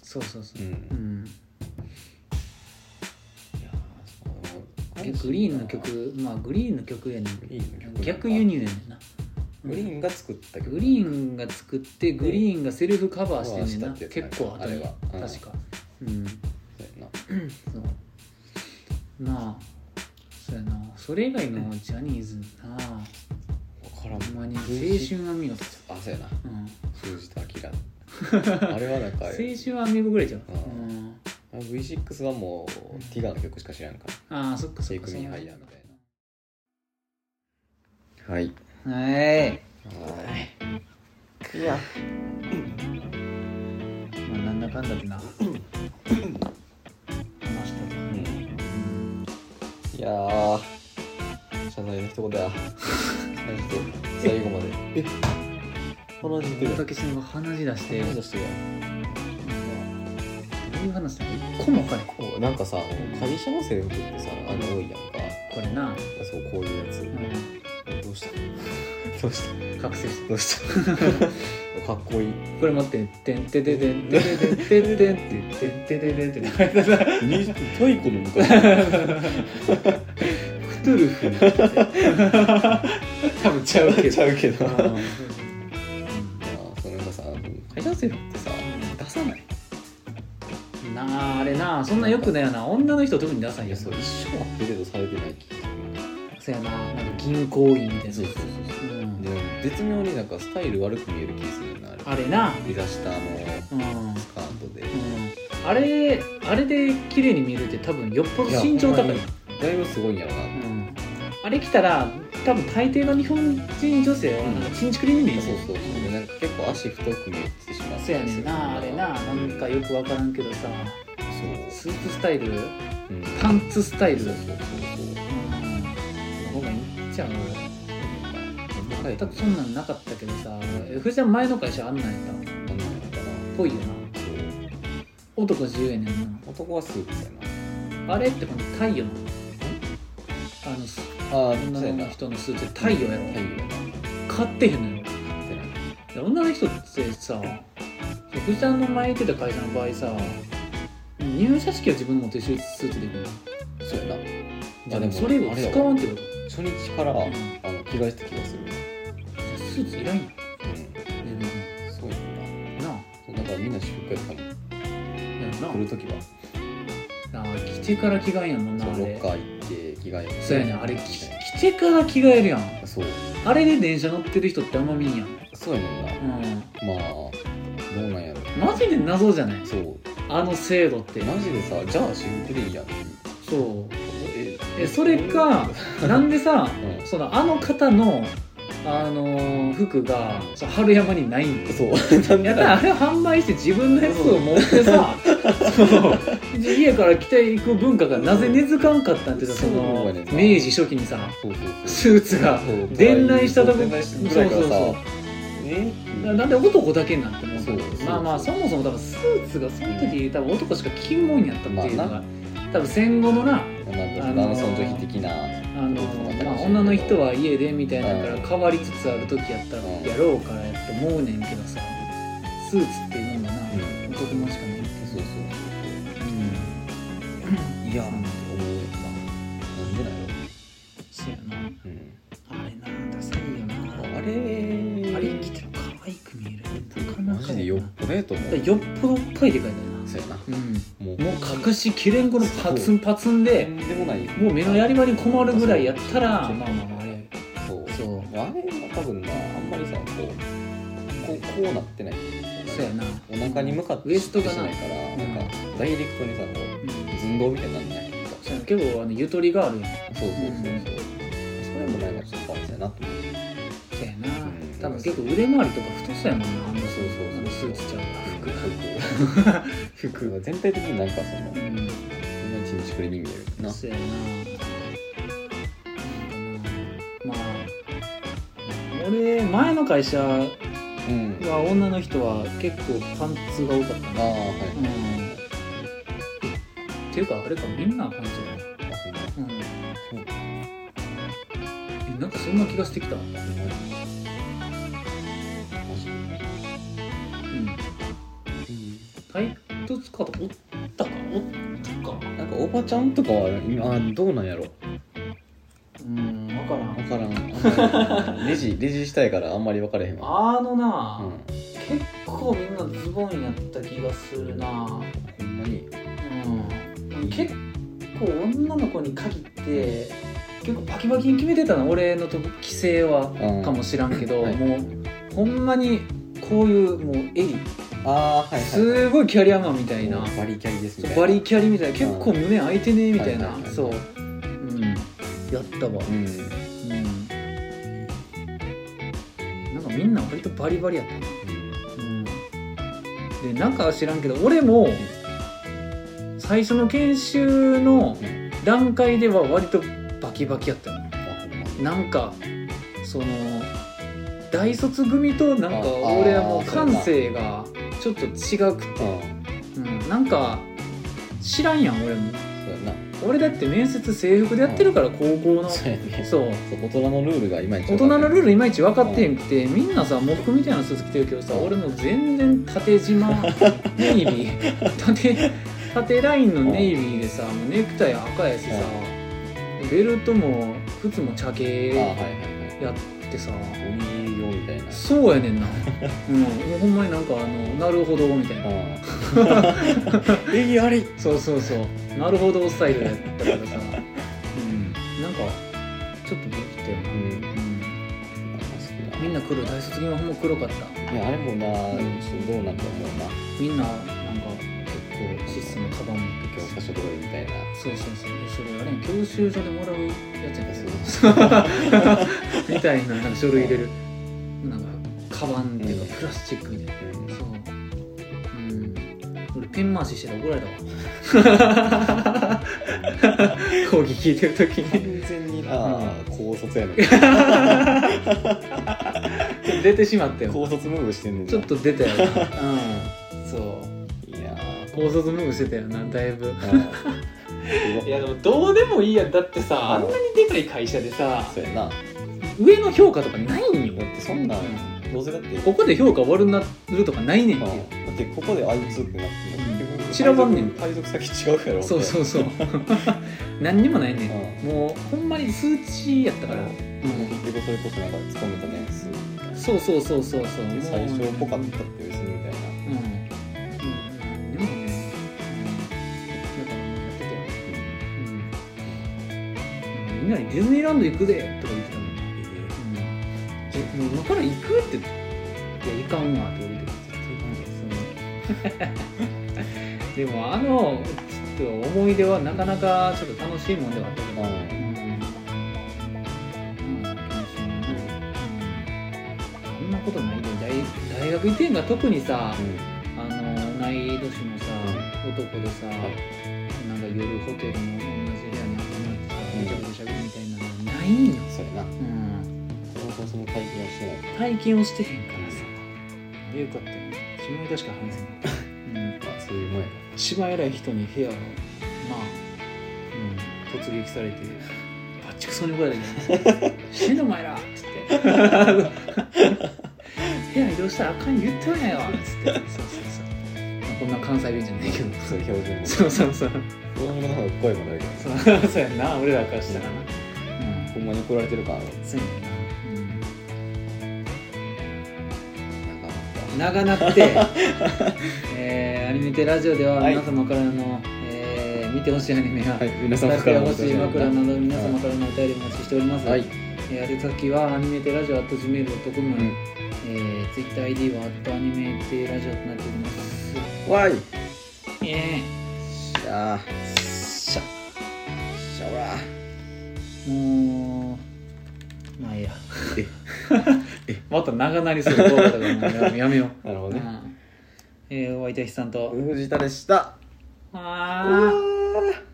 Speaker 1: そうそうそううんうん、
Speaker 2: いやーそう
Speaker 1: でグリーンの曲まあグリーンの曲やねん
Speaker 2: グリーンの曲なんか
Speaker 1: 逆輸入やねんな
Speaker 2: グリーンが作った曲
Speaker 1: グリーンが作ってグリーンがセルフカバーしてんねんな
Speaker 2: カバーしたってやつ
Speaker 1: 結構後に
Speaker 2: あれはうん
Speaker 1: 確かうん
Speaker 2: そうやな
Speaker 1: そうまあそうやなそれ以外のジャニーズな
Speaker 2: わからん
Speaker 1: ほんまに青春アミゴとかちゃ
Speaker 2: あそうやな
Speaker 1: う、うん、
Speaker 2: 藤田 <laughs> 明あれはなんか
Speaker 1: 青春アミゴぐらいじゃん、
Speaker 2: あ
Speaker 1: うん、
Speaker 2: あ V6 はもうティガの曲しか知らんから
Speaker 1: ああそっか
Speaker 2: シ
Speaker 1: そ
Speaker 2: ェ
Speaker 1: っ
Speaker 2: イ
Speaker 1: か
Speaker 2: ク
Speaker 1: そ
Speaker 2: ミ
Speaker 1: う
Speaker 2: ーハイヤーみたいなはい
Speaker 1: なはい
Speaker 2: はいいや
Speaker 1: まあなんだかんだでな話してる
Speaker 2: いやー謝罪の一言やマジで最後までえ話してる
Speaker 1: 大竹しのぶが鼻血出して
Speaker 2: 話してるやん
Speaker 1: どういう話なの一個も分かれへん
Speaker 2: こうなんかさ会社の制服ってさあの多いやんか
Speaker 1: これな、
Speaker 2: そうこういうやつ
Speaker 1: う
Speaker 2: どうしたどうした
Speaker 1: ん、覚醒して
Speaker 2: どうした <laughs> かっこいい
Speaker 1: これ待って「てんてててんてててんてててんてんてててんてん」って流れたな
Speaker 2: に太鼓の昔
Speaker 1: クトゥルフになってて多分ちゃうけ
Speaker 2: ち
Speaker 1: ど
Speaker 2: ゃうけど
Speaker 1: うん
Speaker 2: あそのなんかさ会社生ってさ出さない
Speaker 1: なああれなそんなよくないよな女の人特にダサい
Speaker 2: い
Speaker 1: よ
Speaker 2: やそう一生アップデートされてない気が
Speaker 1: そ
Speaker 2: す
Speaker 1: うやななんか銀行員みたいな、
Speaker 2: るそうそうそう
Speaker 1: ん
Speaker 2: で絶妙になんかスタイル悪く見える気がするなあれ
Speaker 1: あれな
Speaker 2: 膝下
Speaker 1: う
Speaker 2: の
Speaker 1: ん、うん、
Speaker 2: スカートで
Speaker 1: あれあれで綺麗に見えるって多分よっぽど身長高い
Speaker 2: いやだいぶすごいんやろな
Speaker 1: うんあれ着たら多分大抵の日本人女性はなんかちんちくりに見える
Speaker 2: そうそうそうでなんか結構足太く見えてしまう
Speaker 1: そうやねんなあれななんかよく分からんけどさスーツスタイル
Speaker 2: そううん
Speaker 1: パンツスタイル
Speaker 2: そううんそうそうそう
Speaker 1: の方がいいんちゃう
Speaker 2: 高い
Speaker 1: 全くそんなんなかったけどさ藤田前の会社あんなんやったっ
Speaker 2: あんなんやったな
Speaker 1: ぽいよな
Speaker 2: そう
Speaker 1: 男自由やねん
Speaker 2: 男はスーツや
Speaker 1: なあれってほんと太陽なあのす
Speaker 2: なああ
Speaker 1: 女の人のスーツって太陽やろ
Speaker 2: 太陽やな
Speaker 1: 買ってへんのよ
Speaker 2: ってない
Speaker 1: で女の人ってさ藤田の前行ってた会社の場合さ入社式は自分の持ってるスーツで行くの
Speaker 2: そうやな
Speaker 1: じゃ
Speaker 2: あ
Speaker 1: あ
Speaker 2: でも
Speaker 1: それを使わんってことじ
Speaker 2: 初日から、
Speaker 1: ん
Speaker 2: あの着替えてた気がする
Speaker 1: ゃあスーツいらんよね
Speaker 2: う
Speaker 1: えね
Speaker 2: んそうや
Speaker 1: え
Speaker 2: な
Speaker 1: ねえなあ
Speaker 2: そうだからみんな私服やったもん
Speaker 1: やん
Speaker 2: 来る時は
Speaker 1: なあ着てから着替えんやもんな
Speaker 2: そ
Speaker 1: あ
Speaker 2: うロッ
Speaker 1: れ
Speaker 2: カー行って着替えて
Speaker 1: そうやねんあれ着着てから着替えるやん
Speaker 2: そう
Speaker 1: あれで電車乗ってる人ってあんま見んやん
Speaker 2: そうやねんな
Speaker 1: う
Speaker 2: まあどうなんやろ
Speaker 1: んマジで謎じゃない
Speaker 2: そう
Speaker 1: あの制度って
Speaker 2: マジでさじゃあ私服でいいやんっていう
Speaker 1: そ
Speaker 2: え
Speaker 1: えそれかうなんでさ
Speaker 2: うん
Speaker 1: そのあの方のあの服がそう春山にないんです
Speaker 2: そうなん
Speaker 1: や
Speaker 2: な
Speaker 1: ったら
Speaker 2: ら
Speaker 1: あれ販売して自分のやつを持ってさ、そう家から着ていく文化がなぜ根付かんかったんってさそ
Speaker 2: そう
Speaker 1: の
Speaker 2: やねんな
Speaker 1: 明治初期にさ
Speaker 2: そうそう
Speaker 1: スーツが
Speaker 2: そう
Speaker 1: 伝来したとこ
Speaker 2: 伝来したぐらいから
Speaker 1: そ
Speaker 2: さ
Speaker 1: うそう
Speaker 2: ね
Speaker 1: ななんで男だけになっても
Speaker 2: そうそうそう
Speaker 1: まあまあそもそも多分スーツがその時多分男しか着んもんやったっていうの
Speaker 2: まあ
Speaker 1: が多分戦後のな
Speaker 2: な
Speaker 1: あ
Speaker 2: ん
Speaker 1: の
Speaker 2: だ
Speaker 1: ー
Speaker 2: 男尊女卑的な
Speaker 1: あの、まあ、女の人は家でみたいなのから変わりつつある時やった
Speaker 2: うん
Speaker 1: やろうからやと思うねんけどさスーツっていうのがな
Speaker 2: うん
Speaker 1: 男もしかないって
Speaker 2: そうそうそ
Speaker 1: うんいや
Speaker 2: う思うよななんでだよ
Speaker 1: そうやな
Speaker 2: うん
Speaker 1: あれなダサいよな
Speaker 2: あれ
Speaker 1: あれ着ても可愛く見えるなかな
Speaker 2: マ
Speaker 1: かや
Speaker 2: ジ
Speaker 1: な
Speaker 2: でよっぽどやと思
Speaker 1: だ
Speaker 2: う
Speaker 1: からよっぽどおっぱいでかいんだ
Speaker 2: そうやな
Speaker 1: よなうん
Speaker 2: もう
Speaker 1: もう隠しきれんこのパツンパツンで
Speaker 2: とんでもない
Speaker 1: もう目のやり場に困るぐらいやったらまあ
Speaker 2: そう
Speaker 1: まあまああれ
Speaker 2: そう
Speaker 1: そう
Speaker 2: あれは多分なあんまりさこうこうこうなってない
Speaker 1: そうやな
Speaker 2: お腹に向かって
Speaker 1: ウエストが
Speaker 2: し
Speaker 1: な
Speaker 2: ないか
Speaker 1: う
Speaker 2: ら
Speaker 1: ん
Speaker 2: なんかダイレクトにさこ
Speaker 1: うん
Speaker 2: う寸胴みたいになんない
Speaker 1: そうやな結構あのゆとりがあるやん
Speaker 2: そうそうそう
Speaker 1: うん
Speaker 2: そうそれもなんかちょっとあれだなと思う
Speaker 1: そうやな
Speaker 2: うん
Speaker 1: 多分結構腕回りとか太そうやもんなあの
Speaker 2: そう
Speaker 1: あのス
Speaker 2: そう
Speaker 1: ー
Speaker 2: そう
Speaker 1: ツちゃう
Speaker 2: 服 <laughs>
Speaker 1: 服
Speaker 2: 服
Speaker 1: 服
Speaker 2: 全体的になんかその
Speaker 1: うん
Speaker 2: こんなにちんちくりに見えるな
Speaker 1: そうやななんかなまあ俺前の会社は
Speaker 2: うん
Speaker 1: 女の人は結構パンツが多かった
Speaker 2: ああ
Speaker 1: な
Speaker 2: はい
Speaker 1: うんっていうかあれかみんなパンツだな
Speaker 2: あほんま
Speaker 1: うん
Speaker 2: そう
Speaker 1: えなんかそんな気がしてきたうん
Speaker 2: マジ
Speaker 1: タイトスカートおったかおったか
Speaker 2: なんかおばちゃんとかはあどうなんやろ
Speaker 1: うん分から
Speaker 2: 分
Speaker 1: ん
Speaker 2: からんあんまり
Speaker 1: <laughs>
Speaker 2: レジレジしたいからあんまり分からへんわ
Speaker 1: あのな、
Speaker 2: うん
Speaker 1: 結構みんなズボンやった気がするな
Speaker 2: ほんまに
Speaker 1: うん結構女の子に限って結構バキバキに決めてたの俺のとこ規制は
Speaker 2: うん
Speaker 1: かもしらんけど、
Speaker 2: はい
Speaker 1: もうほんまにこういうもう襟
Speaker 2: ああはいはい
Speaker 1: すごいキャリアマンみたいな、
Speaker 2: バリキャリですみたいな
Speaker 1: バリキャリみたいな結構胸開いてねみたいな
Speaker 2: はいはいはい
Speaker 1: そううんやったわ
Speaker 2: うん
Speaker 1: うんなんかみんな割とバリバリやったなうんでなんかは知らんけど俺も最初の研修の
Speaker 2: うん
Speaker 1: 段階では割とバキバキやったの
Speaker 2: あほんまに
Speaker 1: なんかその大卒組となんか
Speaker 2: ああー
Speaker 1: 俺はもう
Speaker 2: そうだ
Speaker 1: 感性がちょっと違くて、
Speaker 2: あ
Speaker 1: うん、なんか知らんやん俺も
Speaker 2: あそうやな
Speaker 1: 俺だって面接制服でやってるから高校の
Speaker 2: そうやね
Speaker 1: そう
Speaker 2: そう大人のルールがいまいち
Speaker 1: 大人のルールいまいち分かってへんくてみんなさ喪服みたいなスーツ着てるけどさ
Speaker 2: うん
Speaker 1: 俺もう全然縦縞ネイビ
Speaker 2: <laughs>
Speaker 1: ー縦縦ラインのネイビーでさもうネクタイ赤やしさベルトも靴も茶系
Speaker 2: ああはい
Speaker 1: や
Speaker 2: はいはい
Speaker 1: ってさ
Speaker 2: 運営業みたいな
Speaker 1: そうやね
Speaker 2: <laughs>
Speaker 1: んな、うん、もうほんまになんかあのなるほどみた <laughs> いな
Speaker 2: うん礼儀あり
Speaker 1: そうそうそうなるほどスタイルやった
Speaker 2: <laughs>
Speaker 1: からさ、うん、なんかちょっとビビったよな
Speaker 2: う、ん
Speaker 1: うんみんな黒大卒業はほんま黒かった
Speaker 2: いやあれもな
Speaker 1: うん
Speaker 2: ちょっとどうなんだろうな
Speaker 1: みんななんか結構システムカバン持って
Speaker 2: 教科書通りみたいな
Speaker 1: そうそうそうそれあれ教習所でもらうやつや
Speaker 2: そう
Speaker 1: ったよみたいななんか書類入れるなんかカバンっていうかプラスチックみたい
Speaker 2: うん
Speaker 1: なそううん俺ペン回ししてたら怒られたわ講義聞いてる時に
Speaker 2: 完全にな高卒やねん
Speaker 1: 出てしまったよ
Speaker 2: 高卒ムーブしてんねんな
Speaker 1: ちょっと出たよなうんそう
Speaker 2: いや
Speaker 1: 高卒ムーブしてたよなだいぶ
Speaker 2: ーうん
Speaker 1: いやでもどうでもいいやんだってさあん
Speaker 2: うん
Speaker 1: なにでかい会社でさ
Speaker 2: そうやなだ
Speaker 1: 上の評価とかないんよ
Speaker 2: ってそんなんどうせだって
Speaker 1: ここで評価悪なるとかないねん
Speaker 2: うんだ
Speaker 1: て
Speaker 2: ってここであいつってなっても結局
Speaker 1: 散らばんねん
Speaker 2: 配属先違うやろ
Speaker 1: そうそううそう何にもないね
Speaker 2: ん
Speaker 1: んもうほんまに数値やったから、
Speaker 2: うん結局それこそなんか勤めた年数
Speaker 1: そうそうそうそうそう
Speaker 2: で最初っぽかっ
Speaker 1: うん、うん、
Speaker 2: たって別にみたいな
Speaker 1: うんでもね、うん、だからもうやってたよ、うん、みんなにディズニーランド行くでとか言ってたもんうんえもう今から行くって「いやいかんわ」って俺でそのでもあのちょっと思い出はなかなかちょっと楽しいもんではあったけど
Speaker 2: うん
Speaker 1: うんうんことないで大大学行ってんが特にさ
Speaker 2: う、ん
Speaker 1: あの同い年のさ、男でさ、なんか夜ホテルの同じ部屋に集まってさ
Speaker 2: うん
Speaker 1: めちゃくちゃしゃべるみたいなのないんよ、
Speaker 2: そうやな
Speaker 1: うん、
Speaker 2: そもそもその体験をしてない
Speaker 1: 体験をしてへんからさでよかったよ自分で確か話せない、うん、
Speaker 2: まあそういうもんや
Speaker 1: 一番偉い人に部屋をまあ、うん、突撃されてバッチクソに怒られて <laughs> 「死ぬお前ら」っつって「部屋移動したらあかん言ってはないわ」っつってそうそうそう、まあ、こんな関西弁じゃないけど
Speaker 2: なそういう標準語
Speaker 1: そうそうそう
Speaker 2: どうにもなんか声も出るけどさ
Speaker 1: そうそうやんな俺らからしたらなうん
Speaker 2: ほんまに怒られてるから
Speaker 1: そうやんなうん
Speaker 2: なんか
Speaker 1: 長なって <laughs> えーアニメテラジオでは
Speaker 2: はい
Speaker 1: 皆様からの、えー見てほしいアニメや、
Speaker 2: はい皆
Speaker 1: 使っ
Speaker 2: 様か
Speaker 1: て
Speaker 2: らの
Speaker 1: ほしい枕など
Speaker 2: はい
Speaker 1: 皆様からのお便りお待ちしております、
Speaker 2: はい
Speaker 1: えー宛先はアニメテラジオ at gmail.com、
Speaker 2: うん
Speaker 1: えー、TwitterID は at アニメテラジオとなっております
Speaker 2: わい
Speaker 1: え
Speaker 2: しゃーしゃしゃわ
Speaker 1: ー、もうまあいいや
Speaker 2: え
Speaker 1: また長なりする動画とかもうやめよ
Speaker 2: なる
Speaker 1: <laughs>
Speaker 2: ほ
Speaker 1: う、
Speaker 2: ど
Speaker 1: う
Speaker 2: ね
Speaker 1: んえー、お相手は筆さんと、
Speaker 2: 藤田でした
Speaker 1: あ
Speaker 2: う
Speaker 1: ー
Speaker 2: わー